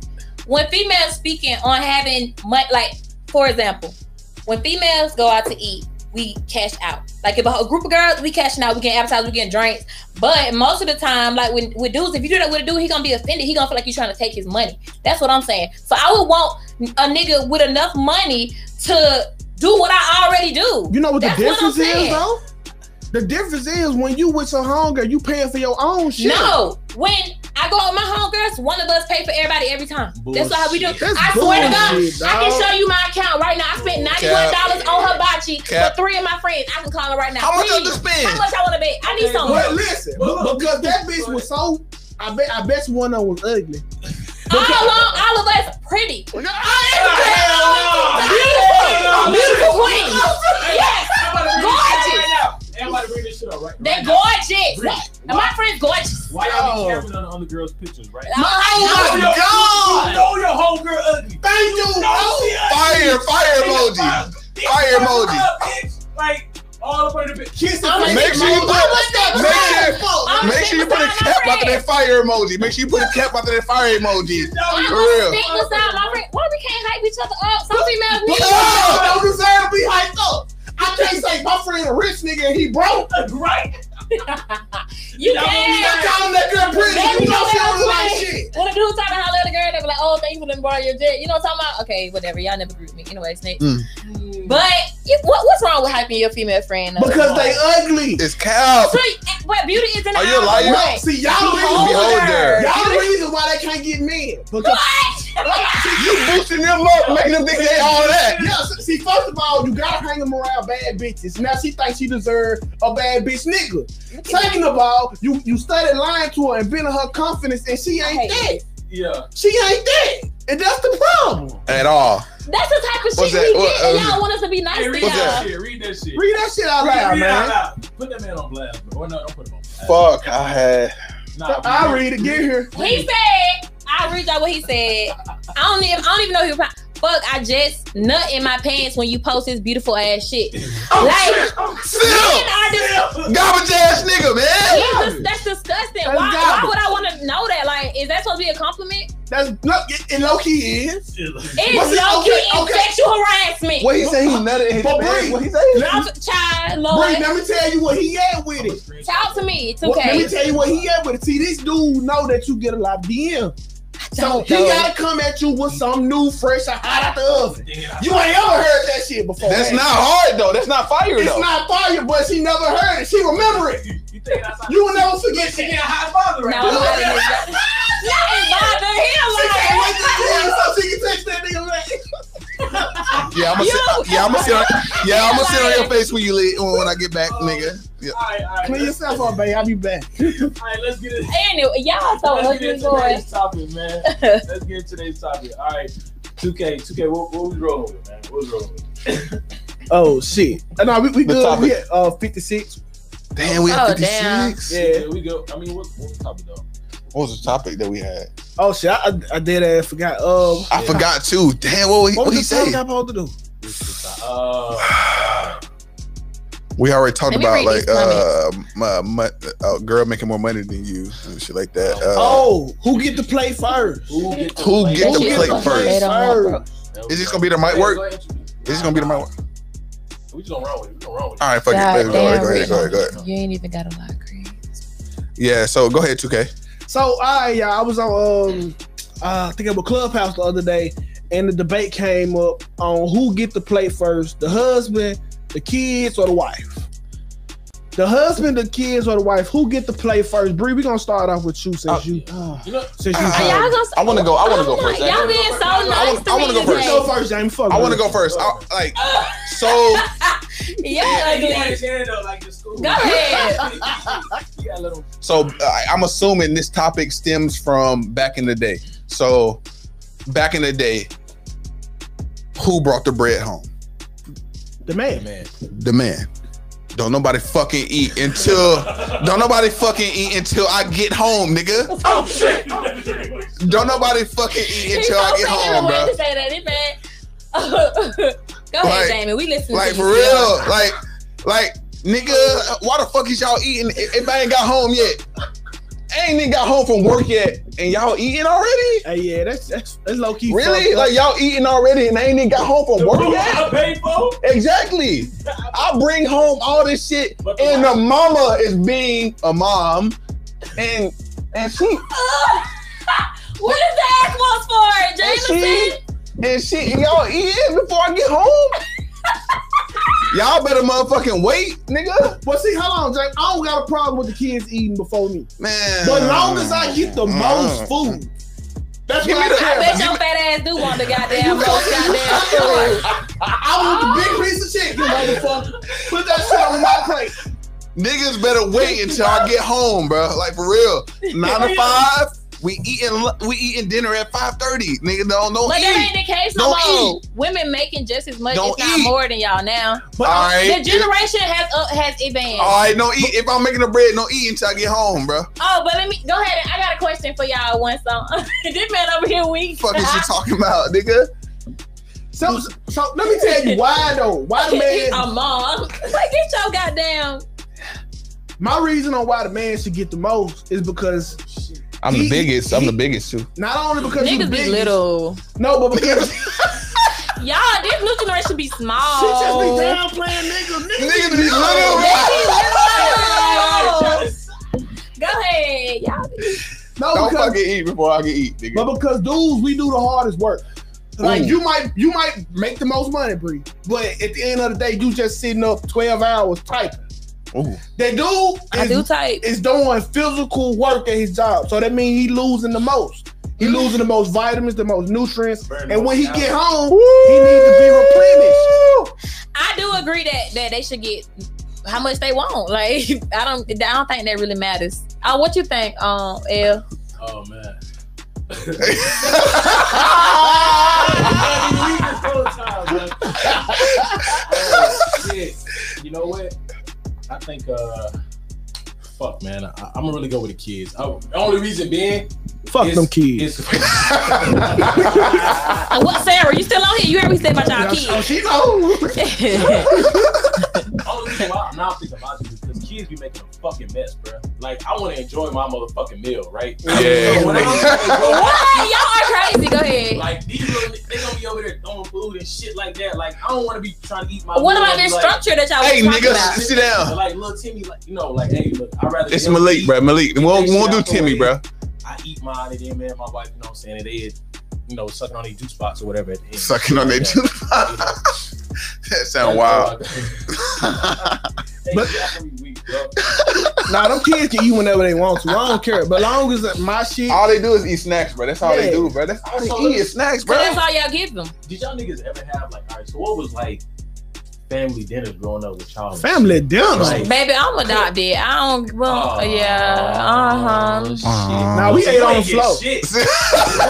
C: when females speaking on having money, like for example, when females go out to eat, we cash out. Like if a, a group of girls, we cashing out. We getting appetizers, we getting drinks. But most of the time, like with, with dudes, if you do that with a dude, he gonna be offended. He gonna feel like you trying to take his money. That's what I'm saying. So I would want a nigga with enough money to do what I already do.
E: You know what
C: That's
E: the
C: what
E: difference
C: I'm
E: is
C: saying.
E: though? The difference is when you with your homegirl, you paying for your own shit.
C: No, when I go with my homegirls, one of us pay for everybody every time. That's how we do.
E: Bullshit.
C: I
E: That's
C: swear to God,
E: bullshit,
C: I can
E: dawg.
C: show you my account right now. I spent ninety-one dollars on her hibachi
B: Cap.
C: with three of my friends. I can call her right now.
B: How much
C: Please.
B: y'all just spend?
C: How much I want to bet? I need
A: Okay,
C: some.
E: But listen,
A: But look,
E: because that bitch was so I bet I bet one of them was ugly.
C: All along, all of us pretty. Oh,
E: Hell
B: Oh,
A: Hell no.
C: Beautiful queen. Yes, gorgeous.
A: Everybody bring this shit up, right?
C: They
A: Right now.
C: gorgeous.
A: Breathe.
C: And my friend's gorgeous.
A: Why y'all be capping on the other girls' pictures, right?
B: Oh
C: I-
A: You know- You know your whole girl ugly.
E: Thank you.
A: know she ugly.
B: Fire, fire
A: Ain't
B: emoji.
A: no
B: Fire emoji.
A: bitch. Like all up under the bitch. Kiss
C: I'm
A: it.
C: a-
B: Make sure you
C: I'm
B: put
C: a-
B: make sure,
C: I'm
B: make sure you put a
C: beside my
B: cap after
C: friend.
B: that fire emoji. Make sure you put a cap after that fire emoji.
C: I'm
B: For
C: gonna
B: real.
C: stick beside my friend. Why we can't hype each other up? Some females need
E: I don't deserve to be hyped up. I can't say my friend a rich nigga and he broke.
A: Right?
C: you
A: Y'all
E: Stop
C: can.
E: calling that girl pretty.
C: Baby,
E: You know she
C: don't
E: don't look like
C: play.
E: shit.
C: When a dude talking to holler at a girl, they be like, "Oh, thank you for letting me borrow your jet." You know what I'm talking about? Okay, whatever. Y'all never grew with me, anyway. Snake. But you, what, what's wrong with hyping your female friend? up?
E: Mm. Because they ugly.
B: It's cap.
C: So, but beauty is in the
B: Are you
C: eye of
B: a
C: the
B: liar?
C: beholder.
E: See y'all
B: Beholder.
E: reasons,
B: Beholder.
E: y'all the reason why they can't get men.
B: [LAUGHS]
E: Because
C: What?
B: You boosting them up, making them think they all that.
E: Yeah, s- see, first of all, you gotta hang them around bad bitches. Now she thinks she deserve a bad bitch nigga. Second of all, you you started lying to her and building her confidence, and she
C: I
E: ain't
C: hate
E: that.
A: Yeah.
E: She ain't that, and that's the problem.
B: At all.
C: That's the type of
B: What's
C: shit
B: that?
C: we
B: What-
C: get, and
B: uh,
C: y'all want us to be nice
A: Hey,
C: to
A: read
B: What's
A: that
C: y'all.
A: shit. Read that shit.
E: Read that shit out
A: Read-
E: loud,
A: read it out
E: man.
A: loud. Put that man on blast, bro. Or no, don't put him on blast.
B: Fuck, I had.
A: Nah,
E: I read it. Get here.
C: He said, "I read out what he said. I don't even, I don't even know who. Fuck, I just nut in my pants when you post this beautiful ass shit. like, men
B: Still,
C: are just,
B: garbage ass nigga, man.
C: that's, dis- that's disgusting. Why, why
E: garbage.
C: would I want to know that? Like, is that supposed to be a compliment?
E: That's look, it, it low key is. What's
C: It's
E: it-
C: low key
E: okay, okay.
C: sexual harassment.
B: What he say? He nutted in his
E: But
B: bed.
E: Bree,
B: What he
C: I'm
B: say?
C: a child, Lord.
E: Bree, let me tell you what he had with it.
C: Talk to me. It's
E: What- let me
C: okay.
E: tell you what he had with it. See, this dude know that you get a lot of DM. So
C: Don't
E: he
C: know.
E: gotta come at you with some new, fresh, and hot out the oven. You ain't ever heard that shit before.
B: That's
E: man.
B: not hard though. That's not fire
E: It's
B: though.
E: not fire, but she never heard it. She remember it.
A: You think that's
E: You will never forget
A: She
E: it.
A: get a hot father
C: No,
A: right
C: I'm
E: [LAUGHS]
A: now.
C: not in this.
E: She
C: Not
E: can't
C: in
E: wait to see him so she can text that nigga back.
B: Yeah, I'm gonna
C: You-
B: sit. Yeah, I'm gonna sit. On, yeah, I'm gonna sit on
C: Like-
B: your face when you leave, when, when I get back, nigga. Yeah.
A: All right, all right.
E: Clean
A: let's-
E: yourself up, babe. I'll be back.
A: All right, let's get it.
C: Anyway, y'all so
A: Let's
C: much
A: get into
C: enjoy.
A: today's topic,
C: [LAUGHS]
A: man. Let's get into today's topic. All right, 2K, 2K, what, what we rolling with, man? What we rolling with?
E: Oh shit. Uh, no, we, we
B: The
E: good.
B: topic.
E: We at uh, 56.
B: Damn, we
C: Oh,
B: have 56.
C: damn.
E: Yeah.
A: we go. I mean, what, what was the topic though?
B: What was the topic that we had?
E: Oh shit, I, I, I did ass forgot. Uh,
B: I forgot too. Damn, what, he-
E: what
B: what
E: was
B: he
E: the fuck I'm
B: say?
E: supposed to do?
A: Uh,
B: We already talked
C: Let me
B: about
C: read
B: like
C: these
B: uh, my, my, uh, girl making more money than you and shit like that. Uh,
E: oh, who get to play first?
A: who get to
B: Who
A: play
B: get
E: Who
B: to play
E: to
B: first?
C: They don't want
E: first?
C: broke.
B: Is this gonna be the mic work? Is this gonna be the mic work?
A: We just gonna run with it. We gonna run with it.
B: All right, fuck
C: God
B: it. Go ahead,
C: damn,
B: go ahead, go ahead, go ahead.
C: You ain't even got a lot, Chris.
B: Yeah, so go ahead, 2K.
E: So I yeah, I was on um uh, I think it was Clubhouse the other day, and the debate came up on who get to play first, the husband, the kids, or the wife. The husband, the kids, or the wife, who get to play first? Bree, we're gonna start off with you since
B: Uh,
E: you
A: You know,
E: since you
B: uh,
C: Are y'all gonna?
B: I wanna go- I wanna go
C: Oh my-
B: first,
C: Y'all
B: actually.
C: being so nice to
B: I
C: me
B: wanna go
E: Bree,
B: first.
E: go
C: today.
E: first, James. Fuck Uh,
B: I want to
E: Bree.
B: go first. I, like, so
C: Yeah,
A: he had
C: ugly.
A: his hand up like the school. [LAUGHS]
C: Go ahead.
A: yeah, little.
B: So I- I'm assuming this topic stems from back in the day. So back in the day, who brought the bread home?
E: The man.
B: The man. Don't nobody fucking eat until don't nobody fucking eat until I get home, nigga.
A: Oh shit! [LAUGHS]
B: Don't nobody fucking eat
C: He's
B: until
C: so
B: I
C: saying
B: get home,
C: the way
B: bro.
C: to say that. It bad. [LAUGHS] Go
B: Like-
C: ahead, Jamie. We listening.
B: Like
C: to
B: for
C: you still.
B: real, like, like nigga, why the fuck is y'all eating? if Everybody ain't got home yet. Ain't even got home from work yet, and y'all eating already?
E: Hey, yeah, that's that's, that's low key.
B: Really? Like y'all eating already, and ain't even got home from work
A: Who
B: yet?
A: I paid for?
B: Exactly. I bring home all this shit,
A: But the
B: and the
A: wife-
B: mama is being a mom, and and she
C: Ugh. [LAUGHS] what is the ass was for,
B: and she
C: Jameson? [LAUGHS]
B: and she and y'all eating before I get home. Y'all better motherfucking wait, nigga.
E: But see, hold on, Jake. I don't got a problem with the kids eating before me.
B: Man.
E: But long as I get the
B: Mm.
E: most food, that's
B: Give me
E: what I
B: the-
E: care
C: I
E: about.
C: bet your fat ass do
B: [LAUGHS]
C: want the goddamn most goddamn food.
E: I want the big piece of chicken, motherfucker. Put that
B: [LAUGHS]
E: shit on my plate.
B: Niggas better wait until I get home, bro. Like for real. Nine to five. We eating lu- we eating dinner at five thirty. Nigga, don't don't
C: But that
B: eat.
C: ain't the case no
B: Don't
C: more. Women making just as much,
B: Don't
C: if not
B: eat.
C: more, than y'all now.
B: All
E: uh,
C: The
B: right.
C: generation has up has advanced.
B: All right, no eat. If I'm making the bread, no eat until I get home, bro.
C: Oh, but let me go ahead. and I got a question for y'all. Once on [LAUGHS] this man over here, weak. [LAUGHS]
B: Fuck is you talking about, nigga?
E: So, so let me tell you why though. Why the
C: [LAUGHS] He's
E: man?
C: a mom. Like get your goddamn.
E: My reason on why the man should get the most is because
B: I'm
E: the biggest. I'm the
B: biggest [LAUGHS] too.
E: not only because you the
C: Niggas be
E: biggest-
C: little.
E: No, but
C: [LAUGHS]
E: because [LAUGHS]
C: Y'all, this new generation be
E: she just be
C: small.
E: downplaying niggas.
B: Niggas be little.
C: They
B: bro.
C: be little. Go ahead, y'all.
E: No,
B: Don't
E: because
B: fucking eat before I can eat, nigga.
E: But because dudes, we do the hardest work. Like
B: Ooh.
E: you might you might make the most money, Bree. But at the end of the day, you just sitting up twelve hours typing.
B: Ooh.
E: That dude
C: I
E: is,
C: do type.
E: is doing physical work at his job, so that means he losing the most. He losing the most vitamins, the most nutrients,
A: Burn
E: and when he
A: most
E: get
A: calories.
E: home, he needs to be replenished.
C: I do agree that that they should get how much they want. Like [LAUGHS] I don't, I don't think that really matters. Uh, what you think, um, L?
A: Oh man.
D: Hey, leave this whole time, bro.
A: Oh, shit. You know what? I think uh fuck man. I, I'm gonna really go with the kids. I, the only reason being
E: Fuck
A: is-
E: them kids.
A: is- [LAUGHS]
C: Uh, what, Sarah? You still on here? You heard me say about y'all
E: Oh,
C: kids?
E: she knows.
A: only reason why I'm not thinking about this is because kids be making a fucking mess, bro. Like I want to enjoy my motherfucking meal, right?
B: Yeah.
A: So when I'm-
C: [LAUGHS] what? Y'all are crazy. Go ahead.
A: Like these little, they gonna be over there throwing food and shit like that. Like I don't want to be trying to eat my.
C: What
A: meal
C: about
A: and
C: this
A: be like-
C: structure that y'all
B: Hey,
C: was talking
B: nigga,
C: about?
B: sit down.
A: Like little Timmy, like you know, like hey, look, I rather
B: [LAUGHS] It's
A: them
B: Malik,
A: eat-
B: bro. Malik. We won't, we won't do Timmy, bro.
A: I eat mine, and then man, my wife, you know what I'm saying, and they, you know, sucking on their juice box or whatever. At the end.
B: Sucking on their tooth. [LAUGHS] that sound wild.
A: but
B: [LAUGHS]
E: But- nah, them kids can eat whenever they want to. I don't care. But long as my shit,
B: all they do is eat snacks, bro. That's all they
E: Yeah.
B: do, bro. That's all
A: Also-
B: they eat is snacks,
C: So
B: bro.
C: that's all y'all give them.
A: did y'all niggas ever have like, all right, so what was like family dinners growing up with y'all?
E: family dinner.
A: Right.
C: Baby, I'm adopted. I don't. Well,
A: Oh.
C: yeah. Uh huh.
B: Oh.
E: Nah, we ate on the floor.
B: [LAUGHS]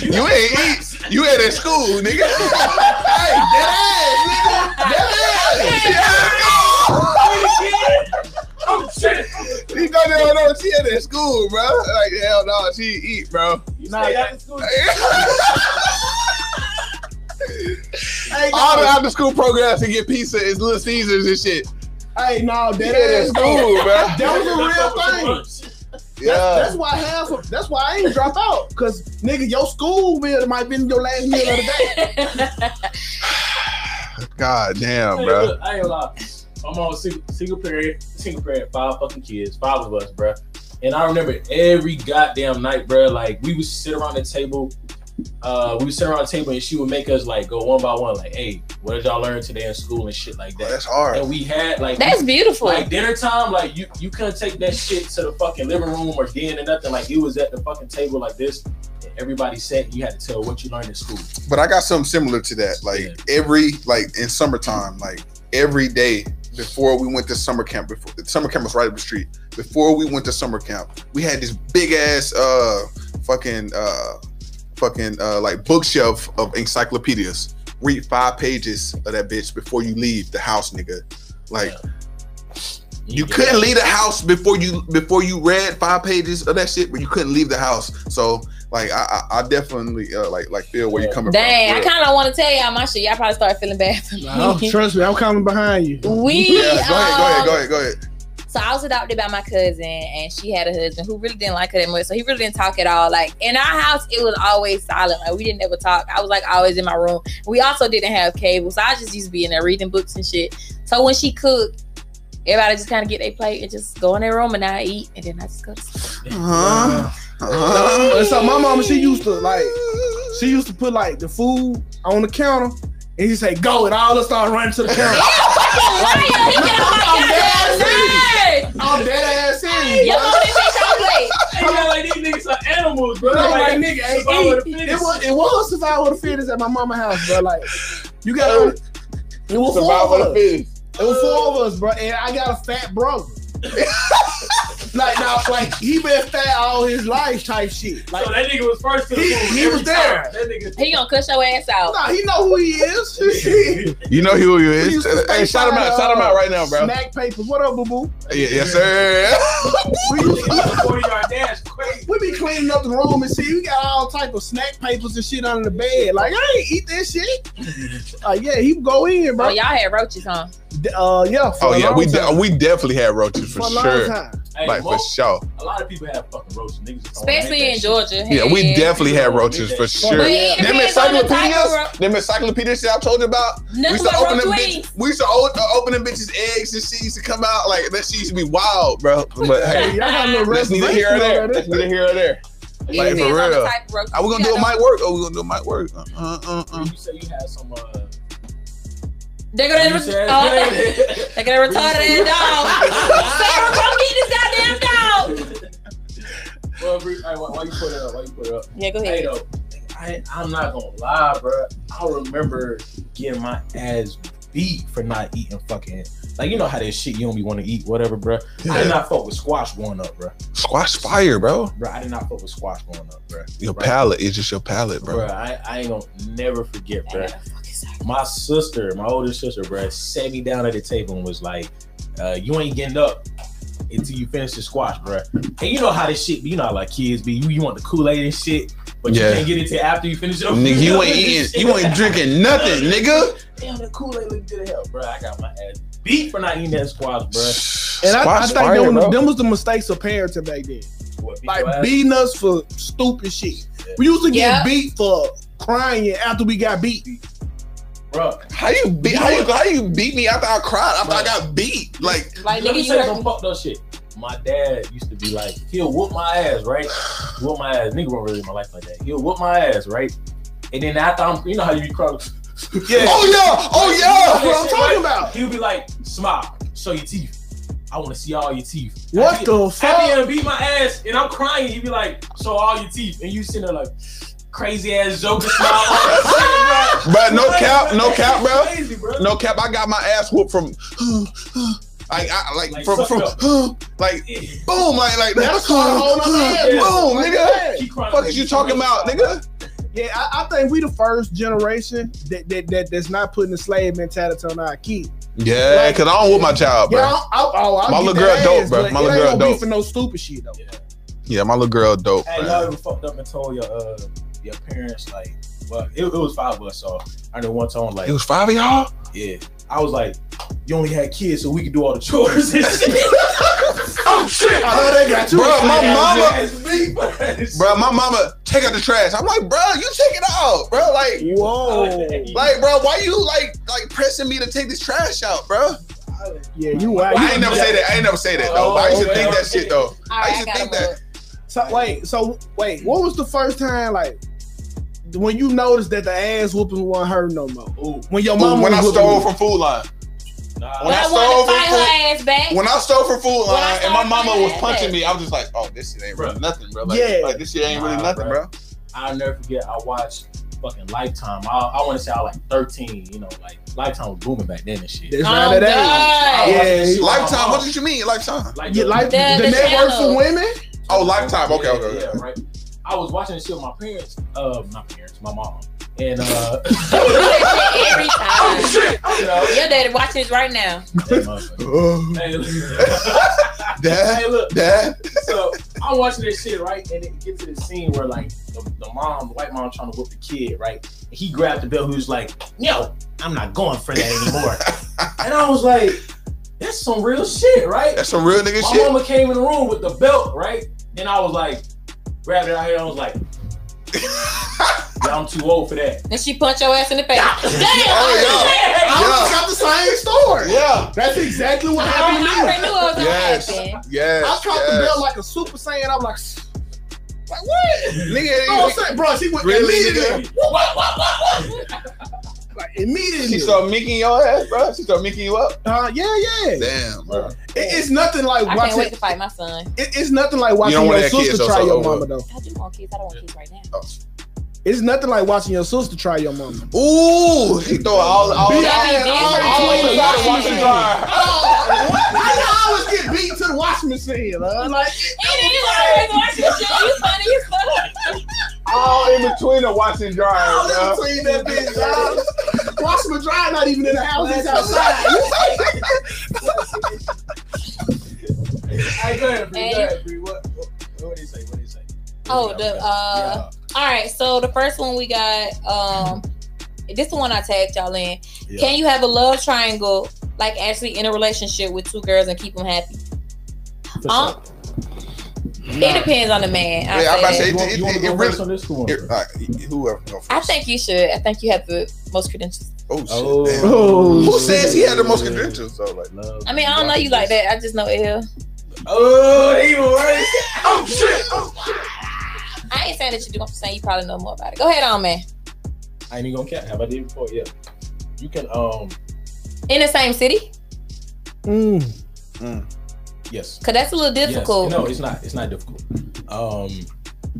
B: you ain't eat. You ain't at school, nigga. [LAUGHS] hey, that ass, nigga. [LAUGHS] That
A: [LAUGHS] Oh shit!
B: ass. You thought that no, she ain't at school, bro. Like hell no, she eat, bro.
A: You know, that's good.
E: Hey,
B: all
E: no.
B: the after school programs to get pizza is Little Caesars and shit.
E: Hey, no,
B: She
E: that
B: ain't at
E: ass
B: school, bro.
E: That was a real thing.
A: thing.
B: Yeah.
E: That's why half of that's why I ain't drop out. Cause nigga, your school meal might been your last meal of the day.
B: God damn,
A: Hey,
B: bro.
A: look, I ain't gonna lie. I'm on single, single parent, single parent, five fucking kids, five of us, bruh. And I remember every goddamn night, bruh, like we would sit around the table. Uh, we would sit around the table and she would make us like go one by one, like, hey, what did y'all learn today in school and shit like
B: Bro,
A: that.
B: That's hard.
A: And we had like
C: That's beautiful.
A: like dinner time, like you you couldn't take that shit to the fucking living room or den or nothing. Like it was at the fucking table like this, and everybody sat. And you had to tell what you learned in school.
B: but I got something similar to that. Like
A: Yeah.
B: every like in summertime, like every day before we went to summer camp, before the summer camp was right up the street. Before we went to summer camp, we had this big ass uh fucking uh fucking uh like bookshelf of encyclopedias. Read five pages of that bitch before you leave the house, nigga. Like you couldn't leave the house before you before you read five pages of that shit, but you couldn't leave the house. So like I I, I definitely uh, like like feel where you coming
C: Dang,
B: from.
C: I kind of want to tell y'all my shit. Y'all probably start feeling bad for me.
E: Oh, trust me, I'm coming behind you.
C: we.
B: yeah, go ahead, go
C: um,
B: ahead, go ahead, go ahead.
C: So I was adopted by my cousin, and she had a husband who really didn't like her that much. So he really didn't talk at all. Like in our house, it was always silent. Like we didn't ever talk. I was like always in my room. We also didn't have cable, so I just used to be in there reading books and shit. So when she cooked, everybody just kind of get their plate and just go in their room and I eat, and then I just go to sleep.
B: Uh-huh.
E: And so my mama, she used to like she used to put like the food on the counter And he said, go, and all of us started running to the
B: [LAUGHS]
C: He
E: camera.
C: get on my
E: I'm
C: goddamn nerves.
E: I'm dead ass serious.
C: You
E: bro.
C: know this bitch I play.
D: like these niggas are animals, bro.
E: Like,
D: Like,
E: nigga, hey,
D: survival of
E: hey,
D: the
E: it
D: fittest.
E: was it was survival of the fittest at my mama house, bro. Like you
B: Oh.
E: got it was four
B: Survival
E: of
B: of
E: us.
B: the fittest.
E: It was four of us, bro, and I got a
B: [LAUGHS]
E: fat brother. like now, like he been fat all his life, type shit. Like
D: so that nigga was first to the
E: He-
D: moon
E: he
D: every
E: was there.
D: time. That nigga.
A: [LAUGHS]
C: He gonna cuss your ass out.
B: Oh,
E: nah, he know who he is. [LAUGHS]
B: You know who you
E: We
B: is.
E: used to
B: Hey,
E: stay
B: shout him
E: by,
B: out. Shout him out
E: uh,
B: right now, bro.
E: Smack papers. What up, boo boo?
B: Yeah, yes, sir.
E: [LAUGHS] We, used to-
D: That Forty yard dash, crazy.
E: we be cleaning up the room and see we got all type of snack papers and shit under the bed. Like I ain't eat that shit.
B: [LAUGHS]
E: Like yeah, he go in,
C: Oh,
E: bro.
C: y'all had roaches, huh?
E: D- Uh, yeah. for
B: Oh
E: a
B: yeah,
E: long
B: we
E: time.
B: de- we definitely had roaches for
E: for a long
B: sure.
E: time.
D: Hey,
B: Like for
D: most-
B: sure.
A: A lot of people have fucking roaches. Niggas just don't
C: Especially in
A: like that
C: Georgia.
B: Yeah,
C: Hell
B: we
C: yeah.
B: definitely had roaches for sure.
C: But it
B: Them
C: depends on the type of ro-
B: encyclopedias, them encyclopedias that I told you about. We
C: Nothing
B: used to
C: but
B: open
C: roach
B: them
C: wings.
B: bitches. We used to o- uh, open them bitches eggs and shit used to come out like that. Shit used to be wild, bro. But
E: [LAUGHS] Hey,
B: hey,
E: y'all got no
B: that's neither here or there.
E: eh?
B: That's neither here or there.
C: It
B: Like, for
C: depends on the
B: real.
C: type of roaches.
B: Are we
C: You
B: gonna do it
C: got
B: might work? Are we gonna do it might work? Uh, uh, uh,
A: shit.
B: uh.
A: You say you had some. Uh,
C: They're gonna,
A: you said-
C: oh,
A: [LAUGHS]
C: they're gonna retard that dog. Sarah, come get this goddamn dog. [LAUGHS]
A: well, Bree, hey, why, why you put it up? Why you put it up?
C: Yeah, go
A: Hey
C: ahead.
A: though, I, I'm not gonna lie, bro. I remember getting my ass beat for not eating fucking like you know how that shit you don't be want to eat whatever, bro. I did
B: Yeah.
A: not fuck with squash growing up, bro.
B: Squash fire, bro.
A: Bro, I did not fuck with squash growing up, bro.
B: Your
A: Right.
B: palate is just your palate,
A: Bro,
B: bro.
A: I, I ain't gonna never forget, bro. My sister, my older sister, bro, sat me down at the table and was like, uh, "You ain't getting up." Until you finish the squash, bro. And you know how this shit be. You know, how, like kids be. You, you want the Kool Aid and shit, but you
B: Yeah.
A: can't get it till after you finish your
B: Nigga, you
A: [LAUGHS]
B: ain't eating. You ain't drinking nothing, nigga.
A: Damn, the Kool Aid look good as hell, bro. I got my ass beat for not eating that squash, bro.
E: And I, I
B: Squash
E: think
B: fire,
E: them,
B: bro.
E: them was the mistakes of parenting back then.
A: What, beat your
E: Like
A: ass?
E: beating us for stupid shit. We used to get
C: Yeah.
E: beat for crying after we got beat.
A: bro.
B: How you beat? How you how you beat me after I cried? After I
A: Right.
B: got beat? Like
C: Like,
A: Let
C: nigga,
A: me
C: you
A: tell you some
C: hurt
A: fucked up shit. My dad used to be like, he'll whoop my ass, right? Whoop my ass. Nigga won't really in my life like that. He'll whoop my ass, right? And then after I'm, you know how you be [LAUGHS] crying.
B: oh yeah, oh
E: That's
B: yeah.
E: what I'm talking about.
A: He'll be like, smile, show your teeth. I want to see all your teeth.
E: What
A: After-
E: the
A: Happy
E: fuck?
A: and beat my ass, and I'm crying. You be like, show all your teeth, and you sitting there like, crazy ass joker
B: [LAUGHS]
A: smile.
B: But no cap, no cap, bro.
A: Crazy, bro.
B: No cap, I got my ass whooped from like I like,
A: Like,
B: from
A: suck
B: from
A: it up.
B: like boom like like
E: That's why
B: Oh,
E: I hold my
B: boom
E: head.
B: nigga.
A: Keep crying.
B: Fuck is you talking about, nigga?
E: Yeah, I, I think we the first generation that, that, that that's not putting the slave mentality on our kids.
B: Yeah, cause I don't whoop my child,
E: Yeah,
B: bro.
E: I, I, oh, I
B: My
E: get
B: little
E: that
B: girl dope,
E: ass,
B: bro.
E: but
B: My
E: it
B: little
E: ain't
B: girl
E: gonna be
B: dope.
E: for no stupid shit though.
B: Yeah, my little girl dope.
A: Hey,
B: man.
A: y'all ever fucked up and told your uh your parents like, well, it, it was five of us, so I know one time like,
B: It was five of y'all.
A: yeah, I was like, you only had kids, so we could do all the chores
B: [LAUGHS]
A: and shit.
B: Oh
A: [LAUGHS]
B: shit! I know they got
E: you.
B: Bro, my mama,
A: That's me, bro.
B: bro, my mama, take out the trash. I'm like, bro, you take it out, bro. Like,
E: Whoa.
B: Like, bro, why you like like pressing me to take this trash out, bro?
E: Yeah, you wild.
B: I ain't never say that. I ain't never say that though. but
E: Oh,
B: I used to think that shit though.
C: All right,
B: I
C: I,
B: used to
C: gotta
B: think that.
C: move.
E: So wait, so wait, what was the first time like when you noticed that the ass whooping wasn't hurt no more?
A: Ooh,
E: When your
B: Ooh,
E: mama
B: when I
E: was whooping
B: stole
E: you?
B: from Food Line,
A: nah,
B: When
C: When
B: I
C: I
B: stole
C: want to
B: from-
C: fight her ass back.
B: when I stole from Food
C: When I
B: Line, and
C: stole
B: my
C: from
B: mama
C: Food
B: was
C: Line.
B: punching me, I was just like, "Oh, this shit ain't really
A: Bruh.
B: nothing, bro. Like,
E: Yeah.
B: like, this shit ain't really
A: Nah,
B: nothing, bro."
A: bruh. I'll never forget. I watched fucking Lifetime. I, I want to say I was like 13. You know, like Lifetime was booming back then and shit.
E: That's
C: Oh,
E: right it is.
C: God.
A: Yeah.
E: Yeah,
B: Lifetime. What did you mean,
A: [LAUGHS]
B: lifetime?
A: Like,
E: you like the,
C: The- the
E: network
C: channel.
E: for women?
B: Oh, lifetime. Okay,
A: Yeah,
B: okay, okay.
A: Yeah, right. I was watching this shit with my parents. Uh, not parents, my mom. And uh,
B: [LAUGHS]
C: You do that shit [LAUGHS] every time.
A: you [LAUGHS] know,
C: Your daddy watching this right now.
A: that motherfucker.
B: Oh,
A: hey, look.
B: Dad,
A: hey, look.
B: dad.
A: So I'm watching this shit, right? And it gets to the scene where like the, the mom, the white mom, trying to whoop the kid, right? And he grabbed the bell. Who's like, "No, I'm not going for that
B: [LAUGHS]
A: anymore." and I was like, "That's some real shit, right?"
B: That's some real nigga
A: My
B: shit.
A: mama came in the room with the belt, right? Then I was like, grabbed it out here. I was
B: [LAUGHS]
A: like, "Yeah, I'm too old for that."
C: And she punch your ass in the face.
B: Oh,
C: Damn!
E: I
B: Yeah.
E: just got the same story.
B: Yeah.
E: That's exactly what happened
C: I
E: to me.
C: already knew it was gonna
B: Yes.
C: happen.
B: Yes.
E: I caught the
B: yes.
E: bell like a super saiyan. I'm like, like what?
B: Nigga,
E: You know what I'm saying? Bro, she went
B: Really,
E: immediately.
B: nigga?
E: What, what, what, what? Like, immediately.
B: She started micking your ass, bro. She started micking you up.
E: Uh, yeah, yeah. It,
B: Damn, bro.
E: it's nothing like
C: I can't
E: watching.
C: wait
E: It,
C: to fight my son.
E: it's nothing like
B: don't
E: watching
B: want
E: your
B: that kid,
E: sister
B: so-
E: try
B: so
E: your
B: over.
E: mama though.
C: I do want kids. I don't want kids right now.
E: It's nothing like watching your sister try your mama.
B: Ooh, she throw all all. all-
E: Beat ass all
C: Yeah.
E: the way to the
C: Yeah.
E: washing
B: Yeah.
E: machine. [LAUGHS] Oh, what? How you always get beat to the washing machine? huh? Like,
B: all in between the watching dry,
E: oh,
B: bro.
E: let me clean that bitch. dog. Washing and dry, not even in the house. It's outside.
D: Hey, go ahead, Bree.
C: Hey.
D: Go ahead, Bree. What, what, what did he say? What did he say?
C: Oh, the uh. All right, so the first one we got. Um, this is the one I tagged y'all in.
A: Yeah.
C: Can you have a love triangle, like actually in a relationship with two girls and keep them happy?
A: For
C: Um, It depends on the man. I,
B: Yeah, I'm about to
C: say
B: say
C: that.
A: You want, you want
B: It-
A: to go
B: it
A: first
B: really-
A: on this one?
B: Here, all right, whoever go first.
C: I think you should. I think you have the most credentials.
B: Oh shit.
A: Oh.
B: damn.
E: Oh,
B: Who says he had the most credentials? though? like,
A: Love.
C: I mean, I don't know you like that. I just know ill.
D: Oh, they even worse.
B: oh shit. Oh,
C: I ain't saying that you do. I'm saying you probably know more about it. Go ahead on, man.
A: I ain't even gonna cap. Have I did before? Yeah. You can um
C: In the same city,
E: Mm.
A: yes.
C: cause that's a little
A: Yes.
C: difficult.
A: No, it's not. It's not difficult. Um,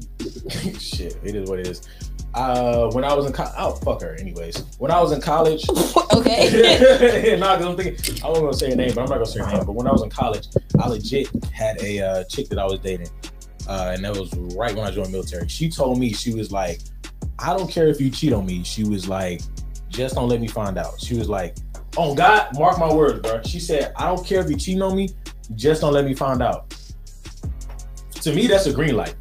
A: [LAUGHS] shit, it is what it is. Uh, when I was in college, oh fuck her. Anyways, when I was in college,
C: [LAUGHS]
A: [LAUGHS]
C: okay.
A: no, nah, cause I'm thinking I wasn't gonna say her name, but I'm not gonna say her name. But when I was in college, I legit had a uh, chick that I was dating, uh, and that was right when I joined military. She told me she was like, "I don't care if you cheat on me." She was like, "Just don't let me find out." She was like, "Oh God, mark my words, bro." She said, "I don't care if you cheating on me, just don't let me find out." To me, that's a green light.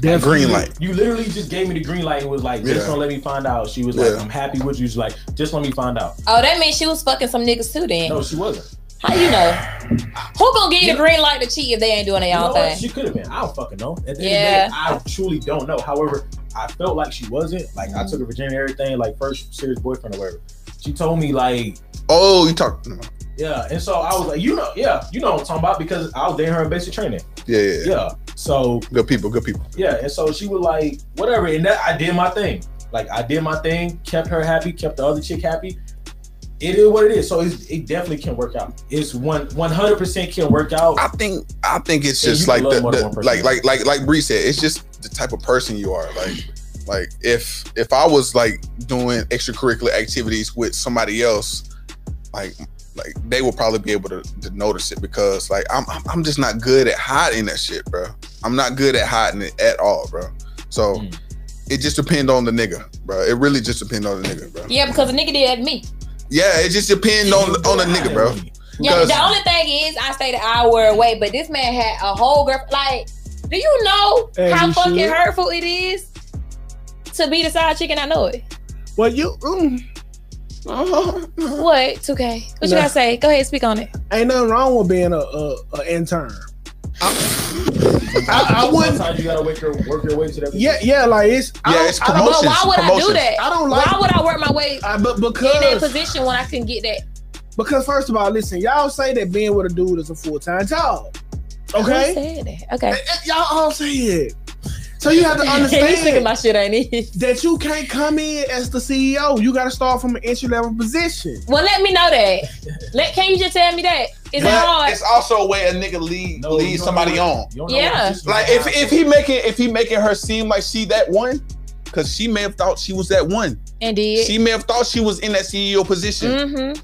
B: green light.
A: You literally just gave me the green light and was like, "Just
B: Yeah.
A: don't let me find out." She was
B: Yeah.
A: like, "I'm happy with you." She's like, "Just let me find out."
C: oh, that means she was fucking some niggas too. Then
A: No, she wasn't.
C: how you know? Who gonna give you the green light to cheat if they ain't doing their
A: You know
C: own
A: what?
C: thing?
A: She could have been. I don't fucking know. At the
C: Yeah.
A: end of the day, I truly don't know. However, I felt like she wasn't. Like I took her virginity, and everything, like first serious boyfriend or whatever. She told me like,
B: Oh, you talking?
A: yeah, and so I was like, you know, yeah, you know what I'm talking about because I was dating her in basic training.
B: Yeah, yeah, yeah.
A: Yeah. So
B: Good people. Good people.
A: yeah, and so she was like, whatever, and that I did my thing. Like I did my thing, kept her happy, kept the other chick happy. It is what it is. So it's, it definitely can work out. It's one one hundred percent can work out.
B: I think I think it's
A: Yeah, you
B: just
A: can
B: like
A: love
B: the,
A: more than
B: the-
A: one person.
B: like like like like Bree said, it's just the type of person you are. Like like if if I was like doing extracurricular activities with somebody else, like like they would probably be able to, to notice it because like I'm I'm- I'm just not good at hiding that shit, bro. I'm not good at hiding it at all, bro. So
A: Mm.
B: it just depends on the nigga, bro. It really just depends on the nigga, bro.
C: Yeah, because the nigga did at me.
B: Yeah, it just depends on on the nigga, bro.
C: Yeah,
B: Because-
C: the only thing is, I stayed an hour away, but this man had a whole girl. Like, do you know
E: As
C: how
E: you
C: fucking
E: should.
C: hurtful it is to be the side chick? And I know it.
E: Well, you mm,
C: What? 2K. What you
E: No.
C: gotta say? Go ahead, speak on it.
E: ain't nothing wrong with being a, a, a intern. I, I wouldn't.
A: Sometimes you gotta work your work your way to that.
E: Yeah, yeah. Like it's. I
B: Yeah,
E: don't-
B: it's
E: I don't-
B: promotion.
C: But why would I do
B: promotions.
E: I
C: that?
E: don't like.
C: Why would I work my way in
E: I, but
C: that
E: because
C: position when I can get that?
E: because first of all, listen, y'all say that being with a dude is a full time job.
C: Who
E: Okay,
C: said that? Okay.
E: Eh, eh, y'all all say it. So you have
C: [LAUGHS]
E: to
C: He's thinking
E: understand
C: my shit, ain't he?
E: that you can't come in as the CEO. You got to start from an entry level position.
C: Well, let me know that. Let can you just tell me that? Is it
B: But
C: hard?
B: It's also a way a nigga lead
A: No, you
B: lead
A: don't
B: somebody
A: know
B: on.
A: You don't
C: Yeah.
A: know what
B: Like if if he making if he making her seem like she that one, because she may have thought she was that one.
C: Indeed.
B: She may have thought she was in that CEO position.
C: Mm-hmm.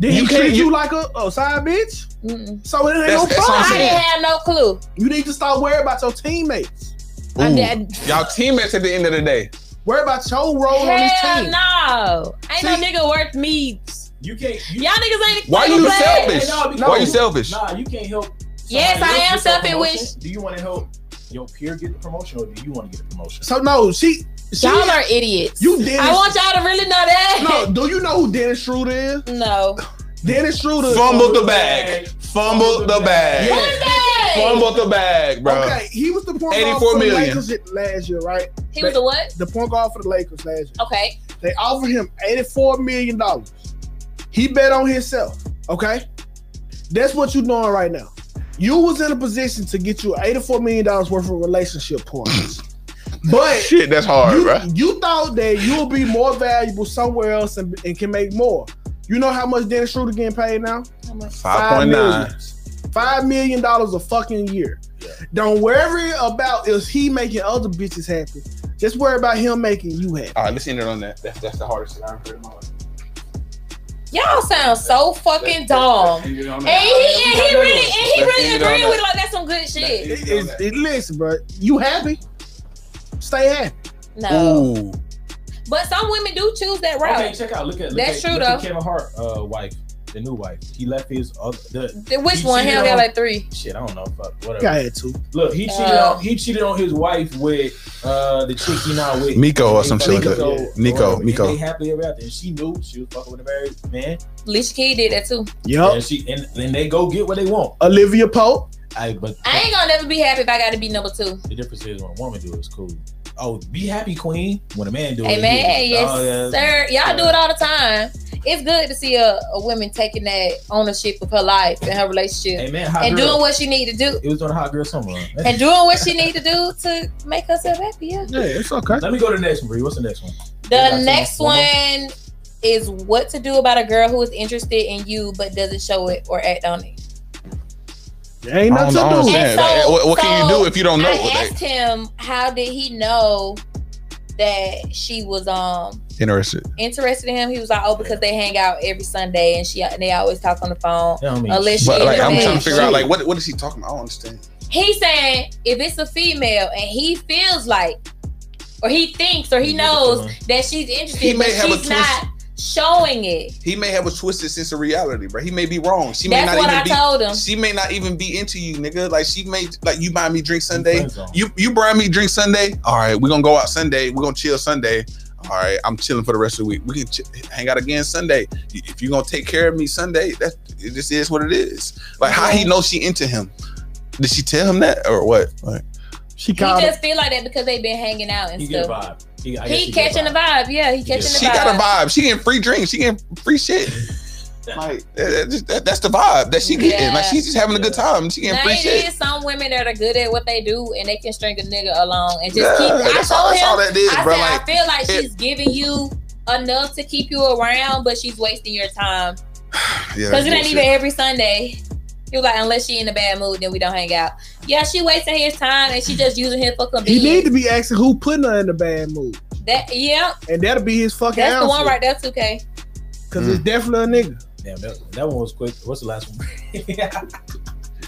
E: Then
B: You
E: you
B: can't-
E: treat
B: you-
E: you like a, a side bitch.
C: Mm-mm.
E: So it ain't
B: That's-
E: no
B: that's what
E: problem.
B: I'm
C: Mm-hmm. I
B: saying.
C: didn't have no clue.
E: You need to start worrying about your teammates.
C: I
B: Ooh.
C: did-
B: Y'all teammates at the end of the day.
E: Worry about your role on this
C: Hell
E: team.
C: no. Ain't no
E: See?
C: nigga worth me.
A: you can't. You,
C: Y'all niggas ain't.
B: Why
C: fucking
B: you
C: playing.
B: selfish?
A: No, because-
B: Why you selfish?
A: Nah, you can't help.
C: Yes,
A: somebody else
C: I am
A: get that
C: selfish,
A: promotion.
C: which-
A: Do you want to help your peer get the promotion, or do you want to get the promotion?
E: So no, she she
C: Y'all are idiots.
E: you Dennis.
C: I want y'all to really know that.
E: no, do you know who Dennis Schroeder is?
C: [LAUGHS] No.
E: Dennis Schroeder. uh,
B: Fumbled the bag. Fumbled the bag.
C: What is that?
B: Fumbled the bag, bro.
E: Okay, he was the point guard
B: 84
E: for the
B: million.
E: Lakers last year, right?
C: He was a what?
E: The point guard for the Lakers last year.
C: Okay.
E: They offered him eighty-four million dollars. He bet on himself. Okay, that's what you're doing right
B: [LAUGHS]
E: now. You was in a position to get you eighty-four million dollars worth of relationship points. But
B: Shit, that's hard,
E: you,
B: bro.
E: you thought that you'll be more valuable somewhere else and, and can make more. You know how much Dennis Schroeder getting paid now?
B: Five point nine.
E: Five million dollars a fucking year. Don't worry about is he making other bitches happy. Just worry about him making you happy.
B: All right, let's end it on that. That's, that's the hardest thing I've heard in my life.
C: Y'all sound so fucking dumb. And he, and he really, and he really agreed with it like that's some good shit.
E: It- it's- it- listen, bro, you happy? Stay happy.
C: No, but some women do choose that route.
A: Okay, check out. Look at look
C: that's
A: at,
C: true
A: look
C: though.
A: At Kevin Hart, uh, wife, the new wife. He left his other. The,
C: The- Which
A: he
C: one?
A: cheated
C: Hell, got
A: on-
C: like three.
A: Shit, I don't know. Fuck, whatever.
E: I had two.
A: Look, he cheated.
C: Uh,
A: on, he cheated on his wife with uh the chick he now with
B: Miko or some
A: They
B: shit like
A: fucking
B: that.
A: go-
B: Nico,
A: whatever, and
B: Nico.
A: They happily ever after, and she knew she was fucking with a married man.
C: Alicia Keys did that too.
E: Yup.
A: and she and, and they go get what they want.
E: Olivia Pope.
A: I but
C: I ain't gonna never be happy if I gotta be number two.
A: the difference is when a woman do it, it's cool. Oh, be happy, queen. When a man do it,
C: Hey man,
A: he-
C: yes
A: oh, yeah.
C: sir. Y'all do it all the time. It's good to see a, a woman taking that ownership of her life and her relationship
A: Hey man, hot
C: and
A: girl.
C: doing what she need to do
A: It was on Hot Girl Summer. huh?
C: and doing what she need to do to make herself happy. Yeah.
E: Yeah, it's okay.
A: Let me go to the next one, Bree. What's the next one?
C: The next one is what to do about a girl who is interested in you but doesn't show it or act on it.
E: There ain't nothing
B: I don't- I don't
E: to do.
C: And
B: understand. Like,
C: so-
B: what what can you
C: so
B: do if you don't know?
C: I
B: what
C: asked him how did he know that she was um
B: they interested.
C: interested in him. He was like, oh, because they hang out every Sunday and she and they always talk on the phone.
A: Yeah, I mean,
C: Unless she
B: But like, I'm
C: interested.
B: trying to figure out like what what is he talking about? I don't understand.
C: He saying if it's a female and he feels like, or he thinks, or he knows that she's interested,
B: He
C: but
B: may have a
C: she's not showing it.
B: He may have a twisted sense of reality, bro. He may be wrong. She may
C: That's
B: not
C: what
B: even
C: I
B: be.
C: told him.
B: She may not even be into you, nigga. Like she may like you buy me drink Sunday.
A: friend zone.
B: You you buy me drink Sunday. All right, we're gonna go out Sunday. We're gonna chill Sunday. All right, I'm chilling for the rest of the week. We can ch- hang out again Sunday. Y- If you're gonna take care of me Sunday, that it just is what it is. Like how he knows she into him. Did she tell him that or what? Like,
E: She
C: He
E: called.
C: just feel like that because they've been hanging out and
A: He get a vibe.
C: stuff.
A: He, I guess
C: He
A: get a
C: catching the vibe. Yeah, he catching
B: she
C: the vibe.
B: got a vibe. She getting free drinks. She getting
C: [LAUGHS]
B: free shit. like that- that- that- that's the vibe that she getting. Like
C: Yeah.
B: she's just having a good time. She getting
C: Now
B: free
C: it
B: shit.
C: is some women that are good at what they do and they can string a nigga along and just
B: Yeah,
C: keep. I
B: that's
C: told
B: all- that's
C: him.
B: all that is,
C: I
B: bro.
C: said
B: Like,
C: I feel like
B: it-
C: she's giving you enough to keep you around, but she's wasting your time
B: Yeah,
C: because it ain't
B: bullshit.
C: even every Sunday. He was like, unless she in a bad mood, then we don't hang out. Yeah, she wasting his time and she just using him for
E: He
C: convenience.
E: need to be asking who putting her in a bad mood,
C: that yeah,
E: and that'll be his fucking
C: that's the one
E: answer.
C: right there, 2K.
E: Cause it's definitely a nigga.
A: Damn, that, that one was quick. What's the last one? [LAUGHS]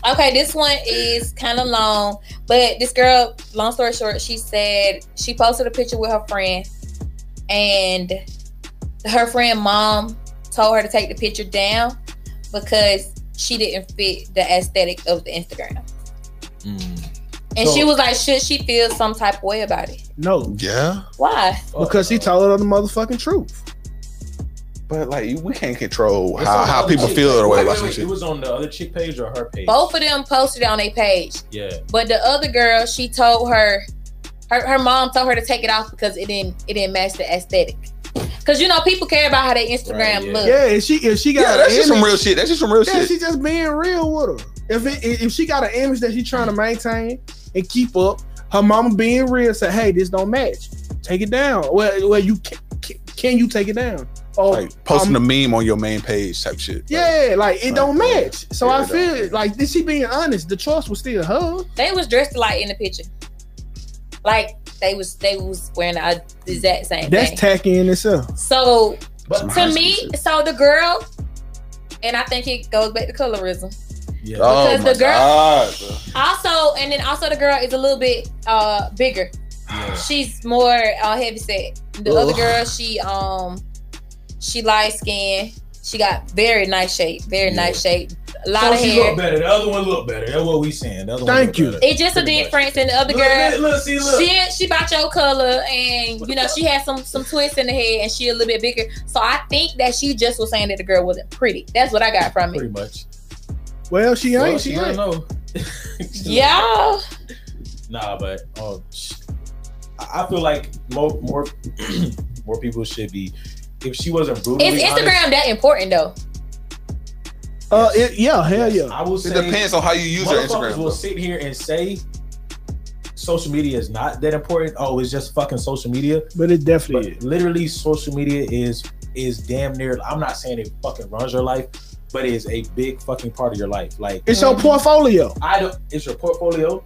C: Okay, this one is kind of long, but this girl, long story short, she said she posted a picture with her friend, and her friend mom told her to take the picture down because she didn't fit the aesthetic of the Instagram. And
E: Mm.
A: So-
C: she was like, should she feel some type of way about it?
E: No,
B: Yeah,
C: Why?
E: because he told her the motherfucking truth.
B: but like we can't control
A: It's
B: how,
A: on the
B: how
A: other
B: people
A: chick-
B: feel or
A: wait,
B: way
A: wait,
B: about some
A: wait, It
B: shit.
A: was on the other chick page or her page?
C: Both of them posted it on their page,
A: Yeah.
C: but the other girl, she told her, her, her mom told her to take it off because it didn't it didn't match the aesthetic. Cause you know people care about how their Instagram
A: Right, yeah.
C: look.
E: Yeah, if she if she got
B: Yeah,
E: an
B: that's just
E: image-
B: some real shit. That's just some real
E: Yeah,
B: shit.
E: she just being real with her. If it, if she got an image that she trying to maintain and keep up, her mama being real said, "Hey, this don't match. Take it down." Well, well, you can, can, can you take it down? Oh,
B: Like posting
E: um,
B: a meme on your main page type shit. Like,
E: yeah, like it don't
B: Like,
E: match. So
B: yeah,
E: I
B: it
E: feel
B: don't.
E: like this. She being honest, the choice was still her.
C: They was dressed alike in the picture. Like they was they was wearing the exact same thing.
E: That's tacky in itself.
C: so
B: some high
C: to
B: school
C: me,
B: shit.
C: so the girl, and I think it goes back to colorism.
A: Yeah.
B: oh
C: because
B: my
C: the girl-
B: god, bro.
C: Also, and then also the girl is a little bit uh bigger.
A: yeah.
C: She's more uh heavy set. The other
B: Ugh.
C: girl, she um she light skin. She got very nice shape, very
A: Yeah.
C: nice shape. A lot
A: So
C: of
A: she
C: hair.
A: look better. The other one look better. That's what we saying. The other one
E: Thank
A: look
E: you.
A: better.
C: It's just a
A: Pretty much.
C: difference, and the other
A: Look,
C: girl,
A: look, look, see, look.
C: She she about your color, and you know she had some some twists in the head, and she a little bit bigger. So I think that she just was saying that the girl wasn't pretty. That's what I got from
A: Pretty
C: it.
A: much.
E: Well, she ain't.
A: Well,
E: she
A: she don't
E: ain't.
A: know.
C: Yeah,
A: Nah, but oh, sh- I I feel like more more [CLEARS THROAT] more people should be. If she wasn't brutally
C: is
A: honest-
C: Instagram that important though?
E: Uh, it, yeah, hell yeah.
A: I will
B: It
A: say
B: depends on how you use your
A: motherfuckers
B: Instagram.
A: will sit here and say social media is not that important. Oh, it's just fucking social media.
E: But it definitely
A: is. Literally, social media is is damn near. I'm not saying it fucking runs your life, but it is a big fucking part of your life. Like
E: It's your portfolio.
A: I don't. It's your portfolio,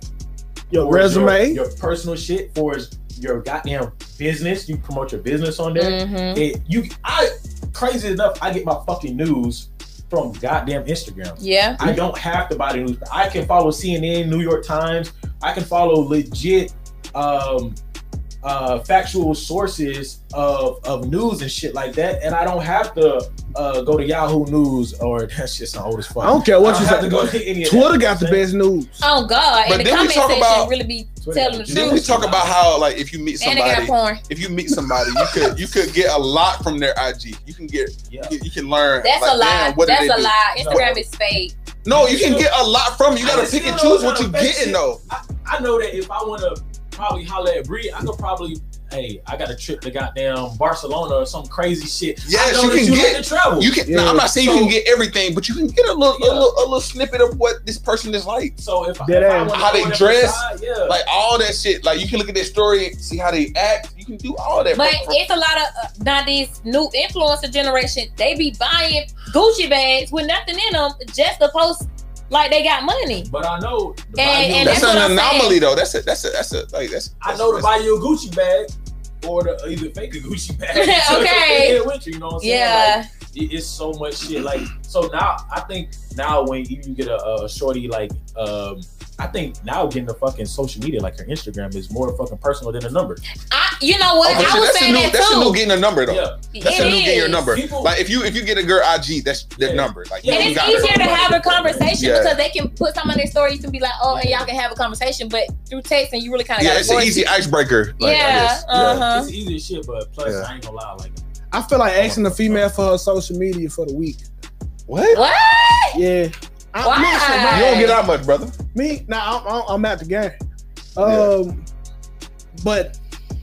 E: Your
A: for is
E: resume.
A: your, your personal shit, for is your goddamn business. You promote your business on there.
E: Mm-hmm.
C: Mhm.
A: It, you, I crazy enough, I get my fucking news from goddamn Instagram.
C: Yeah.
A: I don't have to buy the news. I can follow CNN, New York Times. I can follow legit um, uh, factual sources of, of news and shit like that, and I don't have to uh, go to Yahoo News or [LAUGHS] that shit's not old as fuck.
E: I don't care what you
A: don't have
E: say.
A: to go to any of that.
E: Twitter got the best news.
C: Oh God! and
B: But
C: the
B: then
C: comment
B: we talk
C: section
B: about-
C: really be telling the
B: Then we
C: truth.
B: talk about how like if you meet
C: And they got
B: somebody,
C: porn.
B: if you meet somebody, you could you could get a lot from their IG. You can get
A: Yeah.
B: you, you can learn.
C: That's
B: like,
C: a lie.
B: damn, what did
C: That's
B: they
C: a
B: do?
C: lie.
A: No.
C: Instagram is fake.
B: No, you can get a lot from. it. You gotta
A: I
B: pick and
A: still
B: choose
A: don't
B: what you
A: know that
B: getting
A: shit.
B: though.
A: I know that if I want to probably holler at Bree, I could probably. Hey, I got a trip to goddamn Barcelona or some crazy shit. I
B: Yes,
A: know
B: you
A: that
B: can get-
A: like to travel.
B: You can.
E: Yeah.
B: Now, I'm not saying you
A: So-
B: can get everything, but you can get a little,
A: Yeah.
B: a little, a little snippet of what this person is like.
A: so if, I-
E: Dead
A: if I
E: ass.
A: wanna
B: How they
A: go on that
B: dress,
A: side, yeah.
B: Like all that shit. Like you can look at their story, and see how they act. You can do all that.
C: But
B: from- from-
C: it's a lot of uh, now these new influencer generation. They be buying Gucci bags with nothing in them just to post like they got money.
A: but I know the
C: And-
A: value-
C: and
B: that's,
C: that's what I'm
B: an anomaly
C: saying.
B: though. That's a that's a that's a like that's.
A: I know to
B: that's-
A: buy you a Gucci bag or the either fake a Gucci bag.
C: [LAUGHS]
A: [LAUGHS]
C: Okay.
A: Yeah, with you, you know what I'm saying?
C: Yeah.
A: Like, it- it's so much shit. Like so now, I think now when you you get a, a shorty like, um, I think now getting the fucking social media like her Instagram is more fucking personal than a number.
C: I, you know what?
B: Oh, but
C: I
B: see,
C: was
B: that's a
C: saying
B: new
C: that
B: that's a
C: too.
B: new getting a number though.
A: Yeah,
B: That's
C: It
B: a new getting your
C: is.
B: number.
A: People-
B: like if you if you get a girl IG, that's their
A: Yeah.
B: number. Like
A: Yeah,
B: you
C: And
A: we
C: it's
B: got
A: it.
C: easier to have a conversation
B: Yeah.
C: because they can put some on their story. You can be like, oh, and y'all can have a conversation. But through text, and you really kind of
B: Yeah,
C: got
B: it's an easy icebreaker. Like, I
C: yeah,
B: guess.
C: uh huh.
A: it's easy as shit. But plus,
B: Yeah.
A: I ain't gonna lie, like
E: I feel like asking a female for her social media for the week.
B: What?
C: What?
E: Yeah. I,
C: Why?
E: listen,
B: You don't get out much, brother.
E: Me, nah, I'm, I'm, I'm at the game.
B: Yeah.
E: Um, but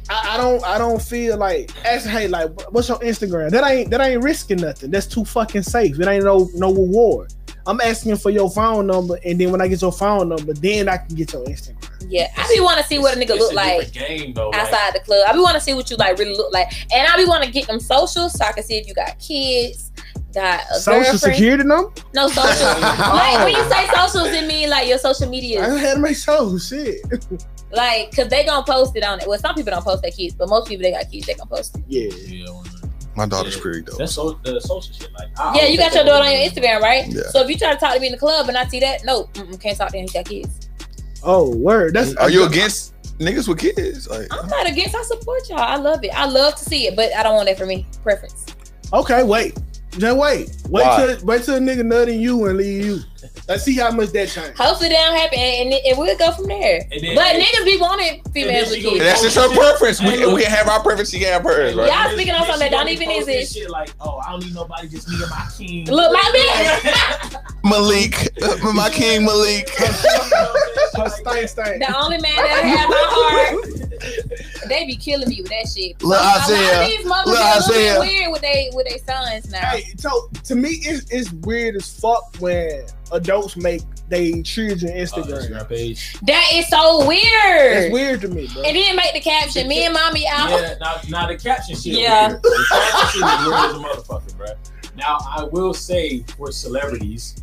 E: I, I don't, I don't feel like asking, hey, like, what's your Instagram? That ain't, that ain't risking nothing. That's too fucking safe. It ain't no, no reward. I'm asking for your phone number, and then when I get your phone number, then I can get your Instagram.
C: Yeah, I be want to see what a nigga
A: it's
C: look like.
A: different Game though, like,
C: outside the club. I be want to see what you like really look like, and I be want to get them socials so I can see if you got kids, got a
E: Social
C: girlfriend.
E: security number?
C: No socials. like when you say socials, it mean like your social media,
E: I had to make sure. Oh, Shit.
C: like because they gonna post it on it. Well, some people don't post their kids, but most people they got kids, they gonna post it.
E: Yeah.
A: yeah, well,
B: My daughter's
A: Yeah.
B: pretty dope.
A: that's so the social shit. Like, I
C: yeah,
A: always
C: you got your
A: think
C: daughter
A: that-
C: on your Instagram, right?
B: Yeah.
C: So if you try to talk to me in the club and I see that, no, mm-mm, can't talk to him. He got kids.
E: Oh, word. That's
B: Are you against niggas with kids? Like,
C: I'm not against. I support y'all. I love it. I love to see it, but I don't want that for me. Preference.
E: Okay, wait. Just wait. Wait
B: Why?
E: till wait till a nigga nutting you and leave you. Let's see how much that change.
C: Hopefully, that don't happen, and, and, and we'll go from there.
A: And then-
C: but niggas be wanting females
A: she
C: with
A: go-
C: kids.
B: and that's just her preference. We, we can have our preference. She can have hers, right?
C: Y'all speaking on
A: She
C: something that don't
A: gonna be
C: even
A: posting
C: exist.
A: Shit like, oh, I don't need nobody, just me and my king. [LAUGHS]
C: Look, my bitch.
B: Malik, Uh, my king Malik.
E: Her stain stain.
C: The only man that had my heart. They be killing me with that shit. A
B: Lil
C: lot of
B: Isaiah.
C: these mothers
B: Lil
C: get a little bit
B: Isaiah.
C: weird with they with their sons now.
E: Hey, so to me, it's, it's weird as fuck when adults make they children
A: Oh,
E: Instagram.
A: Instagram page.
C: That is so weird.
E: It's weird to me, bro.
C: And then make the caption, me and mommy out.
A: Yeah, now, now the caption shit.
C: Yeah.
A: Weird. The caption shit is weird as a motherfucker, bro. Now I will say for celebrities,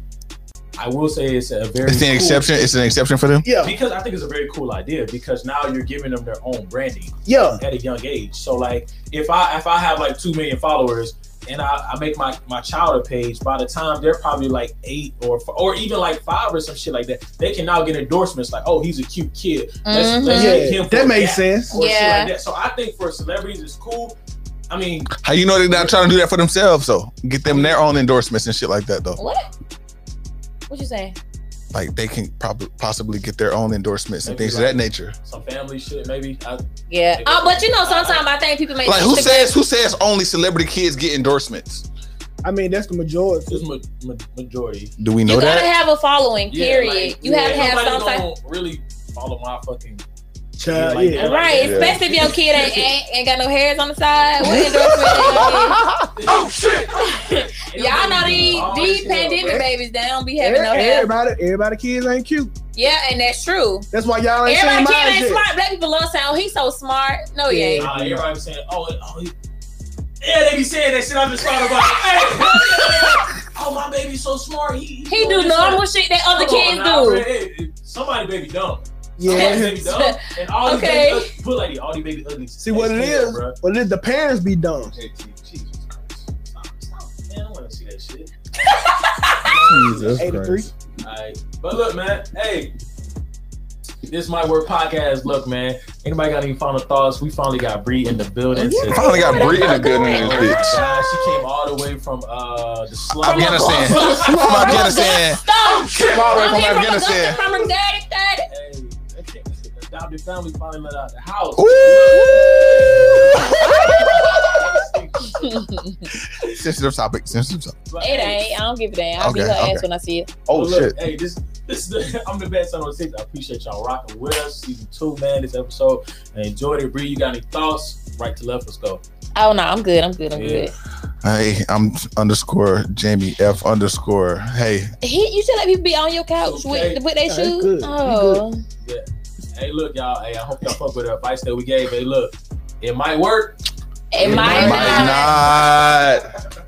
A: I will say it's a very
B: It's an
A: cool-
B: exception. It's an exception for them.
E: Yeah,
A: because I think it's a very cool idea because now you're giving them their own branding
E: yeah.
A: at a young age. So like if I if I have like two million followers and I, I make my my child a page, by the time they're probably like eight or f- or even like five or some shit like that, they can now get endorsements like, oh, he's a cute kid. Let's, let's
C: Mhm.
A: get
E: Yeah,
A: him for
E: that
A: that.
E: makes sense.
A: Or shit
C: Yeah.
A: like that. So I think for celebrities, it's cool. I mean,
B: How you know they're not trying to do that for themselves? So get them their own endorsements and shit like that though.
C: What? What you saying?
B: Like they can probably possibly get their own endorsements and things of that nature.
A: some family shit maybe. I,
C: Yeah. Oh, but you know, sometimes I think people make
B: Like who
C: Instagram-
B: says who says only celebrity kids get endorsements?
E: I mean, that's the majority.
A: it's ma- ma- majority.
B: Do we
C: you
B: know
C: gotta
B: that?
C: have a following,
A: Yeah,
C: period.
A: like,
C: you
A: yeah,
C: have to have
A: nobody's
C: some type
A: gonna really follow my
C: [LAUGHS]
A: fucking.
E: Child,
A: like
E: yeah.
A: that.
C: Right,
A: Yeah.
C: especially if your kid ain't, ain't ain't got no hairs on the side. What endorsement?
E: [LAUGHS]
A: oh shit! [LAUGHS]
C: Y'all know these these pandemic babies, they don't be having no hair.
E: Everybody, everybody, kids ain't cute.
C: Yeah, and that's true.
E: That's why y'all ain't
C: Everybody
E: saying
C: kid
E: mine
C: ain't
E: shit.
C: smart. Black people love saying, oh, he's so smart. No, he ain't.
A: Nah, everybody was saying, oh, it- oh, he- yeah, they be saying that shit. I just thought about. Hey, [LAUGHS] oh, my baby's so smart. He he,
C: He
A: doing
C: do
A: this, like-
C: normal shit that other
A: Come on
C: kids
A: now, bruh.
C: do.
A: Hey, hey, somebody baby dumb.
E: Yeah.
A: Somebody baby dumb. And all these
C: Okay.
A: baby ug- put like these- all these baby ugly.
E: See what it is?
A: bro.
E: What it is? The parents be dumb.
A: Man, I don't want to see that shit.
I: Jesus
E: Eight to three.
I: Christ.
A: Alright. But look, man, hey. This might work podcast. Look, man. Anybody got any final thoughts? We finally got Bree in the building.
C: Oh,
A: today.
B: Finally got Bree in the good
A: Oh
B: news,
A: my
B: bitch.
A: God, she came all the way from uh the slum.
B: Afghanistan. From Afghanistan.
C: Stop.
B: Came all the way
C: I'm
B: from
C: here from Augusta,
B: Afghanistan.
C: from her daddy, daddy.
A: Hey, that kid- the adopted family finally let out the house. [LAUGHS]
B: Sensitive topic. Sensitive topic.
A: But,
C: It
A: hey,
C: ain't. I don't give a damn. I'll be
B: Okay,
C: her ass
B: okay.
C: when I see it.
B: Oh
A: Well, look,
B: shit.
A: Hey, this this is the, [LAUGHS] I'm the best son on six. I appreciate y'all rocking with us, season two, man. This episode, I enjoyed it. Bree, you got any thoughts? Right to left, let's go.
C: Oh no, I'm good. I'm good. I'm
A: Yeah.
C: good.
B: Hey, I'm underscore Jamie F underscore. Hey,
C: He, you should let people be on your couch
A: Okay.
C: with with their
E: Yeah, it's
C: shoes.
E: good. It's
C: Oh,
A: Hey, look, y'all. Hey, I hope y'all fuck with the advice that we gave. Hey, look, it might work.
C: it might
B: might
C: not.
B: not.